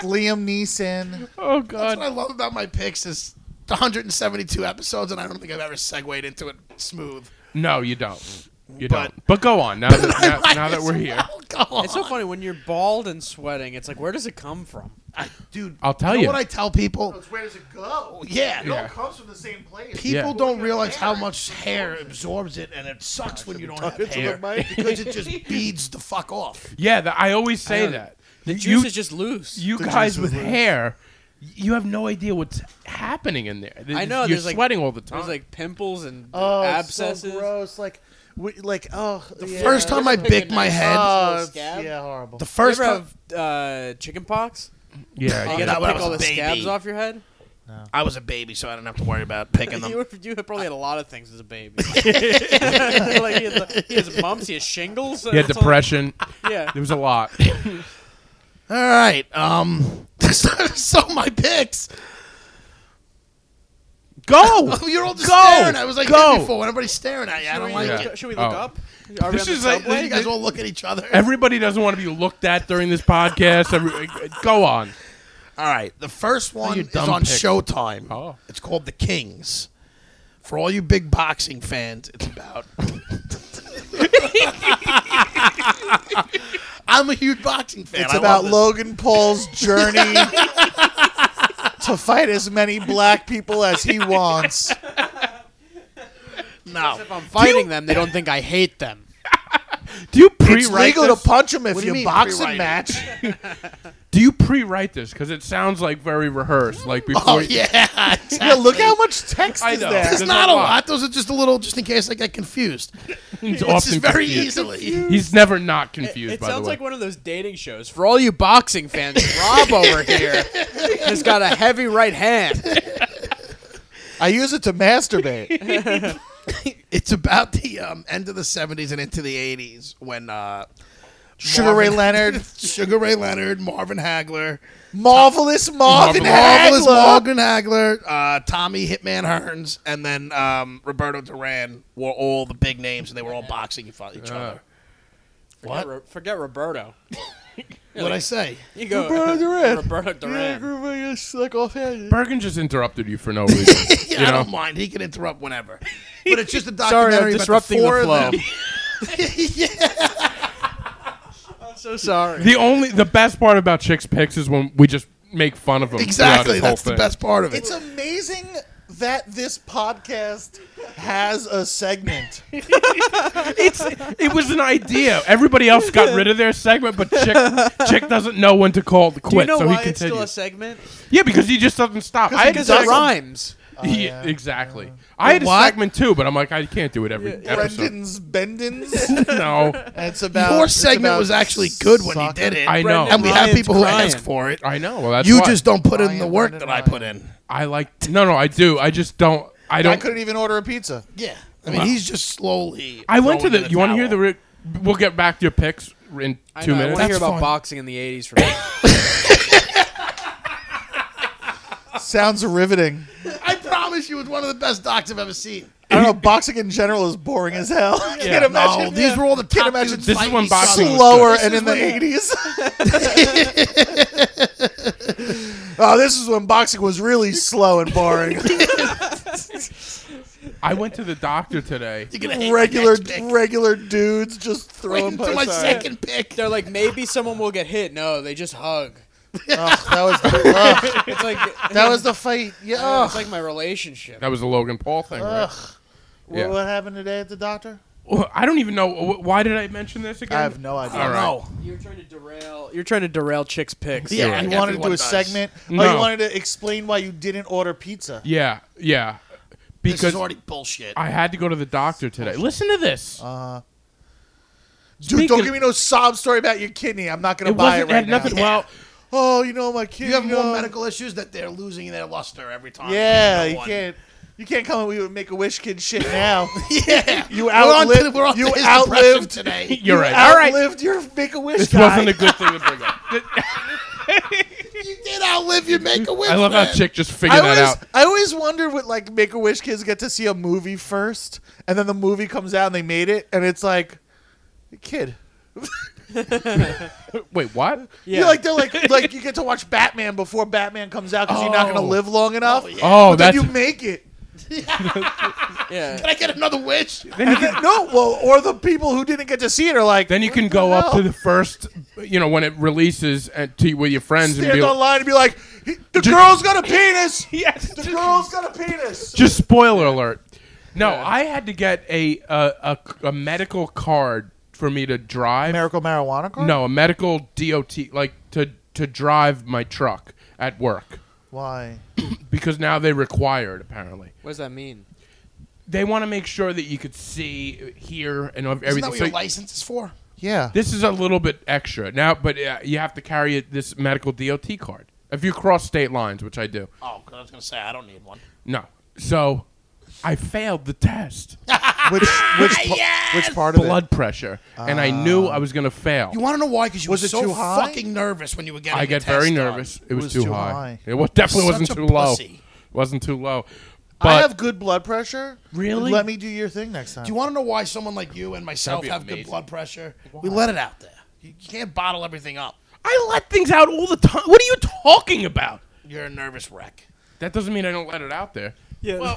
Speaker 5: Liam Neeson.
Speaker 2: Oh
Speaker 3: That's what
Speaker 2: god.
Speaker 3: I love about my picks is. the 172 episodes, and I don't think I've ever segued into it smooth.
Speaker 2: No, you don't. You
Speaker 3: But-
Speaker 2: don't. But go on. Now that, now,
Speaker 3: Might
Speaker 2: now that
Speaker 3: as
Speaker 2: we're here.
Speaker 3: well go
Speaker 4: It's so
Speaker 3: on.
Speaker 4: funny when you're bald and sweating. It's like, where does it come from?
Speaker 3: I, dude,
Speaker 2: I'll tell
Speaker 3: you. Know
Speaker 2: you.
Speaker 3: what I tell people?
Speaker 5: Where does it go?
Speaker 3: Yeah,
Speaker 2: Yeah.
Speaker 5: comes from the same place.
Speaker 3: people
Speaker 2: Yeah.
Speaker 3: don't realize how much hair absorbs it, and it sucks when you don't have
Speaker 5: into the
Speaker 3: hair
Speaker 5: mic.
Speaker 3: because it just beads the fuck off.
Speaker 2: Yeah, th- I always say
Speaker 4: know.
Speaker 2: that.
Speaker 4: The
Speaker 2: You-
Speaker 4: juice
Speaker 2: you,
Speaker 4: is just loose.
Speaker 2: you
Speaker 5: The
Speaker 2: guys
Speaker 5: juice
Speaker 2: with
Speaker 5: is loose.
Speaker 2: hair, you have no idea what's happening in there.
Speaker 4: I know.
Speaker 2: You're
Speaker 4: there's like
Speaker 2: sweating all the time.
Speaker 4: There's like pimples and
Speaker 5: Oh, abscesses.
Speaker 4: abscesses.
Speaker 5: So gross. Like, we, like oh. The
Speaker 3: First time I
Speaker 4: Pick a
Speaker 3: bicked my
Speaker 4: nice
Speaker 3: head,
Speaker 4: little
Speaker 5: Oh, it's-
Speaker 4: scab.
Speaker 5: yeah, horrible.
Speaker 3: the
Speaker 4: You
Speaker 3: first
Speaker 4: ever
Speaker 3: time
Speaker 4: have uh, chicken pox?
Speaker 2: yeah,
Speaker 4: You
Speaker 2: yeah.
Speaker 3: get
Speaker 4: gotta
Speaker 3: Oh, that when I
Speaker 4: pick
Speaker 3: was
Speaker 4: all
Speaker 3: a
Speaker 4: the
Speaker 3: baby.
Speaker 4: scabs off your head.
Speaker 3: I was a baby, so I didn't have to worry about picking
Speaker 4: You,
Speaker 3: them.
Speaker 4: were- you probably had a lot of things as a baby. like he, has, he has mumps, he has shingles.
Speaker 2: He had
Speaker 4: it's all-
Speaker 2: depression.
Speaker 4: Yeah.
Speaker 2: There was a lot.
Speaker 3: All right, um, so my picks.
Speaker 2: Go.
Speaker 3: You're all just
Speaker 2: Go!
Speaker 3: staring. I was like
Speaker 2: Go!
Speaker 3: that before when everybody's staring at you. I don't
Speaker 4: Should
Speaker 3: like
Speaker 4: we
Speaker 2: Yeah.
Speaker 4: look-
Speaker 3: it.
Speaker 4: Should we look
Speaker 2: Oh.
Speaker 4: up? Are we
Speaker 2: This
Speaker 4: on
Speaker 2: is
Speaker 4: the
Speaker 2: like-
Speaker 4: subway?
Speaker 3: You guys all look at each other.
Speaker 2: Everybody doesn't want to be looked at during this podcast. Every, go on.
Speaker 3: All right, the first one
Speaker 2: you
Speaker 3: is
Speaker 2: dumb
Speaker 3: on
Speaker 2: pick.
Speaker 3: Showtime.
Speaker 2: Oh.
Speaker 3: It's called The Kings. For all you big boxing fans, it's about. I'm a huge boxing fan.
Speaker 5: It's
Speaker 3: I love
Speaker 5: about
Speaker 3: this.
Speaker 5: Logan Paul's journey to fight as many black people as he wants.
Speaker 3: No,
Speaker 4: If I'm fighting them, they don't think I hate them.
Speaker 2: Do you
Speaker 5: It's
Speaker 2: pre-write
Speaker 5: legal
Speaker 2: this?
Speaker 5: to punch him if
Speaker 3: do
Speaker 5: you,
Speaker 3: you mean,
Speaker 5: box
Speaker 3: pre-write
Speaker 5: a
Speaker 3: it?
Speaker 5: match.
Speaker 2: Do you pre-write this? Because it sounds like very rehearsed. Like before.
Speaker 3: Oh yeah, exactly.
Speaker 5: yeah, look how much text
Speaker 2: I
Speaker 5: is
Speaker 2: know.
Speaker 5: there.
Speaker 3: There's
Speaker 2: There's
Speaker 3: not
Speaker 2: a
Speaker 3: a
Speaker 2: lot.
Speaker 3: lot. Those are just a little, just in case I get confused.
Speaker 2: He's
Speaker 3: It's
Speaker 2: often
Speaker 3: just very
Speaker 2: confused.
Speaker 3: easily.
Speaker 2: He's never not confused.
Speaker 4: it
Speaker 2: by
Speaker 4: sounds
Speaker 2: the way.
Speaker 4: like one of those dating shows. For all you boxing fans, Rob over here has got a heavy right hand.
Speaker 5: I use it to masturbate.
Speaker 3: It's about the um, end of the '70s and into the '80s when uh,
Speaker 5: Sugar Ray
Speaker 3: Marvin-
Speaker 5: Leonard,
Speaker 3: Sugar Ray Leonard, Marvin Hagler,
Speaker 5: marvelous Marvin
Speaker 3: Marvelous
Speaker 5: Hagler.
Speaker 3: Morgan Hagler, uh, Tommy Hitman Hearns, and then um, Roberto Duran were all the big names, and they were all boxing each each other.
Speaker 4: Forget, Ro- forget Roberto.
Speaker 3: What'd I say?
Speaker 4: You go
Speaker 5: Roberto Duran.
Speaker 4: Roberto
Speaker 5: Yeah,
Speaker 4: Duran.
Speaker 5: everybody is, like, offhanded.
Speaker 2: Bergen just interrupted you for no reason.
Speaker 3: Yeah,
Speaker 2: You
Speaker 3: I
Speaker 2: know?
Speaker 3: don't mind. He can interrupt whenever. But it's just a documentary
Speaker 4: Sorry, I'm
Speaker 3: about
Speaker 4: disrupting
Speaker 3: the,
Speaker 4: the,
Speaker 3: four of
Speaker 4: flow.
Speaker 3: them.
Speaker 4: I'm so sorry.
Speaker 2: The only the best part about chicks picks is when we just make fun of them. throughout
Speaker 3: Exactly.
Speaker 2: this whole
Speaker 3: That's the
Speaker 2: thing.
Speaker 3: best part of it.
Speaker 5: It's amazing that this podcast has a segment.
Speaker 2: It's it was an idea. Everybody else got rid of their segment, but Chick Chick doesn't know when to call to
Speaker 4: Do you
Speaker 2: quit,
Speaker 4: know
Speaker 2: so
Speaker 4: why
Speaker 2: he
Speaker 4: it's still a
Speaker 2: continues.
Speaker 4: segment?
Speaker 2: yeah, because he just doesn't stop. I had
Speaker 4: Because
Speaker 2: done-
Speaker 4: it Oh, rhymes.
Speaker 2: He-
Speaker 5: yeah.
Speaker 2: Exactly. I had a
Speaker 3: What?
Speaker 2: segment too, but I'm like, I can't do it every episode.
Speaker 5: Brendan's Bendins.
Speaker 2: no,
Speaker 5: It's about
Speaker 3: Your
Speaker 5: it's
Speaker 3: segment
Speaker 5: about
Speaker 3: was actually good when
Speaker 5: soccer.
Speaker 3: you did it.
Speaker 2: I know.
Speaker 3: and we have
Speaker 4: Ryan's
Speaker 3: people who
Speaker 4: crying.
Speaker 3: ask for it.
Speaker 2: I know. Well, that's
Speaker 3: You
Speaker 2: why.
Speaker 3: just don't put in
Speaker 5: Ryan,
Speaker 3: the work
Speaker 5: Brendan
Speaker 3: that I
Speaker 5: Ryan.
Speaker 3: put in.
Speaker 2: I like. No, no, I do. I just don't. I don't.
Speaker 5: I couldn't even order a pizza.
Speaker 3: Yeah. I mean, he's just slowly.
Speaker 2: I went to
Speaker 3: throwing
Speaker 2: the.
Speaker 3: in
Speaker 2: you want to hear the?
Speaker 3: towel.
Speaker 2: Re- we'll get back to your picks in
Speaker 4: I
Speaker 2: two minutes.
Speaker 4: know, I want to hear
Speaker 3: That's
Speaker 4: about
Speaker 3: fine.
Speaker 4: boxing in the 80s from
Speaker 5: Sounds riveting.
Speaker 3: I promise you, it's one of the best docs I've ever seen.
Speaker 5: I don't know. Boxing in general is boring as hell. Can't
Speaker 3: No,
Speaker 5: imagine.
Speaker 3: these were all the
Speaker 5: Can't
Speaker 3: top
Speaker 5: imagine
Speaker 3: dudes
Speaker 2: this is
Speaker 3: fighting
Speaker 2: when
Speaker 3: each other.
Speaker 2: boxing was
Speaker 5: slower
Speaker 3: This
Speaker 5: and
Speaker 3: is
Speaker 5: in the
Speaker 3: when-
Speaker 5: eighties. oh, this is when boxing was really slow and boring.
Speaker 2: I went to the doctor today.
Speaker 3: You're gonna hate my
Speaker 5: regular,
Speaker 3: next pick.
Speaker 5: regular dudes just
Speaker 3: Wait
Speaker 5: throwing.
Speaker 3: until my
Speaker 5: sorry.
Speaker 3: second pick.
Speaker 4: They're like, maybe someone will get hit. No, they just hug.
Speaker 5: Ugh, that was the, ugh,
Speaker 4: It's like
Speaker 5: that was the fight. Yeah.
Speaker 4: Oh,
Speaker 5: ugh,
Speaker 4: it's like my relationship.
Speaker 2: That was a Logan Paul thing. Right?
Speaker 5: ugh. Wh-
Speaker 2: Yeah.
Speaker 5: What happened today at the doctor?
Speaker 2: Well, I don't even know wh- why did I mention this again.
Speaker 5: I have no idea.
Speaker 2: All right.
Speaker 3: No.
Speaker 4: You're trying to derail. You're trying to derail chicks' picks.
Speaker 3: Yeah,
Speaker 5: You
Speaker 3: and
Speaker 5: wanted to do
Speaker 3: everyone
Speaker 5: a
Speaker 3: does.
Speaker 5: segment. Oh,
Speaker 2: No.
Speaker 5: you wanted to explain why you didn't order pizza.
Speaker 2: Yeah, yeah.
Speaker 3: This is
Speaker 2: Because
Speaker 3: already bullshit.
Speaker 2: I had to go to the doctor today. Listen to this.
Speaker 5: Uh, Dude, don't
Speaker 2: Speaking-
Speaker 5: give me no sob story about your kidney. I'm not gonna
Speaker 2: it
Speaker 5: buy
Speaker 2: wasn't
Speaker 5: it right
Speaker 2: had nothing.
Speaker 5: now.
Speaker 2: Well,
Speaker 5: Oh, you know my
Speaker 3: You
Speaker 5: kidney.
Speaker 3: have more
Speaker 5: uh,
Speaker 3: medical issues that they're losing their luster every time.
Speaker 5: Yeah,
Speaker 3: No
Speaker 5: you
Speaker 3: one-
Speaker 5: can't. You can't come and we would make a wish kid shit now.
Speaker 3: Yeah,
Speaker 5: You
Speaker 3: We're on to,
Speaker 5: outlived.
Speaker 3: we're on to
Speaker 5: you
Speaker 3: his depression
Speaker 5: outlived.
Speaker 3: today.
Speaker 2: you're
Speaker 5: you
Speaker 2: right. All right.
Speaker 5: outlived your make a wish.
Speaker 2: This wasn't a good thing to bring up.
Speaker 3: you did outlive your make a wish.
Speaker 2: I love how Chick just
Speaker 5: I
Speaker 2: figured that
Speaker 5: always,
Speaker 2: out.
Speaker 5: I always wonder what like Make a Wish kids get to see a movie first, and then the movie comes out and they made it, and it's like, kid,
Speaker 2: Wait, what?
Speaker 5: yeah. you like they're like like you get to watch Batman before Batman comes out because you're not
Speaker 2: Oh.
Speaker 5: gonna live long enough.
Speaker 3: Oh, yeah.
Speaker 2: Oh,
Speaker 5: but then
Speaker 2: that's
Speaker 5: you make it.
Speaker 4: yeah.
Speaker 3: Can I get another wish?
Speaker 5: And then- no, well, or the people who didn't get to see it are like,
Speaker 2: Then you can go up to the first, you know, when it releases and to with your friends and
Speaker 5: stand
Speaker 2: be like,
Speaker 5: online and be like, the girl's got a penis.
Speaker 2: yes,
Speaker 5: The girl's got a penis.
Speaker 2: just spoiler alert. No, I had to get a a, a a medical card for me to drive.
Speaker 5: Miracle marijuana card?
Speaker 2: No, a medical DOT like to to drive my truck at work
Speaker 5: Why?
Speaker 2: because now they require it apparently.
Speaker 4: What does that mean?
Speaker 2: They want to make sure that you could see, hear, and of
Speaker 3: Isn't
Speaker 2: everything.
Speaker 3: that what
Speaker 2: So
Speaker 3: your license is for?
Speaker 5: Yeah.
Speaker 2: this is a little bit extra now, but uh, you have to carry it- this medical DOT card if you cross state lines, which I do.
Speaker 3: Oh, 'cause I was gonna say I don't need one.
Speaker 2: No, so I failed the test.
Speaker 5: Which
Speaker 3: Ah,
Speaker 5: which pa- which part of
Speaker 2: blood pressure, and I knew I was gonna fail.
Speaker 3: You want to know why? Because you
Speaker 5: Was
Speaker 3: were
Speaker 5: it
Speaker 3: so
Speaker 5: too high?
Speaker 3: fucking nervous when you were getting.
Speaker 2: I
Speaker 3: the
Speaker 2: get
Speaker 3: test
Speaker 2: very
Speaker 3: done.
Speaker 2: nervous. It was,
Speaker 5: was
Speaker 2: too,
Speaker 5: too
Speaker 2: high.
Speaker 5: high.
Speaker 2: It wa- definitely
Speaker 3: Such
Speaker 2: wasn't
Speaker 3: a
Speaker 2: too
Speaker 3: pussy.
Speaker 2: low. Wasn't too low. But
Speaker 5: I have good blood pressure.
Speaker 2: Really?
Speaker 5: Let me do your thing next time.
Speaker 3: Do you want to know why someone like you and myself
Speaker 2: be
Speaker 3: have good
Speaker 2: amazing.
Speaker 3: blood pressure? We let it out there. You you can't bottle everything up.
Speaker 2: I let things out all the time. What are you talking about?
Speaker 3: You're a nervous wreck.
Speaker 2: That doesn't mean I don't let it out there.
Speaker 4: Yeah.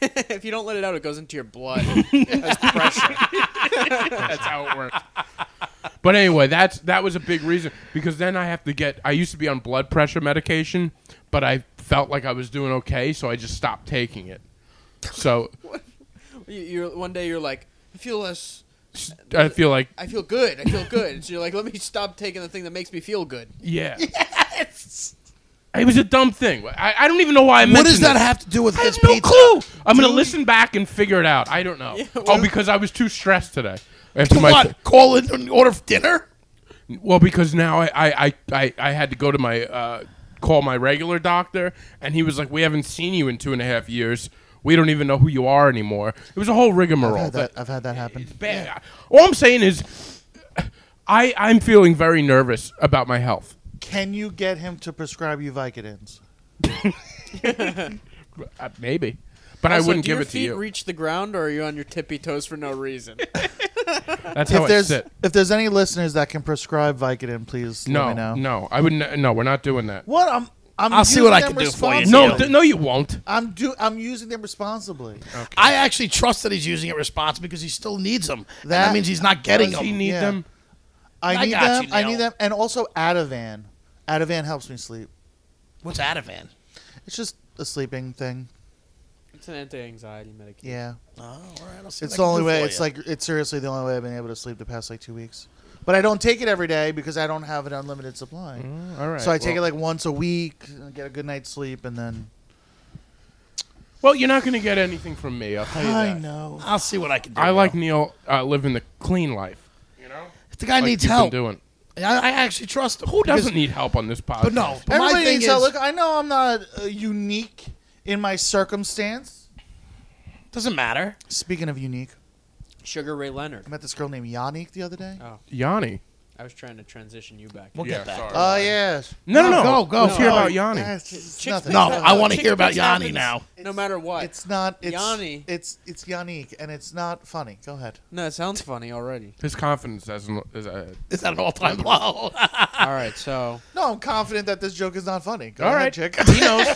Speaker 4: if you don't let it out, it goes into your blood.
Speaker 2: That's how it works. but anyway, that's that was a big reason because then I have to get. I used to be on blood pressure medication, but I felt like I was doing okay, so I just stopped taking it. So
Speaker 4: you, you're one day you're like, I feel less.
Speaker 2: I feel like
Speaker 4: I feel good. I feel good. So you're like, let me stop taking the thing that makes me feel good.
Speaker 2: yeah. It was a dumb thing. I, I don't even know why I
Speaker 3: What
Speaker 2: mentioned
Speaker 3: does that
Speaker 2: it.
Speaker 3: have to do with
Speaker 2: I
Speaker 3: his
Speaker 2: have no
Speaker 3: pizza?
Speaker 2: clue. I'm gonna listen back and figure it out. I don't know. oh,
Speaker 4: well-
Speaker 2: because I was too stressed today. After
Speaker 3: To
Speaker 2: my-
Speaker 3: what? Call in and order for dinner?
Speaker 2: well, because now I I, I, I I had to go to my uh, call my regular doctor, and he was like, "We haven't seen you in two and a half years. We don't even know who you are anymore." It was a whole rigmarole.
Speaker 5: I've had that,
Speaker 2: That-
Speaker 5: I've had that happen.
Speaker 2: it's bad. All I'm saying is, I I'm feeling very nervous about my health.
Speaker 5: Can you get him to prescribe you Vicodins?
Speaker 2: Uh, maybe, but I
Speaker 4: Also,
Speaker 2: wouldn't
Speaker 4: do
Speaker 2: give
Speaker 4: your
Speaker 2: it to
Speaker 4: feet
Speaker 2: you.
Speaker 4: Reach the ground, or are you on your tippy toes for no reason?
Speaker 2: That's how
Speaker 5: If
Speaker 2: I
Speaker 5: there's
Speaker 2: sit.
Speaker 5: if there's any listeners that can prescribe Vicodin, please
Speaker 2: No,
Speaker 5: let me know.
Speaker 2: no, I wouldn't. No, we're not doing that.
Speaker 5: What I'm I'm
Speaker 3: I'll see what
Speaker 5: using
Speaker 3: I can
Speaker 5: them
Speaker 3: do for you,
Speaker 5: responsibly.
Speaker 2: No, th- no, you won't.
Speaker 5: I'm do I'm using them responsibly.
Speaker 3: I actually trust that he's using it responsibly because he still needs them. And That,
Speaker 5: That-
Speaker 3: means he's not getting
Speaker 2: Does
Speaker 3: them.
Speaker 2: he need
Speaker 5: yeah.
Speaker 2: them?
Speaker 5: I
Speaker 3: I
Speaker 5: need
Speaker 3: got
Speaker 5: them.
Speaker 3: you,
Speaker 5: I
Speaker 3: Neil.
Speaker 5: need them, and also Ativan. Ativan helps me sleep.
Speaker 3: What's Ativan?
Speaker 5: It's just a sleeping thing.
Speaker 4: It's an anti-anxiety medication.
Speaker 5: Yeah.
Speaker 3: Oh, all right. I'll see
Speaker 5: It's
Speaker 3: what I can
Speaker 5: the only
Speaker 3: do
Speaker 5: way.
Speaker 3: for
Speaker 5: It's
Speaker 3: you.
Speaker 5: like it's seriously the only way I've been able to sleep the past like two weeks. But I don't take it every day because I don't have an unlimited supply.
Speaker 2: Mm, All right.
Speaker 5: so I take it like once a week, and get a good night's sleep, and then.
Speaker 2: Well, you're not going to get anything from me. I'll tell you that. I,
Speaker 5: know.
Speaker 3: I'll see what I can do.
Speaker 2: like
Speaker 3: Neil.
Speaker 2: Neil uh, living the clean life. You know,
Speaker 3: the guy
Speaker 2: like
Speaker 3: needs
Speaker 2: you've been
Speaker 3: help. I,
Speaker 2: doing.
Speaker 3: I actually trust him.
Speaker 2: Who doesn't need help on this podcast?
Speaker 3: But no, but my
Speaker 5: Everybody
Speaker 3: thing
Speaker 5: needs
Speaker 3: is,
Speaker 5: help. Look, I know I'm not uh, unique in my circumstance.
Speaker 3: doesn't matter.
Speaker 5: Speaking of unique,
Speaker 4: Sugar Ray Leonard.
Speaker 5: I met this girl named Yannick the other day. Uh,
Speaker 4: Oh,
Speaker 2: Yanni.
Speaker 4: I was trying to transition you back.
Speaker 3: We'll
Speaker 2: yeah,
Speaker 3: get back.
Speaker 2: sorry.
Speaker 5: Oh yeah.
Speaker 2: no, no,
Speaker 3: No,
Speaker 2: no.
Speaker 3: go, go,
Speaker 2: Let's hear
Speaker 3: go.
Speaker 2: about Yanni.
Speaker 5: Yeah, it's- it's
Speaker 4: Chicks
Speaker 5: nothking.
Speaker 3: No, I want to
Speaker 4: Chick
Speaker 3: hear about
Speaker 4: flicks
Speaker 3: Yanni
Speaker 4: happens.
Speaker 3: now.
Speaker 4: no matter what.
Speaker 5: It's not. It's,
Speaker 4: Yanni.
Speaker 5: It's it's Yannick, and it's not funny. Go ahead.
Speaker 4: no, it sounds funny already.
Speaker 2: His confidence hasn't. Is, uh,
Speaker 3: Is that an all-time low?
Speaker 4: All right, so
Speaker 5: No, I'm confident that this joke is not funny. Go
Speaker 2: all
Speaker 5: ahead,
Speaker 2: right,
Speaker 5: chick.
Speaker 2: He knows.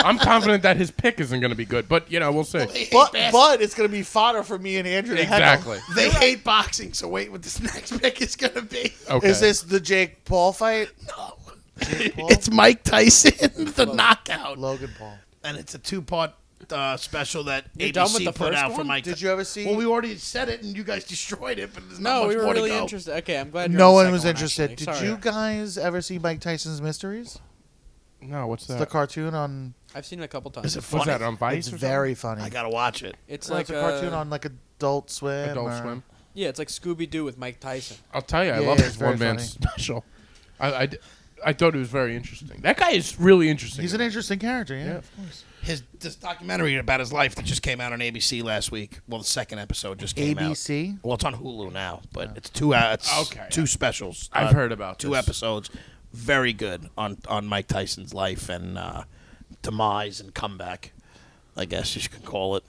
Speaker 2: I'm confident that his pick isn't going to be good, but you know we'll see.
Speaker 5: But, but it's gonna be fodder for me and Andrew. to heckle.
Speaker 2: Exactly.
Speaker 3: they hate boxing, so wait what this next pick is going to be.
Speaker 2: Okay.
Speaker 5: Is this the Jake Paul fight?
Speaker 3: No.
Speaker 2: Oh.
Speaker 5: Paul?
Speaker 3: It's Mike Tyson, the knockout.
Speaker 5: Logan Paul.
Speaker 3: And it's a two-part uh, special that
Speaker 4: You're
Speaker 3: ABC
Speaker 4: done with the
Speaker 3: put
Speaker 4: first
Speaker 3: out for
Speaker 4: one?
Speaker 3: Mike
Speaker 5: Did you ever see?
Speaker 3: Well, we already said it, and you guys destroyed it, but there's not
Speaker 4: no,
Speaker 3: much
Speaker 4: we were
Speaker 3: more
Speaker 4: really
Speaker 3: to go.
Speaker 4: interested. Okay, I'm glad. you're
Speaker 5: no
Speaker 4: on the
Speaker 5: one
Speaker 4: second
Speaker 5: was interested.
Speaker 4: actually.
Speaker 5: Did
Speaker 4: Sorry.
Speaker 5: you guys ever see Mike Tyson's Mysteries?
Speaker 2: no, what's
Speaker 5: It's the
Speaker 2: that?
Speaker 5: cartoon on.
Speaker 4: I've seen it a couple times.
Speaker 3: Is it funny?
Speaker 2: What's that on Vice?
Speaker 5: It's
Speaker 2: or
Speaker 5: very funny.
Speaker 3: I got to watch it.
Speaker 4: It's
Speaker 5: Well,
Speaker 4: like uh,
Speaker 5: it's a cartoon on like Adult Swim.
Speaker 2: something? Adult
Speaker 5: or-
Speaker 2: Swim.
Speaker 4: Yeah, it's like Scooby Doo with Mike Tyson.
Speaker 2: I'll tell you, I
Speaker 5: Yeah,
Speaker 2: love
Speaker 5: yeah,
Speaker 2: his
Speaker 5: it's very
Speaker 2: one man
Speaker 5: funny.
Speaker 2: special. I, I d- I thought it was very interesting. That guy is really interesting.
Speaker 5: He's an interesting character. Yeah,
Speaker 2: Yeah.
Speaker 5: of course.
Speaker 3: His this documentary about his life that just came out on ABC last week. Well, the second episode just came out.
Speaker 5: ABC.
Speaker 3: Well, it's on Hulu now,
Speaker 4: Oh.
Speaker 3: but it's two uh, it's
Speaker 2: Okay.
Speaker 3: two specials.
Speaker 2: I've
Speaker 3: uh,
Speaker 2: heard about
Speaker 3: two
Speaker 2: this.
Speaker 3: episodes. Very good on on Mike Tyson's life and uh, demise and comeback. I guess you can call it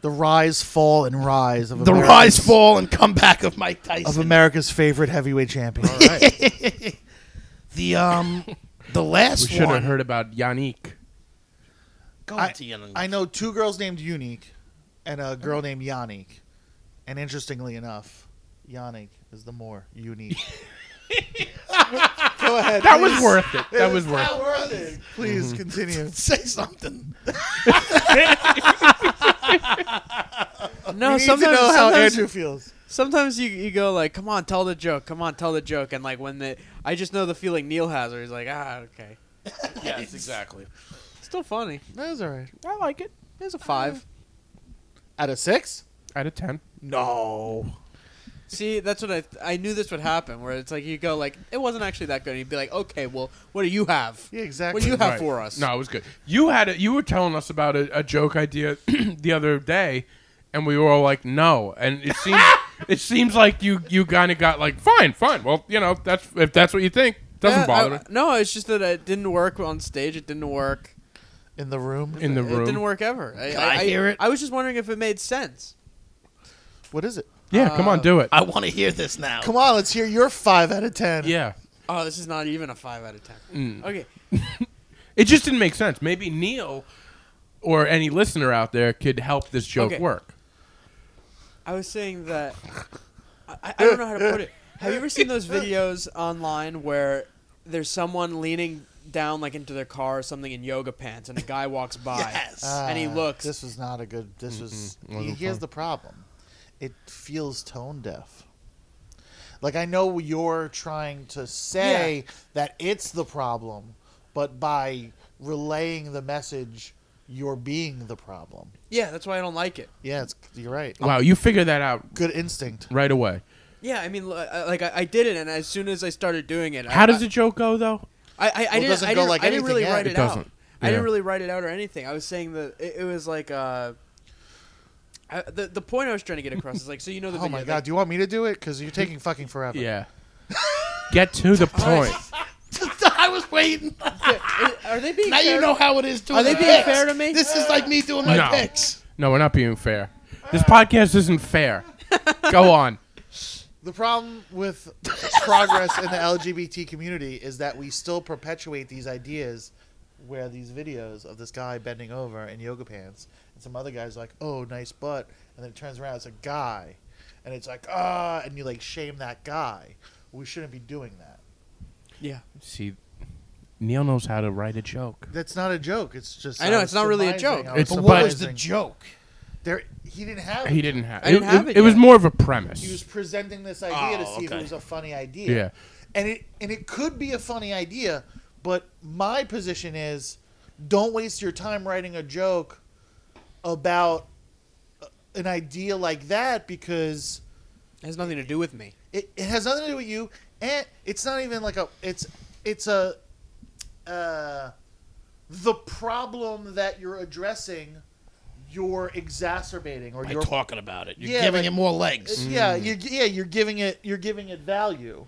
Speaker 5: The rise, fall, and rise of
Speaker 3: the
Speaker 5: America's,
Speaker 3: rise, fall, and comeback of Mike Tyson.
Speaker 5: of America's favorite heavyweight champion.
Speaker 3: the um the
Speaker 2: We
Speaker 3: last
Speaker 2: should
Speaker 3: one.
Speaker 2: have heard about Yannick.
Speaker 3: Go
Speaker 5: I,
Speaker 3: to Yen and-
Speaker 5: I know two girls named Unique and a girl named Yannick. And interestingly enough, Yannick is the more unique. Go ahead.
Speaker 2: That was
Speaker 5: please.
Speaker 2: worth it. That was
Speaker 5: It's
Speaker 2: worth
Speaker 5: not
Speaker 2: it.
Speaker 5: worth it. Please continue.
Speaker 3: say something.
Speaker 4: No,
Speaker 5: we need to know how Andrew feels.
Speaker 4: Sometimes you, you go like, come on, tell the joke, come on, tell the joke, and like when the I just know the feeling Neil has, where he's like, ah, okay,
Speaker 3: yes, exactly.
Speaker 4: still funny.
Speaker 5: That was all right.
Speaker 2: I like it.
Speaker 4: There's a five.
Speaker 3: Uh.
Speaker 5: Out of six?
Speaker 2: Out of ten.
Speaker 3: No.
Speaker 4: See, that's what I I knew this would happen. Where it's like you go like, it wasn't actually that good. And you'd be like, okay, well, what do you have?
Speaker 5: Yeah,
Speaker 4: What
Speaker 5: exactly.
Speaker 4: do you have for us?
Speaker 2: No, it was good. You had a, you were telling us about a, a joke idea the other day, and we were all like, "No," and it seems it seems like you you kind of got like, "Fine, fine." Well, you know, that's if that's what you think, doesn't
Speaker 4: Yeah,
Speaker 2: bother
Speaker 4: I-
Speaker 2: me.
Speaker 4: No, it's just that it didn't work on stage. It didn't work.
Speaker 5: In the room?
Speaker 2: In the room,
Speaker 4: It didn't work ever. I,
Speaker 3: Can I hear it?
Speaker 4: I was just wondering if it made sense.
Speaker 5: What is it?
Speaker 2: yeah, come on, do it.
Speaker 3: I want to hear this now.
Speaker 5: Come on, let's hear your five out of ten.
Speaker 2: yeah,
Speaker 4: Oh, this is not even a five out of ten.
Speaker 2: Mm.
Speaker 4: Okay,
Speaker 2: it just didn't make sense. Maybe Neil or any listener out there could help this joke
Speaker 4: Okay.
Speaker 2: work.
Speaker 4: I was saying that I, I- I don't know how to put it. Have you ever seen those videos online where there's someone leaning down like into their car or something in yoga pants, and a guy walks by
Speaker 3: Yes.
Speaker 4: and he
Speaker 5: Ah,
Speaker 4: looks.
Speaker 5: This was not a good. This was.
Speaker 2: Wasn't
Speaker 5: Here's
Speaker 2: fun.
Speaker 5: the problem. It feels tone deaf. Like I know you're trying to say that it's the problem, but by relaying the message, you're being the problem.
Speaker 4: yeah, that's why I don't like it.
Speaker 5: Yeah, it's, you're right.
Speaker 2: Wow, you figure that out
Speaker 5: Good instinct.
Speaker 2: right away.
Speaker 4: Yeah, I mean, li- I- like I, I did it, and as soon as I started doing it, I,
Speaker 2: How does the joke go though?
Speaker 4: I, I, I
Speaker 5: it
Speaker 4: didn't,
Speaker 5: doesn't
Speaker 4: I
Speaker 5: go
Speaker 4: didn't,
Speaker 5: like
Speaker 4: I didn't really
Speaker 5: anything else.
Speaker 4: write it,
Speaker 5: It
Speaker 4: out.
Speaker 2: doesn't.
Speaker 4: I didn't
Speaker 2: Yeah.
Speaker 4: really write it out or anything. I was saying that it, it was like uh, I, the the point I was trying to get across is like so you know the
Speaker 5: Oh
Speaker 4: video,
Speaker 5: my
Speaker 4: like-
Speaker 5: god, do you want me to do it? Because you're taking fucking forever.
Speaker 2: Yeah, get to the point.
Speaker 3: I was waiting.
Speaker 4: are they being
Speaker 3: Now
Speaker 4: fair
Speaker 3: you
Speaker 4: to-
Speaker 3: know how it is doing.
Speaker 4: Are they
Speaker 3: the
Speaker 4: being
Speaker 3: picks.
Speaker 4: fair to me?
Speaker 3: This is like me doing my
Speaker 2: No.
Speaker 3: picks.
Speaker 2: No, we're not being fair. This podcast isn't fair. Go on.
Speaker 5: The problem with progress in the LGBT community is that we still perpetuate these ideas where these videos of this guy bending over in yoga pants and some other guy's like, oh, nice butt. And then it turns around, it's a guy. And it's like, ah, and you like shame that guy. We shouldn't be doing that.
Speaker 4: Yeah.
Speaker 2: See, Neil knows how to write a joke.
Speaker 5: That's not a joke. It's just
Speaker 4: I know,
Speaker 5: was
Speaker 4: it's not really a
Speaker 5: surmising.
Speaker 4: joke.
Speaker 5: I was
Speaker 2: It's-
Speaker 3: But
Speaker 2: But-
Speaker 3: what was the
Speaker 5: surmising.
Speaker 3: joke?
Speaker 5: There, he didn't have.
Speaker 2: He didn't have.
Speaker 4: I didn't
Speaker 2: it,
Speaker 4: have it
Speaker 2: was
Speaker 4: yet.
Speaker 2: more of a premise.
Speaker 5: He was presenting this idea to
Speaker 1: Oh,
Speaker 5: see if
Speaker 1: okay.
Speaker 5: it was a funny idea.
Speaker 2: Yeah.
Speaker 5: And it and it could be a funny idea, but my position is don't waste your time writing a joke about uh, an idea like that because
Speaker 4: It has nothing to do with me.
Speaker 5: it, it has nothing to do with you and it's not even like a it's it's a uh the problem that you're addressing you're exacerbating or
Speaker 3: By
Speaker 5: you're
Speaker 3: talking about it, you're
Speaker 5: Yeah,
Speaker 3: giving
Speaker 5: like-
Speaker 3: it more legs.
Speaker 2: Mm.
Speaker 5: it's- Yeah, you yeah, you're giving it you're giving it value.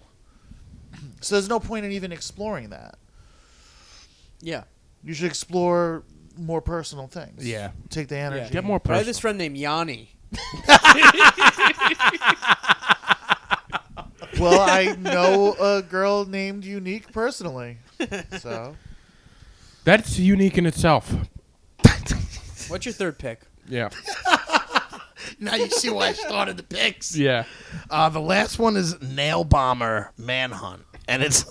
Speaker 5: So there's no point in even exploring that.
Speaker 4: Yeah.
Speaker 5: You should explore more personal things.
Speaker 2: Yeah.
Speaker 5: Take the energy.
Speaker 2: Get more
Speaker 4: But
Speaker 2: personal.
Speaker 4: I have this friend named Yanni.
Speaker 5: Well, I know a girl named Unique personally. So
Speaker 2: That's unique in itself.
Speaker 4: What's your third pick?
Speaker 2: Yeah.
Speaker 3: Now you see why I started the picks.
Speaker 2: Yeah.
Speaker 3: Uh, the last one is Nail Bomber Manhunt, and it's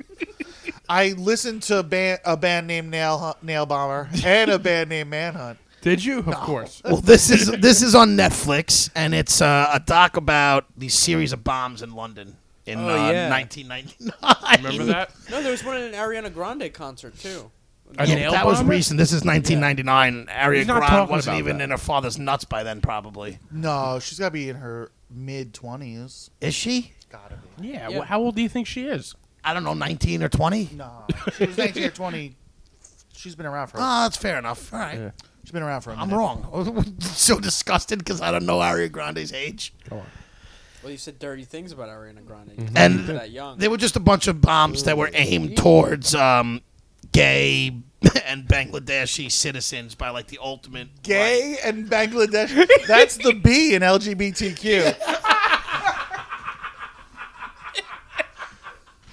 Speaker 5: I listened to a band, a band named Nail Hu- Nail Bomber and a band named Manhunt.
Speaker 2: Did you? Of course.
Speaker 3: well, this is this is on Netflix, and it's uh, a doc about the series of bombs in London in
Speaker 4: Oh,
Speaker 3: uh,
Speaker 4: yeah.
Speaker 3: 1999.
Speaker 2: Remember that?
Speaker 4: No, there was one at an Ariana Grande concert too.
Speaker 2: A
Speaker 3: Yeah, but
Speaker 2: nail
Speaker 3: that was
Speaker 2: bomber?
Speaker 3: recent. This is 1999. Ariana
Speaker 2: He's not
Speaker 3: Grande
Speaker 2: talking
Speaker 3: wasn't
Speaker 2: about
Speaker 3: even
Speaker 2: that.
Speaker 3: in her father's nuts by then, probably.
Speaker 5: No, she's got to be in her mid twenties.
Speaker 3: Is she?
Speaker 5: Gotta be.
Speaker 2: Yeah.
Speaker 4: Yeah.
Speaker 2: Well, how old do you think she is?
Speaker 3: I don't know, 19 or 20.
Speaker 5: No, she was nineteen or twenty. She's been around for. A,
Speaker 3: Ah, that's fair enough. All right.
Speaker 2: Yeah.
Speaker 5: she's been around for. A
Speaker 3: I'm
Speaker 5: minute.
Speaker 3: wrong. so disgusted because I don't know Ariana Grande's age.
Speaker 2: Go on.
Speaker 4: Well, you said dirty things about Ariana Grande. You
Speaker 3: And-
Speaker 4: said that young.
Speaker 3: They were just a bunch of bombs that were aimed towards um, gay and Bangladeshi citizens by like the ultimate.
Speaker 5: gay and Bangladesh. That's the B in LGBTQ.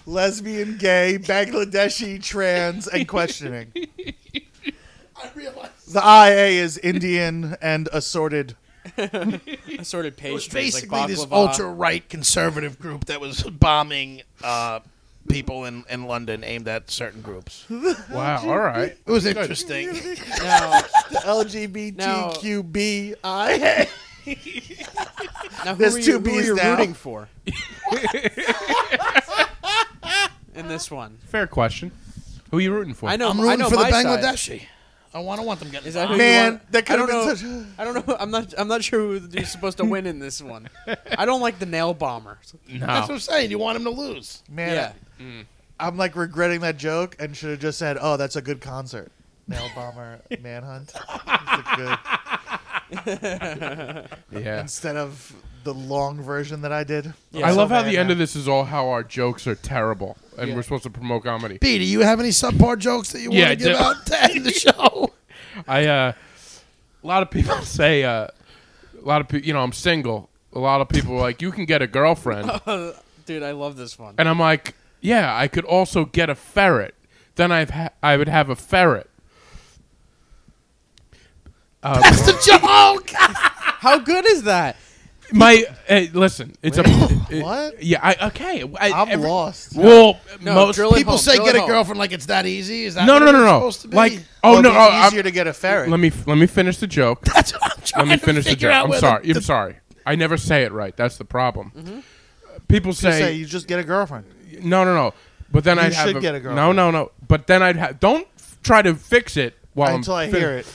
Speaker 5: Lesbian, gay, Bangladeshi, trans, and questioning.
Speaker 3: I realize.
Speaker 5: The IA is Indian and assorted.
Speaker 4: assorted
Speaker 3: It was
Speaker 4: pastries
Speaker 3: basically
Speaker 4: like
Speaker 3: this
Speaker 4: baklava.
Speaker 3: ultra right conservative group that was bombing uh, people in, in London aimed at certain groups.
Speaker 2: Wow. All right.
Speaker 3: It was interesting.
Speaker 4: Now,
Speaker 5: The LGBTQBIA.
Speaker 4: now who
Speaker 5: There's
Speaker 4: are you,
Speaker 5: two
Speaker 4: who are
Speaker 5: Bs
Speaker 4: you
Speaker 5: now.
Speaker 4: rooting for? In this one,
Speaker 2: Fair question. Who are you rooting for?
Speaker 4: I know.
Speaker 3: I'm
Speaker 4: I
Speaker 3: rooting
Speaker 4: know
Speaker 3: for the
Speaker 4: my side.
Speaker 3: Bangladeshi. I want to want them getting
Speaker 4: Is that who
Speaker 3: bombed.
Speaker 5: Man,
Speaker 4: you want?
Speaker 5: that
Speaker 4: I
Speaker 5: could've
Speaker 4: don't know.
Speaker 5: been such-
Speaker 4: I don't know. I'm not. I'm not sure who you're supposed to win in this one. I don't like the nail bomber.
Speaker 3: That's what
Speaker 2: No.
Speaker 3: I'm saying. You want him to lose.
Speaker 5: Man,
Speaker 4: Yeah.
Speaker 5: I'm like regretting that joke and should have just said, oh, that's a good concert. Nail Bomber Manhunt. It's a good-
Speaker 2: Yeah.
Speaker 5: instead of the long version that I did.
Speaker 4: Yeah.
Speaker 2: I
Speaker 5: I'm so
Speaker 2: love how
Speaker 5: mad
Speaker 2: the end
Speaker 5: now.
Speaker 2: of this is all how our jokes are terrible and we're supposed to promote comedy.
Speaker 3: B, do you have any subpar jokes that you
Speaker 2: Yeah, I
Speaker 3: want to give
Speaker 2: do.
Speaker 3: out to end the show?
Speaker 2: I uh, a lot of people say uh, a lot of people. You know, I'm single. A lot of people are like, you can get a girlfriend,
Speaker 4: Dude, I love this one.
Speaker 2: and I'm like, yeah, I could also get a ferret. Then I've ha- I would have a ferret.
Speaker 3: That's the joke.
Speaker 4: How good is that?
Speaker 2: My uh, listen, it's a
Speaker 5: What?
Speaker 2: Yeah, I okay. I,
Speaker 5: I'm
Speaker 2: every-
Speaker 5: lost.
Speaker 2: Well,
Speaker 4: No,
Speaker 2: most
Speaker 4: drill it
Speaker 3: People
Speaker 4: home,
Speaker 3: say
Speaker 4: drill
Speaker 3: get
Speaker 4: it
Speaker 3: a
Speaker 4: home.
Speaker 3: girlfriend like it's that easy. Is that
Speaker 2: no,
Speaker 3: what
Speaker 2: no, no,
Speaker 3: it's
Speaker 2: no.
Speaker 3: supposed to be?
Speaker 2: Like,
Speaker 5: Oh,
Speaker 2: oh no,
Speaker 5: no,
Speaker 2: oh, I'm-
Speaker 5: easier to get a ferret.
Speaker 2: let me let me finish the joke.
Speaker 3: that's what I'm trying
Speaker 2: Let me
Speaker 3: to
Speaker 2: finish the
Speaker 3: figure
Speaker 2: joke.
Speaker 3: out
Speaker 2: I'm
Speaker 3: where
Speaker 2: sorry.
Speaker 3: The,
Speaker 2: I'm sorry. I never say it right. That's the problem. People
Speaker 5: You Mm-hmm. say
Speaker 2: say,
Speaker 5: you just get a girlfriend.
Speaker 2: no, no, no. But then
Speaker 5: You
Speaker 2: I'd have
Speaker 5: should get a girl.
Speaker 2: No, no, no. But then I'd have. Don't f- try to fix it while
Speaker 5: until
Speaker 2: I'm
Speaker 5: I hear it.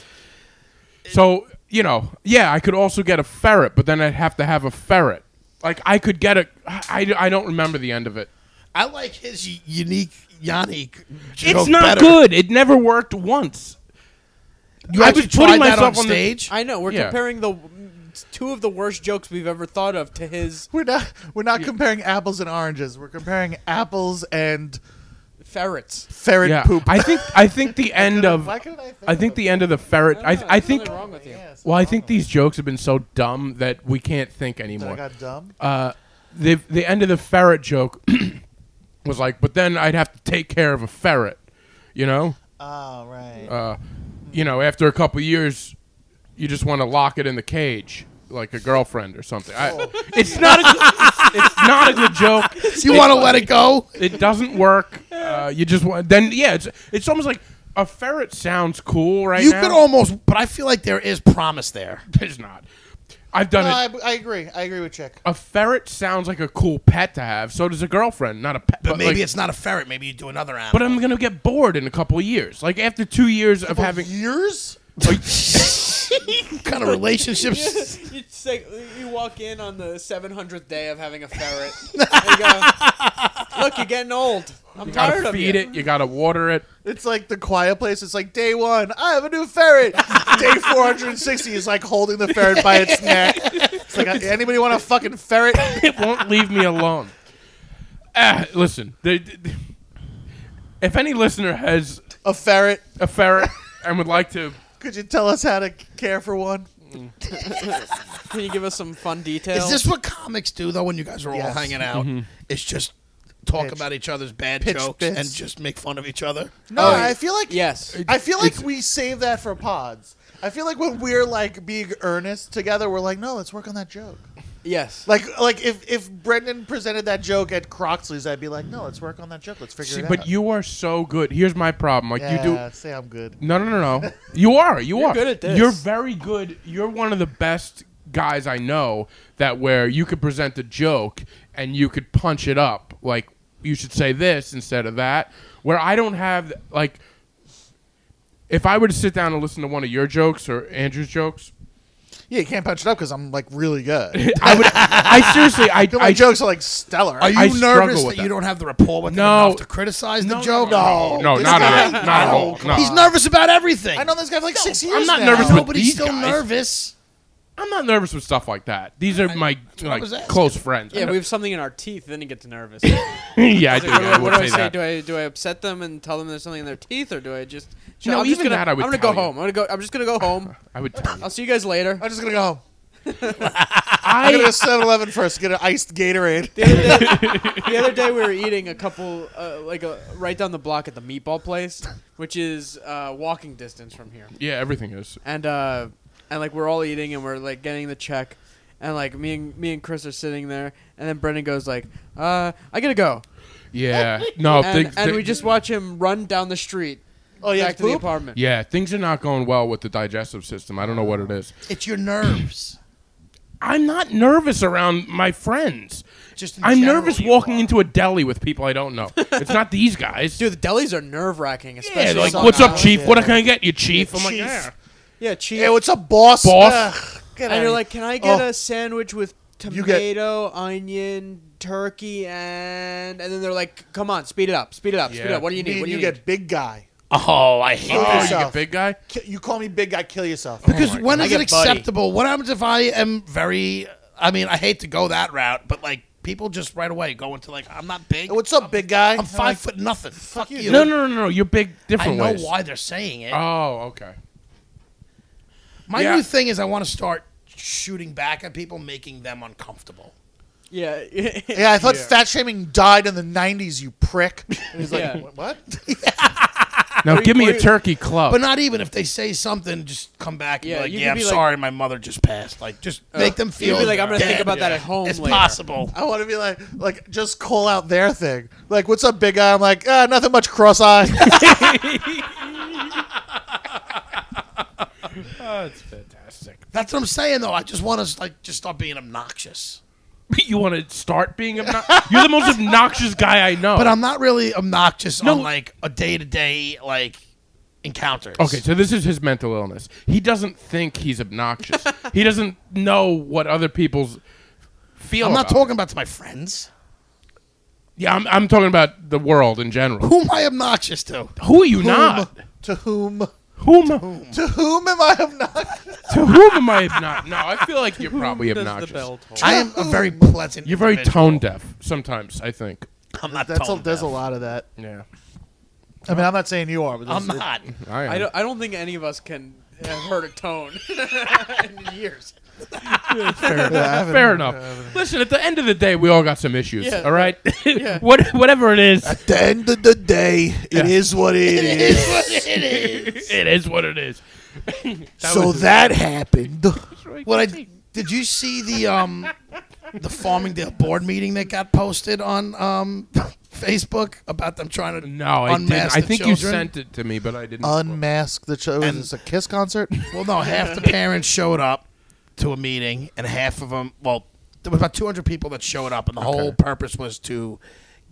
Speaker 2: it. So you know, yeah, I could also get a ferret, but then I'd have to have a ferret. Like I could get a. I, I don't remember the end of it.
Speaker 3: I like his u- unique Yanni. c- Joke
Speaker 2: It's not
Speaker 3: better.
Speaker 2: good. It never worked once.
Speaker 3: You
Speaker 2: I
Speaker 3: actually
Speaker 2: was putting
Speaker 3: tried that
Speaker 2: myself
Speaker 3: on
Speaker 2: on the-
Speaker 3: stage.
Speaker 4: I know. We're
Speaker 2: Yeah.
Speaker 4: comparing the two of the worst jokes we've ever thought of to his
Speaker 5: We're not we're not comparing apples and oranges. We're comparing apples and
Speaker 4: ferrets.
Speaker 5: ferret
Speaker 2: Yeah,
Speaker 5: poop.
Speaker 2: I think I think the end of
Speaker 5: Why couldn't I think?
Speaker 2: I think
Speaker 5: of it?
Speaker 2: the end of the ferret. I I
Speaker 4: There's
Speaker 2: think
Speaker 4: nothing wrong with you.
Speaker 5: Yeah, it's
Speaker 2: Well, I
Speaker 5: wrong
Speaker 2: think
Speaker 5: with it.
Speaker 2: these jokes have been so dumb that we can't think
Speaker 5: That I
Speaker 2: anymore.
Speaker 5: got dumb.
Speaker 2: Uh, the the end of the ferret joke was like, but then I'd have to take care of a ferret, you know.
Speaker 5: Oh right.
Speaker 2: Uh, you know, after a couple years, you just want to lock it in the cage. like a girlfriend or something. I,
Speaker 5: Oh.
Speaker 2: it's not a good, it's not a good joke.
Speaker 3: You want to let it go?
Speaker 2: It doesn't work. Uh, you just want then yeah. It's it's almost like a ferret sounds cool right
Speaker 3: You
Speaker 2: now.
Speaker 3: could almost, but I feel like there is promise there.
Speaker 2: There's not. I've done
Speaker 5: No,
Speaker 2: it.
Speaker 5: I, I agree. I agree with Chick.
Speaker 2: a ferret sounds like a cool pet to have. So does a girlfriend, not a pet.
Speaker 3: But, maybe
Speaker 2: like-
Speaker 3: it's not a ferret. Maybe you do another animal.
Speaker 2: But uh, I'm gonna get bored in a couple of years. Like after two years of having,
Speaker 5: years.
Speaker 3: what kind of relationships?
Speaker 4: you, just like, you walk in on the 700th day of having a ferret. and you go, Look, you're getting old. I'm
Speaker 2: you
Speaker 4: tired
Speaker 2: gotta
Speaker 4: of
Speaker 2: feed
Speaker 4: you.
Speaker 2: it, you gotta water it.
Speaker 5: It's like the quiet place. It's like day one. I have a new ferret. day four hundred and sixty is like holding the ferret by its neck. It's like anybody want a fucking ferret?
Speaker 2: It won't leave me alone. Ah, listen, they- they- if any listener has
Speaker 5: A ferret.
Speaker 2: a ferret and would like to,
Speaker 5: Could you tell us how to care for one?
Speaker 4: Can you give us some fun details?
Speaker 3: Is this what comics do though? When you guys are all
Speaker 5: Yes.
Speaker 3: hanging out,
Speaker 2: Mm-hmm.
Speaker 3: it's just talk
Speaker 5: Pitch.
Speaker 3: about each other's bad
Speaker 5: Pitch
Speaker 3: jokes
Speaker 5: fits.
Speaker 3: and just make fun of each other.
Speaker 5: No,
Speaker 4: Oh,
Speaker 5: I feel like
Speaker 4: yes.
Speaker 5: I feel like
Speaker 2: It's-
Speaker 5: we save that for pods. I feel like when we're like being earnest together, we're like, no, let's work on that joke.
Speaker 4: Yes.
Speaker 5: Like, like if if Brendan presented that joke at Croxley's, I'd be like, no, let's work on that joke. Let's figure
Speaker 2: see,
Speaker 5: it out.
Speaker 2: but you are so good. Here's my problem. Like
Speaker 5: yeah,
Speaker 2: you do,
Speaker 5: say I'm good.
Speaker 2: No, no, no, no. You are. You
Speaker 4: You're
Speaker 2: are
Speaker 4: good at this.
Speaker 2: You're very good. You're one of the best guys I know that where you could present a joke and you could punch it up. Like you should say this instead of that. Where I don't have like if I were to sit down and listen to one of your jokes or Andrew's jokes,
Speaker 5: Yeah, you can't punch it up because I'm like really good.
Speaker 2: I would I seriously I
Speaker 5: My
Speaker 2: I
Speaker 5: jokes are like stellar.
Speaker 3: Are you
Speaker 2: I struggle
Speaker 3: nervous
Speaker 2: with
Speaker 3: that you
Speaker 2: that.
Speaker 3: don't have the rapport with
Speaker 2: No.
Speaker 3: them enough to criticize the
Speaker 2: no,
Speaker 3: joke?
Speaker 2: No, no,
Speaker 5: This
Speaker 2: not at all.
Speaker 5: guy-
Speaker 2: Not at all.
Speaker 5: No,
Speaker 2: No.
Speaker 3: Oh, He's nervous about everything.
Speaker 5: I know this guy for like six years.
Speaker 2: I'm not
Speaker 5: now.
Speaker 2: nervous with
Speaker 3: but he's
Speaker 2: these
Speaker 3: still
Speaker 2: guys.
Speaker 3: nervous.
Speaker 2: I'm not nervous with stuff like that. These are my
Speaker 3: what I was
Speaker 2: like
Speaker 3: asking.
Speaker 2: close friends. I
Speaker 4: yeah,
Speaker 2: know-
Speaker 4: we have something in our teeth, then you get to nervous. Like,
Speaker 2: yeah, I do.
Speaker 4: what do
Speaker 2: I
Speaker 4: I,
Speaker 2: would
Speaker 4: what do I
Speaker 2: say
Speaker 4: say?
Speaker 2: that.
Speaker 4: Do I do I upset them and tell them there's something in their teeth, or do I just?
Speaker 2: No,
Speaker 4: I'm just
Speaker 2: even
Speaker 4: gonna,
Speaker 2: that I would
Speaker 4: am gonna
Speaker 2: tell
Speaker 4: go
Speaker 2: you.
Speaker 4: home. I'm gonna go. I'm just gonna go home.
Speaker 2: I would tell you.
Speaker 4: I'll see you guys later.
Speaker 5: I'm just gonna go home.
Speaker 2: I,
Speaker 5: I'm gonna go 7-Eleven first. Get an iced Gatorade.
Speaker 4: the other day we were eating a couple uh, like a, right down the block at the meatball place which is uh, walking distance from here
Speaker 2: Yeah, everything is.
Speaker 4: and uh, and like we're all eating and we're like getting the check and like me and me and chris are sitting there and then brendan goes like uh, i gotta go
Speaker 2: Yeah. No.
Speaker 4: and,
Speaker 2: thi-
Speaker 4: and
Speaker 2: thi-
Speaker 4: we just watch him run down the street
Speaker 5: Oh yeah,
Speaker 4: back to the
Speaker 5: poop?
Speaker 4: apartment
Speaker 2: Yeah, things are not going well with the digestive system. I don't know what it is.
Speaker 3: It's your nerves.
Speaker 2: I'm not nervous around my friends.
Speaker 3: Just in
Speaker 2: I'm
Speaker 3: general,
Speaker 2: nervous
Speaker 3: you
Speaker 2: walking
Speaker 3: are.
Speaker 2: into a deli with people I don't know. It's not these guys.
Speaker 4: Dude, the delis are nerve wracking,
Speaker 2: yeah,
Speaker 4: especially.
Speaker 2: like,
Speaker 4: some-
Speaker 2: what's up,
Speaker 5: sometimes,
Speaker 2: chief?
Speaker 5: yeah.
Speaker 2: What can I get you, chief? I'm like,
Speaker 5: Chief.
Speaker 2: yeah.
Speaker 4: Yeah, cheese.
Speaker 5: Yeah, what's up, boss?
Speaker 2: Boss?
Speaker 5: Ugh, get
Speaker 4: and
Speaker 5: outta
Speaker 4: you're
Speaker 5: here.
Speaker 4: like, can I get
Speaker 5: Oh.
Speaker 4: a sandwich with
Speaker 5: You
Speaker 4: tomato, onion, turkey, and and then they're like, come on, speed it up, speed it up, speed it
Speaker 2: Yeah.
Speaker 4: up. What do you
Speaker 5: Me
Speaker 4: need?
Speaker 5: and
Speaker 4: What do
Speaker 5: you
Speaker 4: you, need?
Speaker 5: get big guy.
Speaker 3: Oh, I hate
Speaker 5: Kill
Speaker 2: Oh, you
Speaker 5: yourself.
Speaker 2: get big guy?
Speaker 5: Ki- you call me big guy, kill yourself.
Speaker 3: Because when
Speaker 4: I
Speaker 3: is it
Speaker 4: get buddy.
Speaker 3: acceptable? What happens if I am very? I mean, I hate to go that route, but like people just right away go into like, I'm not big.
Speaker 5: Hey, What's up, big guy?
Speaker 3: I'm five foot nothing. Fuck you.
Speaker 2: No, no, no, no. You're big
Speaker 3: I
Speaker 2: different
Speaker 3: know
Speaker 2: ways.
Speaker 3: why they're saying it.
Speaker 4: Uh,
Speaker 2: Oh, okay.
Speaker 3: My
Speaker 2: yeah.
Speaker 3: new thing is I want to start shooting back at people, making them uncomfortable.
Speaker 4: Yeah.
Speaker 5: Yeah, I thought
Speaker 2: Yeah.
Speaker 5: fat shaming died in the '90s. You prick. And he's like,
Speaker 4: Yeah.
Speaker 5: "Wha- what?
Speaker 2: Now give me
Speaker 4: or
Speaker 2: a
Speaker 4: you-
Speaker 2: turkey club.
Speaker 3: But not even if they say something, just come back and be
Speaker 4: Yeah, you
Speaker 3: like,
Speaker 4: could
Speaker 3: "Yeah, I'm
Speaker 4: be like- Uh,
Speaker 3: sorry, my mother just passed." Like, just make them feel
Speaker 4: You'd be like, I'm gonna think
Speaker 3: dead.
Speaker 4: about that at home.
Speaker 3: It's
Speaker 4: later.
Speaker 3: possible.
Speaker 5: I want to be like, like just call out their thing. Like, what's up, big guy? I'm like, ah, nothing much. Cross eye.
Speaker 2: oh, it's fantastic.
Speaker 3: That's what I'm saying, though. I just want to like just start being obnoxious.
Speaker 2: You want to start being obnoxious? You're the most obnoxious guy I know.
Speaker 3: But I'm not really obnoxious
Speaker 2: No.
Speaker 3: on like a day to day like encounters.
Speaker 2: Okay, so this is his mental illness. He doesn't think he's obnoxious. he doesn't know what other people's feel.
Speaker 3: I'm not
Speaker 2: about it.
Speaker 3: talking about to my friends.
Speaker 2: Yeah, I'm, I'm talking about the world in general.
Speaker 3: Who am I obnoxious to?
Speaker 2: Who are you not?
Speaker 5: to whom?
Speaker 2: Whom? To whom,
Speaker 5: To whom am I obnoxious?
Speaker 2: am I obnoxious? No, I feel like you're probably
Speaker 4: Does the
Speaker 2: obnoxious.
Speaker 4: bell toll.
Speaker 3: I am a very pleasant.
Speaker 2: You're very
Speaker 3: individual.
Speaker 2: tone deaf sometimes. I think.
Speaker 3: I'm not
Speaker 5: That's a,
Speaker 3: tone
Speaker 5: there's a
Speaker 3: deaf.
Speaker 5: lot of that.
Speaker 2: Yeah,
Speaker 5: I mean, I'm not saying you are, but
Speaker 3: I'm
Speaker 5: there's-
Speaker 3: not.
Speaker 2: I am.
Speaker 4: I don't. I don't think any of us can have heard a tone in years.
Speaker 2: fair enough. Fair enough. Listen, at the end of the day, we all got some issues.
Speaker 4: Yeah.
Speaker 2: all right. what, whatever it is,
Speaker 5: the end of the day,
Speaker 2: Yeah.
Speaker 5: it is what it is.
Speaker 3: it is.
Speaker 2: it is what it is.
Speaker 5: so that happened.
Speaker 3: What I Did you see the um the Farmingdale board meeting that got posted on um Facebook about them trying to
Speaker 2: No, I didn't.
Speaker 3: unmask
Speaker 2: I
Speaker 3: the
Speaker 2: think you
Speaker 3: children?
Speaker 2: sent it to me, but I didn't.
Speaker 5: Unmask the show.
Speaker 3: And-
Speaker 5: Is this a Kiss concert?
Speaker 3: Well, no, half the parents showed up to a meeting, and half of them. Well, there was about 200 people that showed up, and the whole purpose was to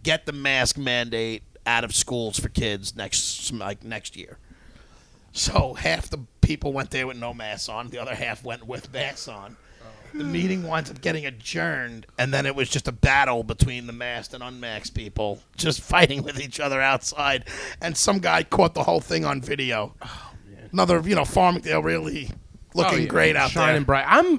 Speaker 3: get the mask mandate out of schools for kids next sem- like next year. So half the people went there with no masks on. The other half went with masks on.
Speaker 2: Oh.
Speaker 3: The meeting winds up getting adjourned, and then it was just a battle between the masked and unmasked people, just fighting with each other outside. And some guy caught the whole thing on video. Another, you know, Farmingdale really looking
Speaker 2: Oh, yeah.
Speaker 3: great out
Speaker 2: Shining
Speaker 3: there.
Speaker 2: bright. I'm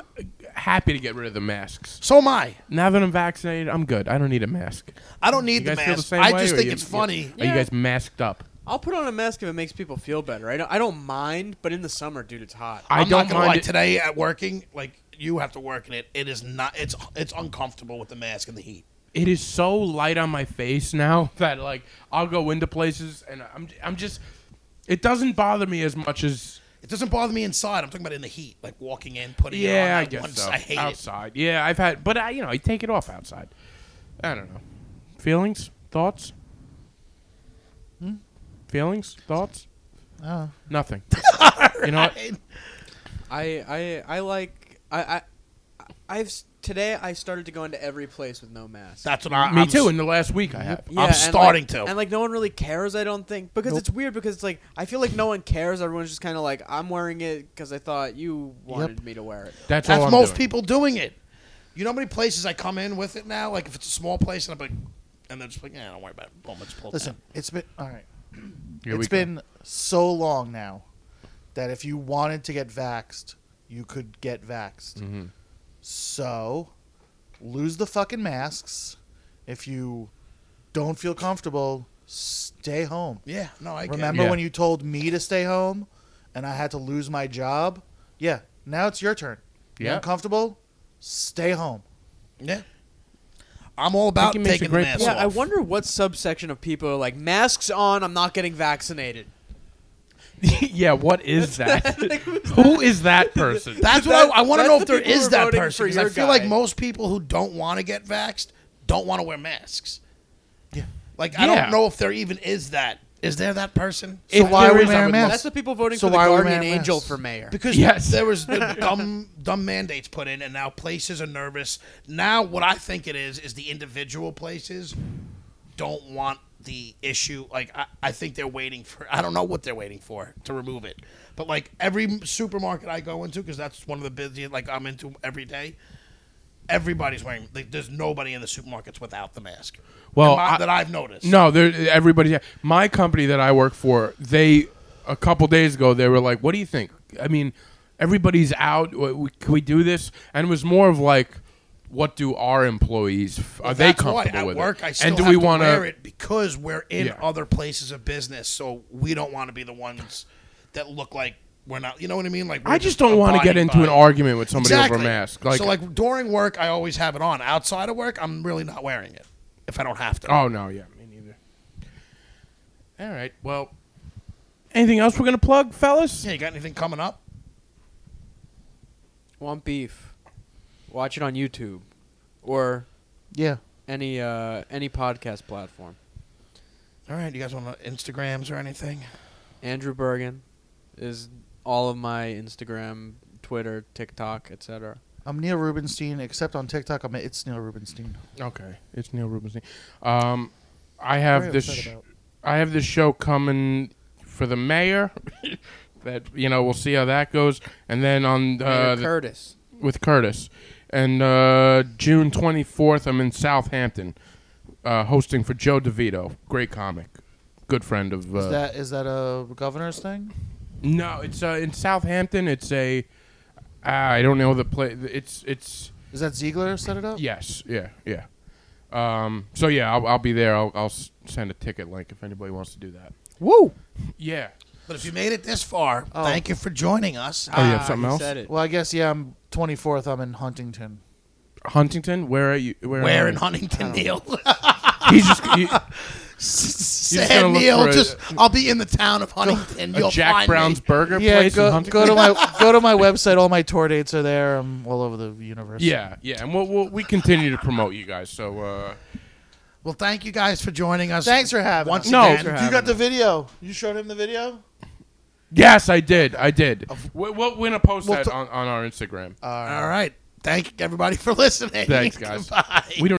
Speaker 2: happy to get rid of the masks.
Speaker 3: So am I.
Speaker 2: Now that I'm vaccinated, I'm good. I don't need a mask.
Speaker 3: I don't need
Speaker 2: You
Speaker 3: the
Speaker 2: guys feel the
Speaker 3: mask.
Speaker 2: same
Speaker 3: I
Speaker 2: way,
Speaker 3: just
Speaker 2: or
Speaker 3: think
Speaker 2: you-
Speaker 3: it's funny.
Speaker 2: Are you guys masked up?
Speaker 4: I'll put on a mask if it makes people feel better. I don't, I don't mind, but in the summer, dude, it's hot.
Speaker 2: I
Speaker 3: I'm
Speaker 2: don't
Speaker 3: not gonna lie.
Speaker 2: mind it.
Speaker 3: Today at working, like you have to work in it. It is not. It's it's uncomfortable with the mask and the heat.
Speaker 2: It is so light on my face now that like I'll go into places and I'm I'm just it doesn't bother me as much as
Speaker 3: It doesn't bother me inside. I'm talking about in the heat, like walking in, putting it
Speaker 2: yeah
Speaker 3: on.
Speaker 2: I guess
Speaker 3: once.
Speaker 2: so.
Speaker 3: I hate it.
Speaker 2: outside. Yeah, I've had but I you know I take it off outside. I don't know feelings thoughts
Speaker 5: Hmm?
Speaker 2: feelings thoughts
Speaker 5: Oh.
Speaker 2: nothing. You know what?
Speaker 4: I I I like I I I've s- today I started to go into every place with no mask.
Speaker 3: That's what I.
Speaker 2: Me
Speaker 3: I'm
Speaker 2: too.
Speaker 3: s-
Speaker 2: In the last week, I have.
Speaker 3: I'm
Speaker 4: and,
Speaker 3: starting
Speaker 4: like-
Speaker 3: to.
Speaker 4: And like no one really cares, I don't think, because it's weird because it's like I feel like no one cares. Everyone's just kind of like I'm wearing it because I thought you wanted me to wear it.
Speaker 2: That's, all
Speaker 3: That's
Speaker 2: I'm
Speaker 3: most
Speaker 2: doing.
Speaker 3: people doing it. You know how many places I come in with it now? Like if it's a small place, and I'm like, and they're just like, yeah, don't worry about it. Boom, it's pulled
Speaker 5: Listen,
Speaker 3: down.
Speaker 5: it's been all right.
Speaker 2: Here we
Speaker 5: it's
Speaker 2: go.
Speaker 5: been so long now that if you wanted to get vaxxed, you could get vaxxed.
Speaker 2: Mm-hmm.
Speaker 5: So lose the fucking masks. If you don't feel comfortable, stay home.
Speaker 3: Yeah, no, I get it.
Speaker 5: Remember
Speaker 2: Yeah.
Speaker 5: when you told me to stay home and I had to lose my job? Yeah, now it's your turn.
Speaker 2: Yeah.
Speaker 5: You're uncomfortable? Stay home.
Speaker 3: Yeah. I'm all about
Speaker 2: he makes a
Speaker 3: taking the
Speaker 2: great
Speaker 3: mask
Speaker 2: point.
Speaker 4: Yeah,
Speaker 3: off.
Speaker 4: I wonder what subsection of people are like masks on. I'm not getting vaccinated.
Speaker 2: yeah, what is that? Who is that person?
Speaker 3: That's
Speaker 4: That-
Speaker 3: what I, I want to
Speaker 4: that's
Speaker 3: know
Speaker 4: the
Speaker 3: if there
Speaker 4: people who
Speaker 3: is
Speaker 4: are
Speaker 3: that
Speaker 4: voting
Speaker 3: person.
Speaker 4: for
Speaker 3: 'cause I
Speaker 4: your
Speaker 3: feel
Speaker 4: guy.
Speaker 3: like most people who don't want to get vaxxed don't want to wear masks.
Speaker 5: Yeah.
Speaker 3: Like I
Speaker 2: Yeah.
Speaker 3: don't know if there even is that. Is there that person?
Speaker 5: So
Speaker 2: If
Speaker 5: why
Speaker 2: there
Speaker 5: are we
Speaker 2: is, I
Speaker 5: wearing
Speaker 2: would love-
Speaker 5: masks?
Speaker 4: That's the people voting
Speaker 5: So
Speaker 4: for the
Speaker 5: why are we
Speaker 4: Guardian
Speaker 5: wearing
Speaker 4: Angel
Speaker 5: masks?
Speaker 4: for mayor.
Speaker 3: Because
Speaker 2: Yes.
Speaker 3: there was the dumb dumb mandates put in, and now places are nervous. Now, what I think it is is the individual places don't want the issue. Like I, I think they're waiting for. I don't know what they're waiting for to remove it. But like every supermarket I go into, because that's one of the busiest. Like I'm into every day. Everybody's wearing. Like, there's nobody in the supermarkets without the mask.
Speaker 2: Well,
Speaker 3: Am I-
Speaker 2: I-
Speaker 3: that I've noticed.
Speaker 2: No, there. Everybody. My company that I work for, they a couple days ago they were like, "What do you think?" I mean, everybody's out. W- w- Can we do this? And it was more of like, "What do our employees? f- Are they
Speaker 3: That's
Speaker 2: comfortable
Speaker 3: why at
Speaker 2: with
Speaker 3: work
Speaker 2: it?"
Speaker 3: I still
Speaker 2: and do
Speaker 3: have
Speaker 2: we
Speaker 3: to
Speaker 2: wanna-
Speaker 3: wear it because we're in
Speaker 2: Yeah.
Speaker 3: other places of business, so we don't want to be the ones that look like we're not. You know what I mean? Like we're
Speaker 2: I just don't want to
Speaker 3: abiding
Speaker 2: get into
Speaker 3: by-
Speaker 2: an argument with somebody
Speaker 3: Exactly.
Speaker 2: over a mask. Like,
Speaker 3: so, like during work, I always have it on. Outside of work, I'm really not wearing it if I don't have to.
Speaker 2: oh no, yeah, me neither. All right. Well, anything else we're gonna plug, fellas?
Speaker 3: Yeah, you got anything coming up?
Speaker 4: Want beef? Watch it on YouTube or
Speaker 5: Yeah.
Speaker 4: any uh, any podcast platform.
Speaker 3: All right, you guys want to Instagrams or anything?
Speaker 4: Andrew Bergen is all of my Instagram, Twitter, TikTok, etc.
Speaker 5: I'm Neil Rubenstein, except on TikTok, I'm it's Neil Rubenstein.
Speaker 2: Okay, it's Neil Rubenstein. Um, I have
Speaker 5: Very
Speaker 2: this.
Speaker 5: upset
Speaker 2: sh-
Speaker 5: about.
Speaker 2: I have this show coming for the mayor. that you know, we'll see how that goes, and then on uh,
Speaker 4: Mayor
Speaker 2: the-
Speaker 4: Curtis.
Speaker 2: with Curtis, and uh, June twenty fourth, I'm in Southampton, uh, hosting for Joe DeVito, great comic, good friend of. Uh,
Speaker 5: Is that is that a governor's thing?
Speaker 2: no, it's uh, in Southampton. It's a. I don't know the play. It's it's.
Speaker 5: Is that Ziegler set it up?
Speaker 2: Yes. Yeah. Yeah. Um, so yeah, I'll, I'll be there. I'll, I'll s- send a ticket link if anybody wants to do that.
Speaker 4: Woo!
Speaker 2: Yeah.
Speaker 3: But if you made it this far,
Speaker 5: Oh.
Speaker 3: thank you for joining us.
Speaker 2: Oh, you have something else?
Speaker 4: Said it.
Speaker 5: Well, I guess yeah. I'm 24th. I'm in Huntington.
Speaker 2: Huntington, where are you? Where,
Speaker 3: Where
Speaker 2: are
Speaker 3: in
Speaker 2: you?
Speaker 3: Huntington, Neil?
Speaker 2: He's just you, just
Speaker 3: sad,
Speaker 2: gonna look
Speaker 3: Neil.
Speaker 2: for a-
Speaker 3: Just I'll be in the town of Huntington.
Speaker 2: A
Speaker 3: You'll
Speaker 2: Jack
Speaker 3: find
Speaker 2: Brown's
Speaker 3: me.
Speaker 2: burger
Speaker 5: Yeah,
Speaker 2: place. in
Speaker 5: go,
Speaker 2: Huntington?
Speaker 5: go to my go to my website. All my tour dates are there. I'm all over the universe.
Speaker 2: Yeah, yeah, and we'll, we'll we continue to promote you guys. So uh,
Speaker 3: Well, thank you guys for joining us.
Speaker 5: Thanks for having
Speaker 3: Once
Speaker 5: us.
Speaker 2: No.
Speaker 3: again.
Speaker 2: Thanks for
Speaker 5: you got the video. You showed him the video.
Speaker 2: yes, I did, I did. We, we'll we're gonna post
Speaker 3: We'll
Speaker 2: that
Speaker 3: t-
Speaker 2: on, on our Instagram.
Speaker 3: All right. Thank everybody for listening.
Speaker 2: Thanks, guys.
Speaker 3: Goodbye.
Speaker 2: We don't.